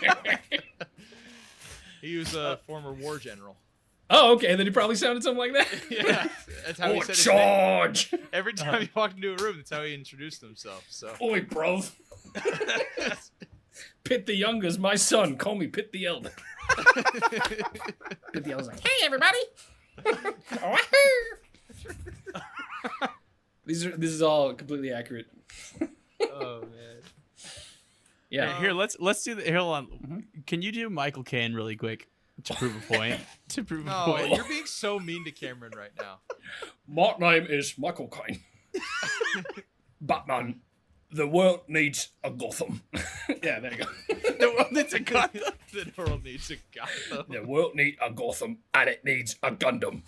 Speaker 1: He was a former war general.
Speaker 4: Oh, okay. Then he probably sounded something like that.
Speaker 1: Yeah, that's how
Speaker 4: Oi,
Speaker 1: he said his name.
Speaker 4: George.
Speaker 1: Every time he walked into a room, that's how he introduced himself. So
Speaker 4: Oi, bruv. Pit the Younger's my son. Call me Pit the Elder. Pit the Elder's like, hey, everybody. Wahoo! These are this is all completely accurate.
Speaker 1: oh man.
Speaker 4: Yeah.
Speaker 3: Here,
Speaker 4: Um,
Speaker 3: here, let's let's do the. Here, hold on.
Speaker 4: Mhm.
Speaker 3: Can you do Michael Caine really quick to prove a point? to prove a
Speaker 1: No,
Speaker 3: point.
Speaker 1: Oh, you're being so mean to Cameron right now.
Speaker 4: My name is Michael Caine. Batman. The world needs a Gotham. yeah, there you go.
Speaker 3: The world needs a Gotham.
Speaker 1: the world needs a Gotham.
Speaker 4: The world needs a Gotham, and it needs a Gundam.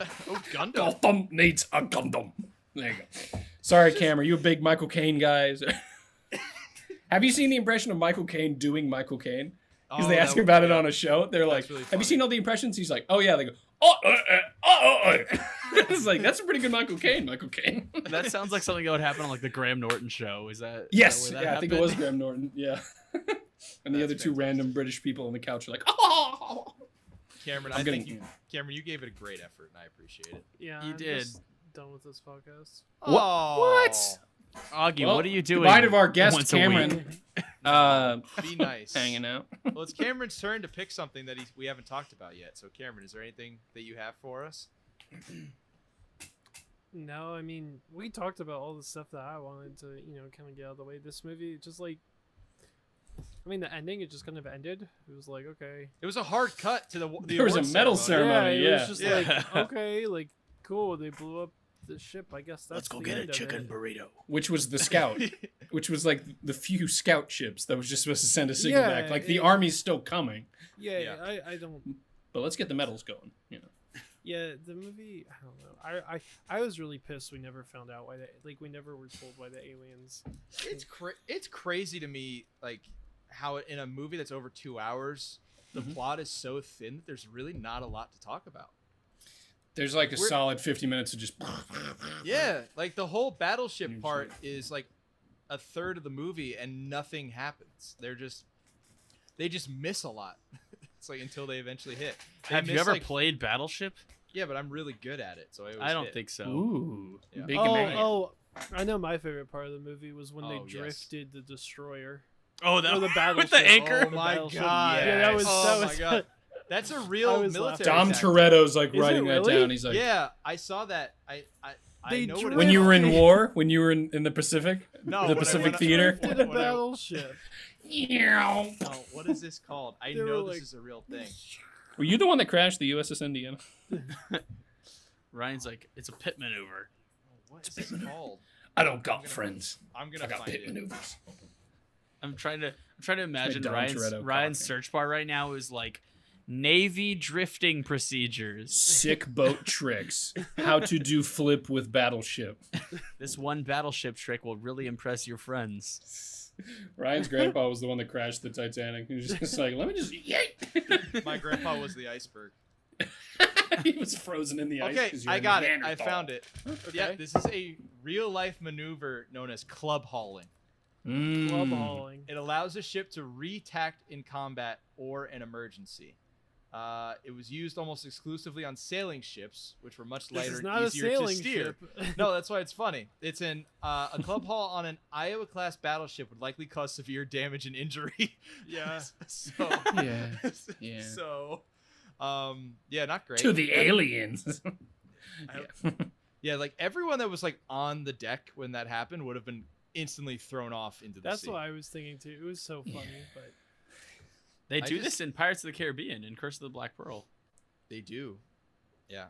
Speaker 1: Oh, Gundam.
Speaker 4: Gotham needs a Gundam. There you go. Sorry, Cam, are you a big Michael Caine guy? Have you seen the impression of Michael Caine doing Michael Caine?
Speaker 1: Oh,
Speaker 4: Because they ask him about it on a show. They're like,
Speaker 1: really
Speaker 4: "Have
Speaker 1: funny.
Speaker 4: you seen all the impressions?" He's like, "Oh yeah." They go, "Oh, uh, uh, oh, uh, uh." It's like that's a pretty good Michael Caine. Michael Caine.
Speaker 3: That sounds like something that would happen on like the Graham Norton show. Is that? is
Speaker 4: yes,
Speaker 3: that
Speaker 4: yeah,
Speaker 3: where that
Speaker 4: I think it was
Speaker 3: happened?
Speaker 4: Graham Norton. Yeah. and the
Speaker 1: That's
Speaker 4: other two
Speaker 1: fantastic.
Speaker 4: random British people on the couch are like, "Oh."
Speaker 1: Cameron,
Speaker 4: I'm
Speaker 1: I
Speaker 4: getting.
Speaker 1: think you, Cameron, you gave it a great effort, and I appreciate it.
Speaker 2: Yeah,
Speaker 3: You
Speaker 2: I'm
Speaker 3: did.
Speaker 2: just done with this podcast.
Speaker 1: What?
Speaker 4: What?
Speaker 3: Augie,
Speaker 4: Well,
Speaker 3: what are you doing?
Speaker 4: Mind of our guest
Speaker 3: once a week?
Speaker 4: Cameron. Uh,
Speaker 1: Be nice.
Speaker 4: hanging out.
Speaker 1: Well, it's Cameron's turn to pick something that he, we haven't talked about yet. So, Cameron, is there anything that you have for us?
Speaker 2: No, I mean we talked about all the stuff that I wanted to, you know, kind of get out of the way. This movie just like, I mean, the ending it just kind of ended. It was like okay,
Speaker 1: It was a hard cut to the. the
Speaker 4: There was a
Speaker 1: awards
Speaker 4: medal
Speaker 1: ceremony.
Speaker 4: ceremony,
Speaker 2: yeah, it
Speaker 4: yeah.
Speaker 2: was just
Speaker 1: Yeah.
Speaker 2: like okay, like cool. They blew up the ship. I guess that's
Speaker 3: Let's go
Speaker 2: the
Speaker 3: get a
Speaker 2: end of
Speaker 3: chicken
Speaker 2: it.
Speaker 3: burrito.
Speaker 4: Which was the scout, which was like the few scout ships that was just supposed to send a signal
Speaker 2: Yeah,
Speaker 4: back. Like the
Speaker 2: it-
Speaker 4: army's still coming,
Speaker 2: Yeah,
Speaker 1: Yeah.
Speaker 2: I, I don't.
Speaker 4: but let's get the medals going. You know,
Speaker 2: Yeah, the movie. I don't know. I, I, I was really pissed. We never found out why that. Like we never were told why the aliens.
Speaker 1: It's cra- it's crazy to me, like how in a movie that's over two hours, the
Speaker 3: Mm-hmm.
Speaker 4: Mhm.
Speaker 1: plot is so thin that there's really not a lot to talk about.
Speaker 4: there's like a
Speaker 1: We're-
Speaker 4: solid 50 minutes of just.
Speaker 1: Yeah, like the whole battleship
Speaker 4: Usually.
Speaker 1: part is like a third of the movie, and nothing happens. They're just they just miss a lot. it's like until they eventually hit. They
Speaker 3: Have you
Speaker 1: miss,
Speaker 3: ever
Speaker 1: like-
Speaker 3: played Battleship?
Speaker 1: Yeah, but I'm really good at it, so I, always
Speaker 3: I don't
Speaker 1: hit.
Speaker 3: think so.
Speaker 4: Ooh,
Speaker 1: Yeah.
Speaker 4: big
Speaker 2: oh,
Speaker 4: man.
Speaker 2: oh, I know. My favorite part of the movie was when
Speaker 1: Oh,
Speaker 2: they
Speaker 1: yes.
Speaker 2: drifted the destroyer.
Speaker 3: Oh, that
Speaker 2: Or the
Speaker 3: with
Speaker 2: battleship.
Speaker 3: the anchor.
Speaker 1: Oh my
Speaker 2: battleship.
Speaker 1: god!
Speaker 2: Yeah, that was-
Speaker 1: oh
Speaker 2: that
Speaker 1: my
Speaker 2: was-
Speaker 1: god! That's a real
Speaker 2: I was
Speaker 1: military.
Speaker 2: laughing.
Speaker 4: Dom
Speaker 1: tactic.
Speaker 4: Toretto's like
Speaker 2: Is it
Speaker 4: writing that
Speaker 2: really?
Speaker 4: down. He's like,
Speaker 1: yeah, I saw that. I I, I
Speaker 2: They
Speaker 1: know what it
Speaker 2: drew-
Speaker 4: when you were in
Speaker 2: Really?
Speaker 4: war, when you were in, in the Pacific,
Speaker 1: No,
Speaker 4: the
Speaker 1: when I-
Speaker 4: Pacific
Speaker 1: when I-
Speaker 4: Theater.
Speaker 1: What-
Speaker 2: Did a
Speaker 1: what I-
Speaker 2: battleship.
Speaker 4: Yeah.
Speaker 1: Oh, what is this called? I
Speaker 2: They
Speaker 1: know
Speaker 2: were
Speaker 1: this
Speaker 2: like-
Speaker 1: is a real thing.
Speaker 4: Were you the one that crashed the USS Indiana?
Speaker 3: Ryan's like, it's a pit maneuver.
Speaker 1: Oh, What is this called?
Speaker 4: I don't
Speaker 1: I'm
Speaker 4: got
Speaker 1: gonna-
Speaker 4: friends.
Speaker 1: I'm gonna
Speaker 4: I got
Speaker 1: find
Speaker 4: pit
Speaker 1: it.
Speaker 4: maneuvers.
Speaker 3: I'm trying to I'm trying to imagine
Speaker 4: Dom
Speaker 3: Ryan's
Speaker 4: Toretto
Speaker 3: Ryan's
Speaker 4: coffee.
Speaker 3: search bar right now is like Navy drifting procedures.
Speaker 4: Sick boat tricks. How to do flip with battleship.
Speaker 3: This one battleship trick will really impress your friends.
Speaker 4: Ryan's grandpa was the one that crashed the Titanic. He was just like, let me just. Yeet!
Speaker 1: My grandpa was the iceberg.
Speaker 4: he was frozen in the ice.
Speaker 1: Okay,
Speaker 4: 'cause you're
Speaker 1: I
Speaker 4: a
Speaker 1: got it. I
Speaker 4: Neanderthal.
Speaker 1: found it. Yeah, this is a real life maneuver known as club hauling.
Speaker 4: Mm.
Speaker 2: Club hauling.
Speaker 1: It allows a ship to retact in combat or an emergency. Uh, it was used almost exclusively on sailing ships, which were much
Speaker 2: This
Speaker 1: lighter
Speaker 2: is
Speaker 1: and
Speaker 2: not a
Speaker 1: easier to
Speaker 2: sailing
Speaker 1: steer.
Speaker 2: ship.
Speaker 1: No, that's why it's funny. It's in uh, a club haul on an Iowa class battleship would likely cause severe damage and injury.
Speaker 2: yeah.
Speaker 1: so,
Speaker 4: Yeah. Yeah.
Speaker 1: so, um, yeah, not great.
Speaker 4: To the aliens.
Speaker 1: I-
Speaker 4: Yeah.
Speaker 1: yeah, like everyone that was like on the deck when that happened would have been instantly thrown off into the
Speaker 2: That's
Speaker 1: sea.
Speaker 2: what I was thinking too. It was so funny, but
Speaker 3: They
Speaker 1: I
Speaker 3: do
Speaker 1: just-
Speaker 3: this in Pirates of the Caribbean and Curse of the Black Pearl.
Speaker 1: They do. Yeah.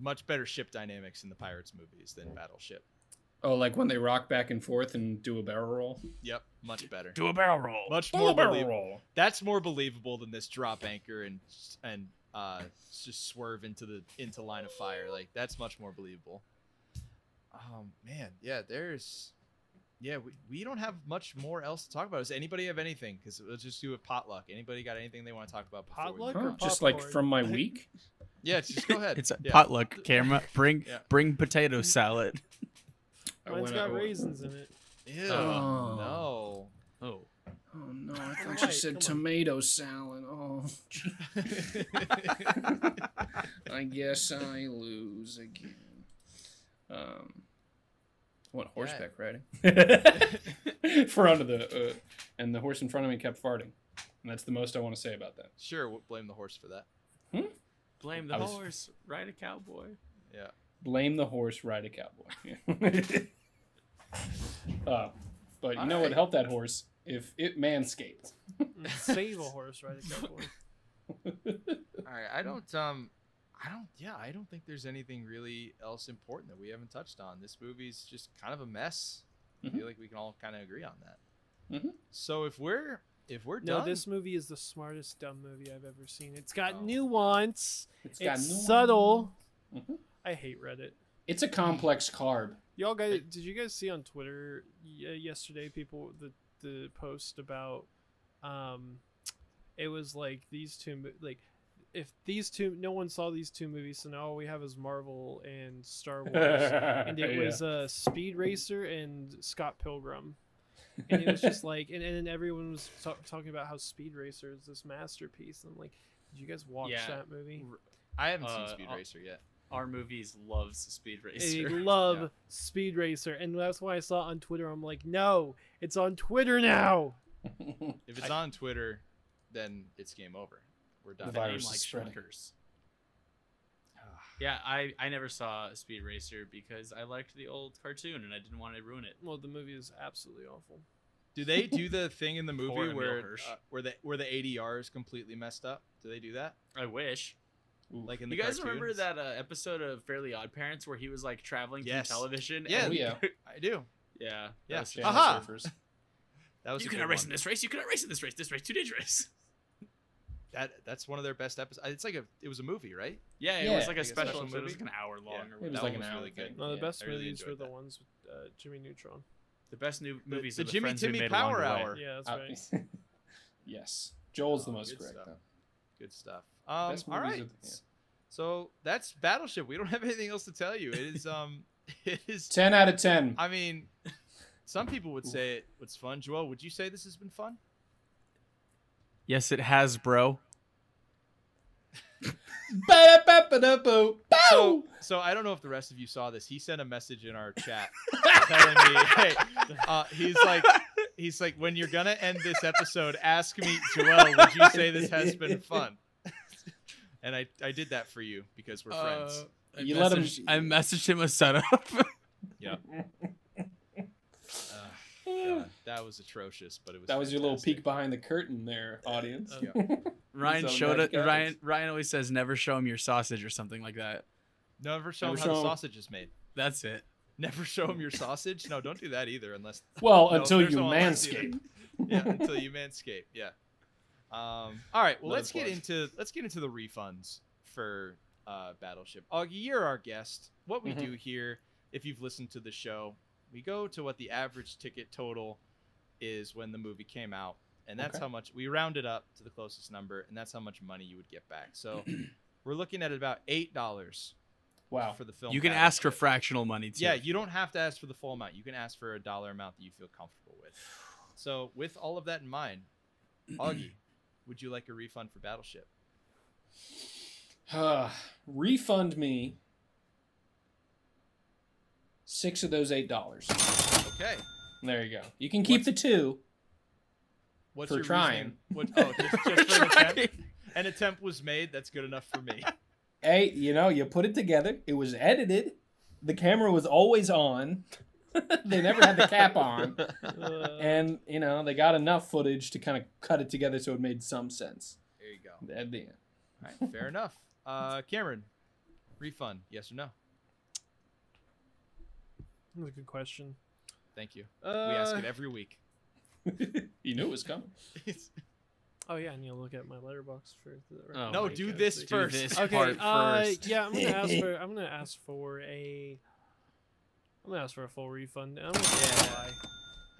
Speaker 1: Much better ship dynamics in the Pirates movies than Battleship.
Speaker 4: Oh, like when they rock back and forth and do a barrel roll?
Speaker 1: Yep, much better.
Speaker 3: Do a barrel roll.
Speaker 1: Much
Speaker 4: Do
Speaker 1: more
Speaker 4: a barrel
Speaker 1: believable.
Speaker 4: roll.
Speaker 1: That's more believable than this drop anchor and and uh just swerve into the into line of fire. Like that's much more believable. Um man, yeah, there's yeah, we, we don't have much more else to talk about. Does anybody have anything? Because let's just do a potluck. Anybody got anything they want to talk about? before we
Speaker 2: Potluck
Speaker 1: move
Speaker 2: or
Speaker 1: on?
Speaker 2: pot-
Speaker 4: Just like
Speaker 2: popcorn.
Speaker 4: from my week?
Speaker 1: yeah, just go ahead.
Speaker 3: It's a
Speaker 1: yeah.
Speaker 3: potluck camera. Bring
Speaker 1: Yeah.
Speaker 3: bring potato salad.
Speaker 4: I
Speaker 2: mine's
Speaker 4: went- I
Speaker 2: got
Speaker 4: went-
Speaker 2: raisins in it.
Speaker 1: Ew,
Speaker 4: Oh.
Speaker 1: no.
Speaker 3: Oh.
Speaker 4: Oh no, I
Speaker 2: Come
Speaker 4: thought you
Speaker 2: on,
Speaker 4: said
Speaker 2: come on.
Speaker 4: tomato salad. Oh, gee, I guess I lose again. Um, I went horseback riding. front of the, uh, and the horse in front of me kept farting. And that's the most I want to say about that.
Speaker 1: sure, we'll blame the horse for that.
Speaker 3: Blame
Speaker 4: the
Speaker 3: the
Speaker 4: I was-
Speaker 3: horse. Ride a cowboy.
Speaker 1: Yeah.
Speaker 4: Blame the horse, ride a cowboy. uh, but you know what
Speaker 1: Alright.
Speaker 4: helped that horse? If it manscaped.
Speaker 2: Mm, Save a horse, right? A cowboy.
Speaker 1: All right, I don't um I don't yeah, I don't think there's anything really else important that we haven't touched on. This movie's just kind of a mess. I feel like we can all kind of agree on that.
Speaker 4: Mhm.
Speaker 1: So if we're if we're
Speaker 2: No,
Speaker 1: done,
Speaker 2: this movie is the smartest dumb movie I've ever seen. It's got
Speaker 1: Oh.
Speaker 2: nuance. It's,
Speaker 4: nuance.
Speaker 2: subtle.
Speaker 1: Mm-hmm.
Speaker 4: Mhm.
Speaker 2: I hate Reddit.
Speaker 4: It's a complex carb.
Speaker 2: Y'all guys, did you guys see on Twitter y- yesterday people the the post about um it was like these two mo- like if these two no one saw these two movies so now all we have is Marvel and Star Wars and it
Speaker 4: Yeah.
Speaker 2: was uh Speed Racer and Scott Pilgrim and it was just like and, and then everyone was ta- talking about how Speed Racer is this masterpiece and I'm like did you guys watch
Speaker 3: Yeah.
Speaker 2: that movie
Speaker 1: I haven't
Speaker 3: uh,
Speaker 1: seen Speed
Speaker 3: I'll-
Speaker 1: Racer yet.
Speaker 3: Our movies loves Speed
Speaker 2: I
Speaker 3: Racer.
Speaker 2: love
Speaker 1: Yeah.
Speaker 2: Speed Racer, and that's why I saw it on Twitter. I'm like, no, it's on Twitter now.
Speaker 1: If it's on Twitter, then it's game over. We're
Speaker 4: The
Speaker 1: done.
Speaker 3: Name
Speaker 4: virus
Speaker 3: like
Speaker 4: is spreading.
Speaker 3: Schmuckers. Yeah, I, I never saw Speed Racer because I liked the old cartoon and I didn't want to ruin it.
Speaker 2: Well, the movie is absolutely awful.
Speaker 1: Do they do the thing in the
Speaker 3: Poor
Speaker 1: movie
Speaker 3: Emil
Speaker 1: where
Speaker 3: Hirsch.
Speaker 1: uh, where the where the ADR is completely messed up? Do they do that?
Speaker 3: I wish.
Speaker 4: Ooh.
Speaker 1: like in the
Speaker 3: You guys
Speaker 1: cartoons.
Speaker 3: remember that uh, episode of Fairly Odd Parents where he was like traveling
Speaker 1: Yes.
Speaker 3: through television?
Speaker 1: Yeah.
Speaker 4: oh
Speaker 3: and-
Speaker 4: yeah.
Speaker 1: I do.
Speaker 3: yeah,
Speaker 1: Yeah.
Speaker 3: that was
Speaker 4: Channel
Speaker 1: Aha!
Speaker 4: surfers.
Speaker 1: That was
Speaker 3: you
Speaker 1: a
Speaker 3: cannot
Speaker 1: good
Speaker 3: race
Speaker 1: one.
Speaker 3: in this race. You cannot race in this race. This race too dangerous.
Speaker 1: That that's one of their best episodes. It's like a it was a movie, right?
Speaker 3: Yeah, it
Speaker 4: Yeah.
Speaker 3: was like
Speaker 1: Like a
Speaker 3: a special
Speaker 1: special
Speaker 3: episode. It was
Speaker 1: movie?
Speaker 3: like an hour long.
Speaker 1: Yeah.
Speaker 3: Or
Speaker 4: It was
Speaker 3: that
Speaker 4: like
Speaker 3: one
Speaker 4: an hour
Speaker 1: really
Speaker 4: thing.
Speaker 1: good.
Speaker 2: No, the
Speaker 4: Yeah,
Speaker 2: best
Speaker 1: I really
Speaker 2: movies were
Speaker 1: enjoyed
Speaker 2: the
Speaker 1: that.
Speaker 2: ones with uh, Jimmy Neutron.
Speaker 3: The best new
Speaker 1: The-
Speaker 3: movies.
Speaker 1: the
Speaker 3: of the
Speaker 1: Jimmy
Speaker 3: friends
Speaker 1: Timmy
Speaker 3: we made
Speaker 1: Power
Speaker 3: along the way.
Speaker 1: Hour.
Speaker 2: Yeah, that's
Speaker 4: Uh,
Speaker 2: right.
Speaker 4: yes, Joel's the
Speaker 1: Oh,
Speaker 4: most
Speaker 1: good
Speaker 4: correct
Speaker 1: stuff.
Speaker 4: though.
Speaker 1: Good stuff. Um,
Speaker 4: Best
Speaker 1: all
Speaker 4: movies
Speaker 1: right.
Speaker 4: of- yeah.
Speaker 1: So that's Battleship. We don't have anything else to tell you. It is um, it is.
Speaker 4: Ten out of ten.
Speaker 1: I mean, some people would say it was fun. Joel, would you say this has been fun?
Speaker 3: Yes, it has, bro.
Speaker 4: Ba-da-ba-ba-da-boo. Bow!
Speaker 1: So, so I don't know if the rest of you saw this. He sent a message in our chat telling me, hey, uh, he's like, he's like, when you're gonna end this episode, ask me, Joel, would you say this has been fun? And I, I did that for you because we're friends.
Speaker 3: Uh,
Speaker 4: I You let him- messaged- I
Speaker 3: messaged him a setup.
Speaker 1: God, Uh, that was atrocious, but it was.
Speaker 4: that was your little
Speaker 1: fantastic.
Speaker 4: peek behind the curtain there, audience.
Speaker 3: Uh, Ryan
Speaker 4: So
Speaker 3: showed
Speaker 4: nice
Speaker 3: it.
Speaker 4: guys.
Speaker 3: Ryan Ryan always says never show him your sausage or something like that.
Speaker 1: Never show him
Speaker 4: Never
Speaker 1: how the
Speaker 4: show 'em.
Speaker 1: sausage is made.
Speaker 3: That's it.
Speaker 1: Never show him your sausage. No, don't do that either, unless
Speaker 4: well,
Speaker 1: No,
Speaker 4: until
Speaker 1: there's
Speaker 4: you
Speaker 1: no one left either.
Speaker 4: manscape.
Speaker 1: yeah, until you manscape. Yeah. Um, all right. Well,
Speaker 4: Another
Speaker 1: let's get
Speaker 4: plug.
Speaker 1: into let's get into the refunds for uh, Battleship. Augie, you're our guest. What we
Speaker 4: Mhm.
Speaker 1: do here, if you've listened to the show, we go to what the average ticket total is when the movie came out, and that's
Speaker 4: Okay.
Speaker 1: how much we round it up to the closest number, and that's how much money you would get back. So we're looking at about eight dollars
Speaker 4: Wow.
Speaker 1: for the film.
Speaker 3: you can ask for
Speaker 1: Battleship.
Speaker 3: fractional money too.
Speaker 1: Yeah, you don't have to ask for the full amount. You can ask for a dollar amount that you feel comfortable with. So, with all of that in mind, Augie, would you like a refund for Battleship?
Speaker 4: Uh, refund me six of those eight dollars.
Speaker 1: Okay.
Speaker 4: There you go. You can keep the two.
Speaker 1: What's
Speaker 4: For
Speaker 1: your
Speaker 4: trying.
Speaker 1: reasoning? What, oh, just, just for an attempt. An attempt was made. That's good enough for me.
Speaker 4: Hey, you know, you put it together. It was edited. The camera was always on. they never had the cap on.
Speaker 2: Uh,
Speaker 4: And, you know, they got enough footage to kind of cut it together so it made some sense.
Speaker 1: There you go.
Speaker 4: At the end.
Speaker 1: All right. Fair enough. Uh, Cameron, refund? Yes or no?
Speaker 2: that's a good question.
Speaker 1: Thank you.
Speaker 2: Uh,
Speaker 1: We ask it every week.
Speaker 4: you knew it was coming.
Speaker 2: oh yeah, I need to look at my letterbox for the.
Speaker 3: Oh
Speaker 1: no,
Speaker 3: my
Speaker 1: do
Speaker 3: God.
Speaker 1: this
Speaker 2: Do
Speaker 1: first.
Speaker 3: this.
Speaker 2: Okay.
Speaker 3: part
Speaker 2: uh,
Speaker 3: first.
Speaker 2: yeah, I'm gonna ask for. I'm gonna ask for a. I'm gonna ask for a full refund. and I'm gonna say
Speaker 1: Yeah.
Speaker 2: why.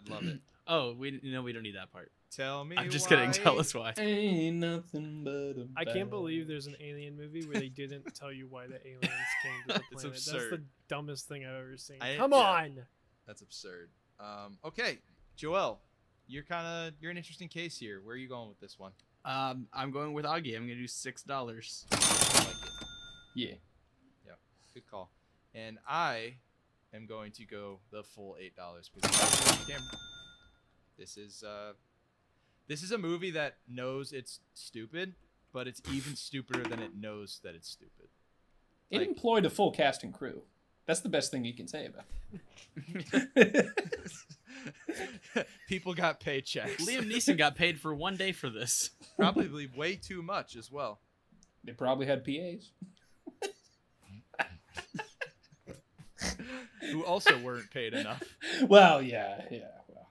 Speaker 1: I'd love it.
Speaker 3: Oh, we no, we don't need that part.
Speaker 1: Tell me.
Speaker 3: I'm just
Speaker 1: why.
Speaker 3: kidding. Tell us why.
Speaker 4: Ain't nothing but a
Speaker 2: I can't believe
Speaker 4: bad-
Speaker 2: there's an alien movie where they didn't tell you why the aliens came to the planet.
Speaker 1: It's
Speaker 2: That's the
Speaker 1: absurd.
Speaker 2: dumbest thing I've ever seen.
Speaker 1: I-
Speaker 2: Come
Speaker 1: yeah.
Speaker 2: on.
Speaker 1: That's absurd. Um, okay, Joel, you're kind of you're an interesting case here. Where are you going with this one?
Speaker 3: Um, I'm going with Augie. I'm gonna do six dollars.
Speaker 1: I like it.
Speaker 4: Yeah.
Speaker 1: Good call. And I am going to go the full eight dollars because this is uh, this is a movie that knows it's stupid, but it's even stupider than it knows that it's stupid.
Speaker 4: It
Speaker 1: Like-
Speaker 4: employed a full cast and crew. That's the best thing you can say about it.
Speaker 1: People got paychecks.
Speaker 3: Liam Neeson got paid for one day for this.
Speaker 1: probably way too much as well.
Speaker 4: they probably had PAs.
Speaker 1: Who also weren't paid enough.
Speaker 4: Well, yeah, yeah. Well,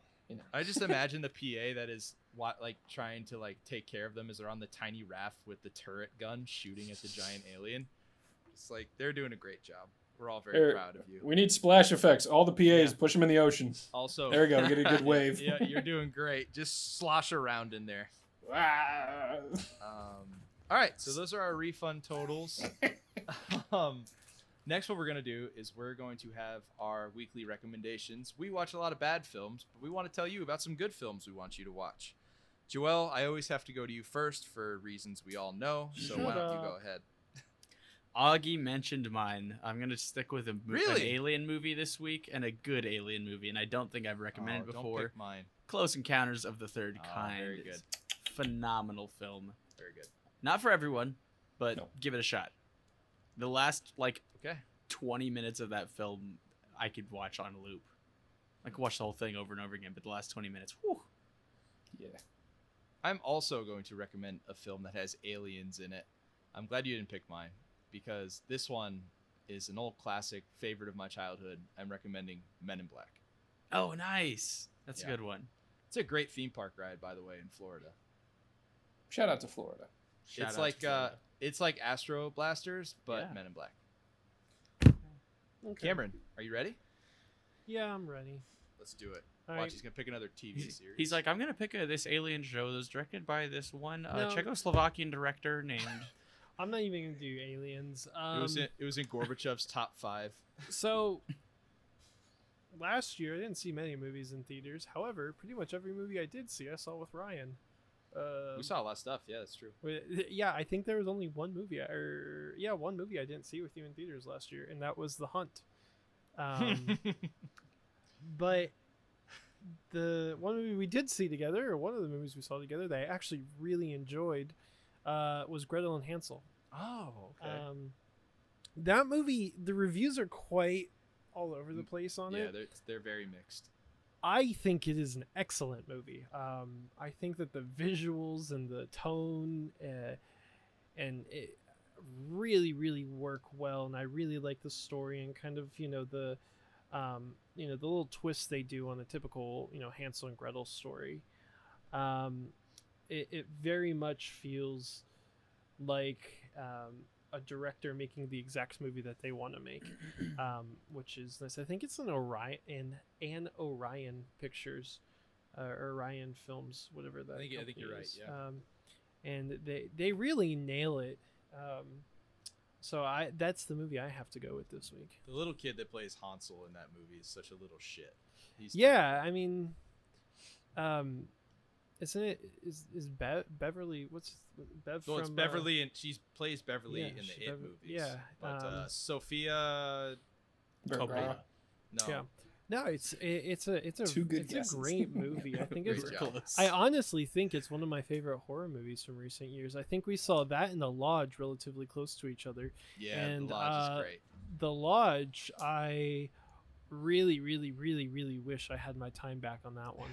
Speaker 1: I just imagine the PA that is wa- like trying to like take care of them as they're on the tiny raft with the turret gun shooting at the giant alien. It's like they're doing a great job. We're all very
Speaker 4: Er,
Speaker 1: proud of you.
Speaker 4: we need splash effects. All the PAs
Speaker 1: Yeah.
Speaker 4: push them in the ocean.
Speaker 1: Also,
Speaker 4: There we go. We get a good wave.
Speaker 1: Oh. yeah, you're doing great. Just slosh around in there.
Speaker 4: Ah.
Speaker 1: Um, all right, so those are our refund totals. um, next, what we're gonna do is we're going to have our weekly recommendations. We watch a lot of bad films, but we want to tell you about some good films we want you to watch. Joelle, I always have to go to you first for reasons we all know. So why
Speaker 2: Shut
Speaker 1: don't you go
Speaker 2: up.
Speaker 1: ahead?
Speaker 3: Augie mentioned mine. I'm gonna stick with a mo- an
Speaker 1: Really?
Speaker 3: alien movie this week and a good alien movie, and I don't think I've recommended
Speaker 1: Oh,
Speaker 3: it
Speaker 1: don't
Speaker 3: before.
Speaker 1: pick mine.
Speaker 3: Close Encounters of the Third
Speaker 1: Ah,
Speaker 3: Kind.
Speaker 1: very
Speaker 3: It's a Phenomenal film.
Speaker 1: Very good.
Speaker 3: Not for everyone, but
Speaker 4: No.
Speaker 3: give it a shot. The last like
Speaker 1: Okay.
Speaker 3: 20 minutes of that film, I could watch on loop. I could watch the whole thing over and over again, but the last 20 minutes, whew.
Speaker 4: yeah.
Speaker 1: I'm also going to recommend a film that has aliens in it. I'm glad you didn't pick mine because this one is an old classic favorite of my childhood. I'm recommending Men in Black.
Speaker 3: Oh, nice. That's
Speaker 1: Yeah.
Speaker 3: a good one.
Speaker 1: It's a great theme park ride, by the way, in Florida.
Speaker 4: Shout out to Florida.
Speaker 3: Shout out
Speaker 1: it's
Speaker 3: to
Speaker 1: like uh,
Speaker 3: Florida.
Speaker 1: it's like Astro Blasters, but
Speaker 3: Yeah.
Speaker 1: Men in Black.
Speaker 2: Okay.
Speaker 1: Cameron, are you ready?
Speaker 2: Yeah, I'm ready.
Speaker 1: Let's do it.
Speaker 2: All
Speaker 1: Watch,
Speaker 2: right.
Speaker 1: he's gonna pick another TV
Speaker 3: He's,
Speaker 1: series.
Speaker 3: he's like, I'm gonna pick a, this alien show that was directed by this one uh,
Speaker 2: No.
Speaker 3: Czechoslovakian director named.
Speaker 2: I'm not even gonna do aliens. Um,
Speaker 1: it was in, it was in Gorbachev's top five.
Speaker 2: so last year I didn't see many movies in theaters. However, pretty much every movie I did see, I saw with Ryan. Um,
Speaker 1: we saw a lot of stuff. Yeah, that's true.
Speaker 2: Wait, Yeah, I think there was only one movie, I- or yeah, one movie I didn't see with you in theaters last year, and that was The Hunt. Um, but the one movie we did see together, or one of the movies we saw together that I actually really enjoyed, uh, was Gretel and Hansel.
Speaker 1: oh,
Speaker 2: Um, that movie, the reviews are quite all over the place on
Speaker 1: Mm, yeah,
Speaker 2: it.
Speaker 1: they're they're very mixed.
Speaker 2: I think it is an excellent movie. Um, I think that the visuals and the tone uh, and it really, really work well, and I really like the story and kind of you know the um, you know the little twists they do on the typical you know Hansel and Gretel story. Um, it, it very much feels like um, a director making the exact movie that they want to make um, which is nice. I think it's an Orion, an, an Orion Pictures, uh, Orion Films, whatever that.
Speaker 1: think- I think
Speaker 2: company
Speaker 1: you're right,
Speaker 2: is.
Speaker 1: yeah.
Speaker 2: Um, and they they really nail it. Um, so I that's the movie I have to go with this week.
Speaker 1: The little kid that plays Hansel in that movie is such a little shit. He's
Speaker 2: Yeah, I mean, um, isn't it is is Be- Beverly? What's Bev
Speaker 1: So
Speaker 2: from?
Speaker 1: Oh, it's
Speaker 2: uh,
Speaker 1: Beverly, and she plays Beverly
Speaker 2: yeah,
Speaker 1: in the
Speaker 2: she-
Speaker 1: It
Speaker 2: Bev-
Speaker 1: movies.
Speaker 2: yeah,
Speaker 1: but uh,
Speaker 2: um,
Speaker 1: Sophia,
Speaker 4: Burt
Speaker 3: Coppola.
Speaker 4: Reynolds.
Speaker 1: no,
Speaker 2: Yeah. no, it's it, it's a it's a
Speaker 4: Two good
Speaker 2: it's
Speaker 4: guesses.
Speaker 2: a great movie. I think it's
Speaker 1: Great job.
Speaker 2: I honestly think it's one of my favorite horror movies from recent years. I think we saw that in The Lodge relatively close to each other.
Speaker 1: yeah,
Speaker 2: And,
Speaker 1: the lodge
Speaker 2: uh,
Speaker 1: is great.
Speaker 2: The Lodge, I really, really, really, really wish I had my time back on that one.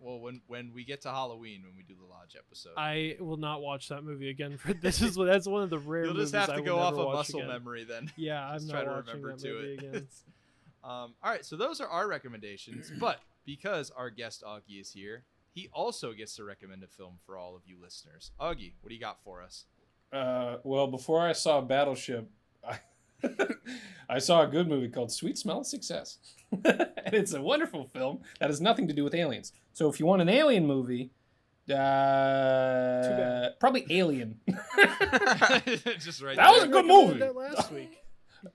Speaker 1: Well, when when we get to Halloween, when we do the lodge episode,
Speaker 2: I will not watch that movie again. For this is that's one of the rare.
Speaker 1: you'll just
Speaker 2: movies
Speaker 1: have to
Speaker 2: I will
Speaker 1: go off
Speaker 2: never
Speaker 1: a
Speaker 2: watch
Speaker 1: muscle
Speaker 2: again.
Speaker 1: memory then.
Speaker 2: Yeah, I'm
Speaker 1: just
Speaker 2: not
Speaker 1: try to
Speaker 2: watching
Speaker 1: remember
Speaker 2: that
Speaker 1: to
Speaker 2: movie
Speaker 1: it.
Speaker 2: again.
Speaker 1: Um, all right, so those are our recommendations. But because our guest Augie is here, he also gets to recommend a film for all of you listeners. Augie, what do you got for us?
Speaker 4: Uh, well, before I saw Battleship, I, I saw a good movie called Sweet Smell of Success. and it's a wonderful film that has nothing to do with aliens. So if you want an alien movie, uh,
Speaker 2: bad.
Speaker 4: probably Alien.
Speaker 1: just right.
Speaker 4: That was
Speaker 1: there.
Speaker 4: a good
Speaker 2: recommended
Speaker 4: movie.
Speaker 2: That last week.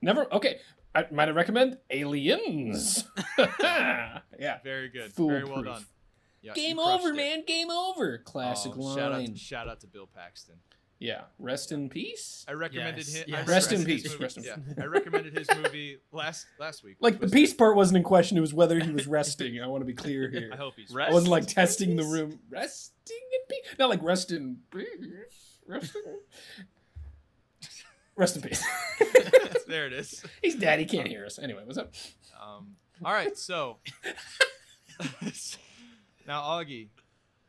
Speaker 4: Never. Okay. I, might I recommend Aliens? yeah.
Speaker 1: very good. Very well
Speaker 4: Foolproof.
Speaker 1: done. Yeah, you
Speaker 4: Game
Speaker 1: crushed
Speaker 4: over,
Speaker 1: it.
Speaker 4: man. Game over. Classic
Speaker 1: Oh,
Speaker 4: line.
Speaker 1: Shout out, to, shout out to Bill Paxton.
Speaker 4: yeah. Rest in peace.
Speaker 1: I recommended
Speaker 3: Yes,
Speaker 1: him.
Speaker 3: yes.
Speaker 1: I
Speaker 4: Rest in
Speaker 1: recommended his
Speaker 4: peace,
Speaker 1: movie-
Speaker 4: rest in
Speaker 1: yeah,
Speaker 2: peace.
Speaker 1: I recommended his movie last last week.
Speaker 4: Like
Speaker 1: which
Speaker 4: the
Speaker 1: was-
Speaker 4: peace part wasn't in question. It was whether he was resting. I want to be clear here.
Speaker 1: I hope he's.
Speaker 3: Rest-
Speaker 4: I wasn't like
Speaker 3: Rest
Speaker 4: testing the
Speaker 3: peace?
Speaker 4: room. Resting in peace. Not like rest in peace. Rest in, rest in peace.
Speaker 1: there it is.
Speaker 4: He's dead. He can't hear us. Anyway, what's up?
Speaker 1: Um, all right, so now Augie,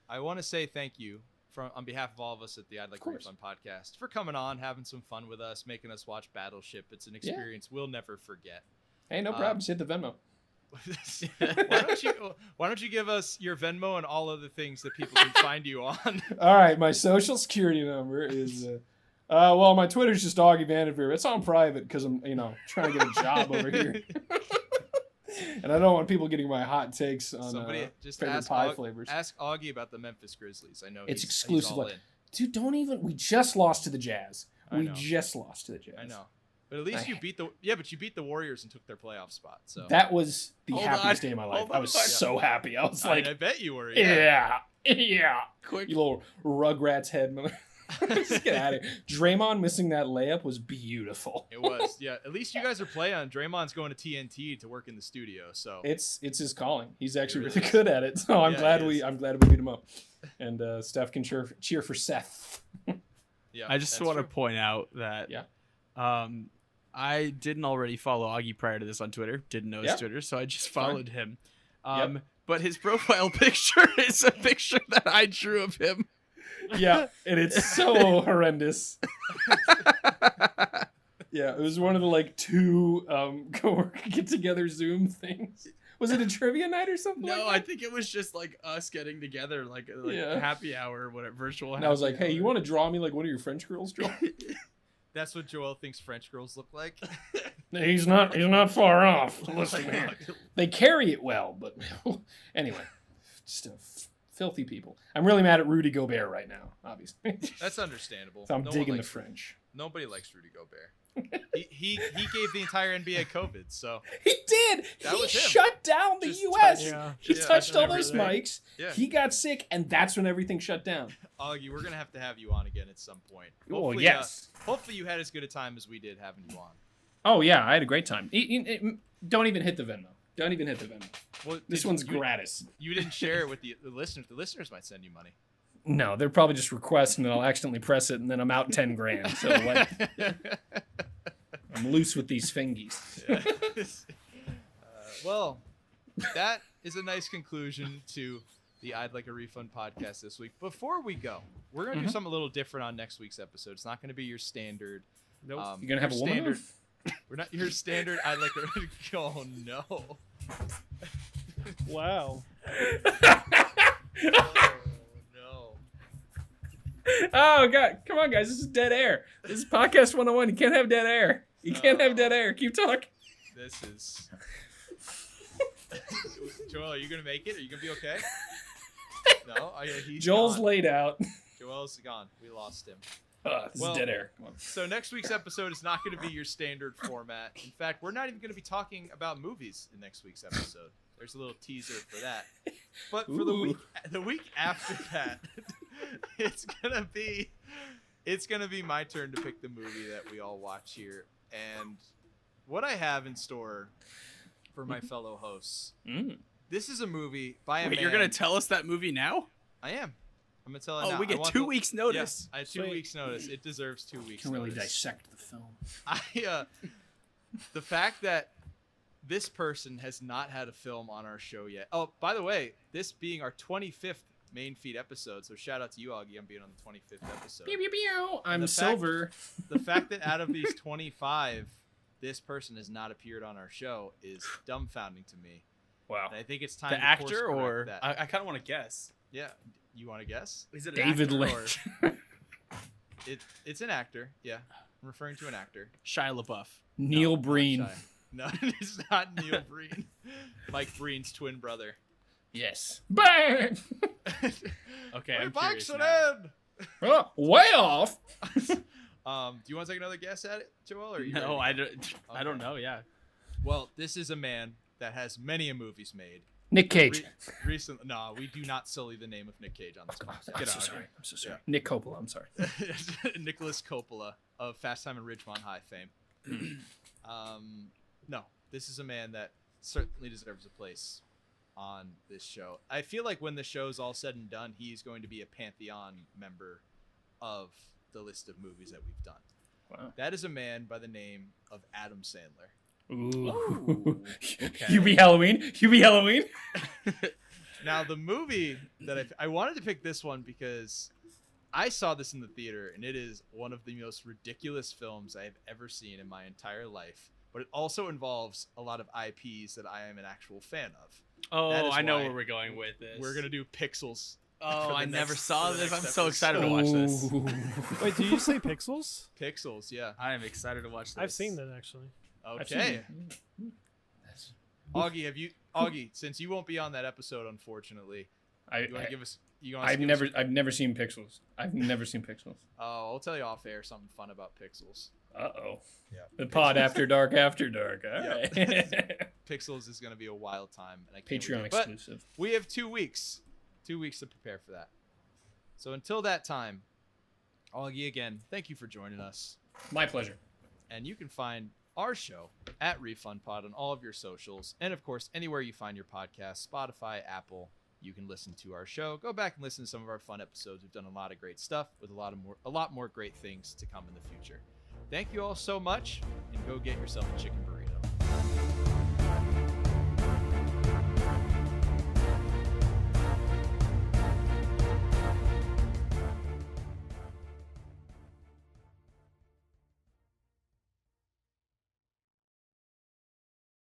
Speaker 1: I want to say thank you from on behalf of all of us at the I'd Like
Speaker 4: Of
Speaker 1: to
Speaker 4: course.
Speaker 1: Refund podcast for coming on, having some fun with us, making us watch Battleship. It's an experience we'll never forget.
Speaker 4: Hey, no
Speaker 1: Uh,
Speaker 4: problem. Just hit the Venmo.
Speaker 1: why don't you Why don't you give us your Venmo and all other things that people can find you on?
Speaker 4: All right, my social security number is. Uh, uh, well, my Twitter's just Augie Vanderveer. It's on private because I'm, you know, trying to get a job over here, and I don't want people getting my hot takes on
Speaker 1: Somebody
Speaker 4: uh,
Speaker 1: just
Speaker 4: favorite
Speaker 1: ask
Speaker 4: pie
Speaker 1: Aug-
Speaker 4: flavors.
Speaker 1: ask Augie about the Memphis Grizzlies. I know
Speaker 4: It's
Speaker 1: he's- he's
Speaker 4: exclusive,
Speaker 1: all
Speaker 4: like-
Speaker 1: in.
Speaker 4: Dude, don't even. We just lost to the Jazz.
Speaker 1: I
Speaker 4: We
Speaker 1: know.
Speaker 4: just lost to the Jazz.
Speaker 1: I know, but at least
Speaker 4: I-
Speaker 1: you beat the yeah, but you beat the Warriors and took their playoff spot. So
Speaker 4: That was the
Speaker 3: Hold
Speaker 4: happiest
Speaker 3: on.
Speaker 4: day of my life.
Speaker 3: Hold
Speaker 4: I was
Speaker 3: on.
Speaker 4: so happy. I was
Speaker 1: I,
Speaker 4: like,
Speaker 1: I bet you were. Yeah.
Speaker 4: yeah, yeah.
Speaker 3: Quick.
Speaker 4: You little Rugrats head mother. Just get out of here. Draymond missing that layup was beautiful.
Speaker 1: It was, yeah. At least you guys are playing. Draymond's going to TNT to work in the studio, so
Speaker 4: It's it's his calling. He's actually
Speaker 1: really
Speaker 4: really good at it. So I'm
Speaker 1: Yeah,
Speaker 4: glad
Speaker 1: he
Speaker 4: we
Speaker 1: is.
Speaker 4: I'm glad we beat him up. And uh, Steph can cheer cheer for Seth.
Speaker 1: yeah.
Speaker 3: I just
Speaker 1: that's
Speaker 3: want to
Speaker 1: true.
Speaker 3: point out that
Speaker 4: Yeah.
Speaker 3: um, I didn't already follow Augie prior to this on Twitter. Didn't know his
Speaker 4: Yeah.
Speaker 3: Twitter, so I just
Speaker 4: Fine.
Speaker 3: followed him. Um, But his profile picture is a picture that I drew of him.
Speaker 4: yeah, and it's so horrendous. yeah, it was one of the like two um co-work get together Zoom things. Was it a trivia night or something?
Speaker 3: No, I
Speaker 4: like
Speaker 3: think it was just like us getting together, like like
Speaker 4: Yeah.
Speaker 3: happy hour, whatever virtual.
Speaker 4: that? and I was
Speaker 3: happy
Speaker 4: like, "Hey, you
Speaker 3: hour.
Speaker 4: want to draw me like one of your French girls draw?"
Speaker 1: That's what Joel thinks French girls look like.
Speaker 4: he's not. He's not far
Speaker 3: Oh,
Speaker 4: off. Listen
Speaker 1: Like,
Speaker 4: here. they carry it well, but anyway, just a f- filthy people. I'm really mad at Rudy Gobert right now, obviously.
Speaker 1: That's understandable.
Speaker 4: so I'm
Speaker 1: No one
Speaker 4: digging the
Speaker 1: likes-
Speaker 4: French.
Speaker 1: Nobody likes Rudy Gobert. he, he he gave the entire NBA COVID, so
Speaker 4: He did.
Speaker 1: That
Speaker 4: he
Speaker 1: was him.
Speaker 4: shut down the
Speaker 1: Just
Speaker 4: U.S.
Speaker 2: Yeah.
Speaker 4: He
Speaker 1: Yeah,
Speaker 4: touched all those
Speaker 2: everything.
Speaker 4: mics.
Speaker 1: yeah.
Speaker 4: He got sick, and that's when everything shut down.
Speaker 1: Augie, we're gonna have to have you on again at some point.
Speaker 4: oh
Speaker 1: Hopefully, uh,
Speaker 4: yes.
Speaker 1: hopefully you had as good a time as we did having you on.
Speaker 4: oh yeah, I had a great time. E- e- e- don't even hit the Venmo. Don't even hit the Venmo.
Speaker 1: Well,
Speaker 4: This
Speaker 1: did-
Speaker 4: one's
Speaker 1: you,
Speaker 4: gratis.
Speaker 1: You didn't share it with the, the listeners. The listeners might send you money.
Speaker 4: No, they're probably just requests, and then I'll accidentally press it, and then I'm out ten grand. So like, I'm loose with these fingies.
Speaker 1: Uh, well, that is a nice conclusion to the I'd Like a Refund podcast this week. Before we go, we're gonna do
Speaker 4: Mm-hmm.
Speaker 1: something a little different on next week's episode. It's not gonna be your standard.
Speaker 2: Nope.
Speaker 1: Um,
Speaker 4: You're gonna have a
Speaker 1: your
Speaker 4: woman.
Speaker 1: standard-
Speaker 4: on?
Speaker 1: We're not your standard. I'd like a. Oh no.
Speaker 2: wow.
Speaker 1: Oh no.
Speaker 4: Oh god, come on guys, this is dead air. This is podcast 101. You can't have dead air. You can't have dead air. Keep talking.
Speaker 1: This is. Joel, are you gonna make it? Are you gonna be okay? No. Oh, yeah, he's
Speaker 4: Joel's
Speaker 1: gone.
Speaker 4: laid out.
Speaker 1: Joel's gone. We lost him.
Speaker 4: Ugh, this
Speaker 1: Well-
Speaker 4: is dead air. Come on.
Speaker 1: So next week's episode is not going to be your standard format. In fact, we're not even going to be talking about movies in next week's episode. There's a little teaser for that. But for the
Speaker 4: Ooh.
Speaker 1: week the week after that, it's going to be it's going to be my turn to pick the movie that we all watch here and what I have in store for
Speaker 4: Mm-hmm.
Speaker 1: my fellow hosts.
Speaker 4: Mm.
Speaker 1: This is a movie by a
Speaker 3: Wait, you're
Speaker 1: man-
Speaker 3: gonna tell us that movie now?
Speaker 1: I am. I'm going to tell it
Speaker 3: Oh,
Speaker 1: now.
Speaker 3: we
Speaker 1: I
Speaker 3: get
Speaker 1: want
Speaker 3: two
Speaker 1: the-
Speaker 3: weeks
Speaker 1: Yeah,
Speaker 3: notice.
Speaker 1: I have two
Speaker 2: Sweet.
Speaker 1: weeks notice. It deserves two weeks
Speaker 4: Can really
Speaker 1: notice.
Speaker 4: dissect the film.
Speaker 1: I uh, the fact that this person has not had a film on our show yet. Oh, by the way, this being our 25th main feed episode, so shout out to you, Augie, on being on the 25th episode.
Speaker 4: Pew pew pew. I'm
Speaker 1: the fact-
Speaker 4: silver.
Speaker 1: the fact that out of these 25, this person has not appeared on our show is dumbfounding to me.
Speaker 4: Wow.
Speaker 1: And I think it's time.
Speaker 3: The
Speaker 1: to
Speaker 3: actor,
Speaker 1: course
Speaker 3: or
Speaker 1: correct that.
Speaker 3: I, I kind of want to guess.
Speaker 1: yeah, you want to guess?
Speaker 3: Is it an
Speaker 4: David
Speaker 3: actor or-
Speaker 4: Lynch.
Speaker 1: It, it's an actor. Yeah, I'm referring to an actor.
Speaker 3: Shia LaBeouf.
Speaker 4: Neil
Speaker 1: No, not
Speaker 4: Breen.
Speaker 1: Shia. No, it's not Neil Breen. Mike Breen's twin brother.
Speaker 4: Yes. Bang.
Speaker 3: Okay,
Speaker 1: We're
Speaker 3: I'm
Speaker 1: back,
Speaker 3: curious
Speaker 1: son.
Speaker 3: now.
Speaker 4: Oh, way off.
Speaker 1: Um, do you want to take another guess at it, Joel? Or are you ready
Speaker 3: No,
Speaker 1: to
Speaker 3: I
Speaker 1: go?
Speaker 3: don't. I don't
Speaker 1: Okay.
Speaker 3: know. Yeah.
Speaker 1: Well, this is a man that has many a movies made.
Speaker 4: Nick Cage.
Speaker 1: Re- recently, no, we do not sully the name of Nick Cage on this
Speaker 4: Oh,
Speaker 1: podcast.
Speaker 4: I'm
Speaker 1: Get
Speaker 4: so
Speaker 1: out of
Speaker 4: sorry.
Speaker 1: here.
Speaker 4: I'm so sorry. Nick Coppola. I'm sorry.
Speaker 1: Nicholas Coppola of Fast Time at Ridgemont High fame. um, no, this is a man that certainly deserves a place on this show. I feel like when the show's all said and done, he's going to be a pantheon member of the list of movies that we've done.
Speaker 4: Wow.
Speaker 1: That is a man by the name of Adam Sandler.
Speaker 4: Ooh.
Speaker 3: okay.
Speaker 4: You be Halloween. You be Halloween.
Speaker 1: Now, the movie that I, I wanted to pick this one because I saw this in the theater, and it is one of the most ridiculous films I have ever seen in my entire life. But it also involves a lot of IPs that I am an actual fan of.
Speaker 3: Oh,
Speaker 1: is
Speaker 3: I know
Speaker 1: why
Speaker 3: where we're going with this.
Speaker 1: We're gonna do Pixels. for
Speaker 3: Oh,
Speaker 1: the
Speaker 3: I
Speaker 1: next-
Speaker 3: never
Speaker 1: for
Speaker 3: saw
Speaker 1: the
Speaker 3: this. I'm
Speaker 1: next
Speaker 3: so excited to
Speaker 1: episode.
Speaker 3: watch this.
Speaker 2: Wait, do you say pixels?
Speaker 1: Pixels, yeah.
Speaker 3: I am excited to watch this.
Speaker 2: I've seen that actually.
Speaker 1: Okay, Augie, have you? Augie, since you won't be on that episode, unfortunately,
Speaker 4: I,
Speaker 1: you want
Speaker 4: I,
Speaker 1: to give us? You want?
Speaker 4: I've never, I've never seen Pixels. I've never seen Pixels.
Speaker 1: Oh, I'll tell you off air something fun about Pixels.
Speaker 4: Uh oh.
Speaker 1: Yeah.
Speaker 4: The pod after dark after dark. All
Speaker 1: Yeah.
Speaker 4: right.
Speaker 1: Pixels is gonna be a wild time, and I can't wait.
Speaker 4: Patreon
Speaker 1: But-
Speaker 4: exclusive.
Speaker 1: We have two weeks, two weeks to prepare for that. So until that time, Augie again, thank you for joining us.
Speaker 4: My pleasure.
Speaker 1: And you can find our show at RefundPod on all of your socials, and of course anywhere you find your podcast, Spotify, Apple. You can listen to our show. Go back and listen to some of our fun episodes. We've done a lot of great stuff with a lot of more, a lot more great things to come in the future. Thank you all so much, and go get yourself a chicken burrito.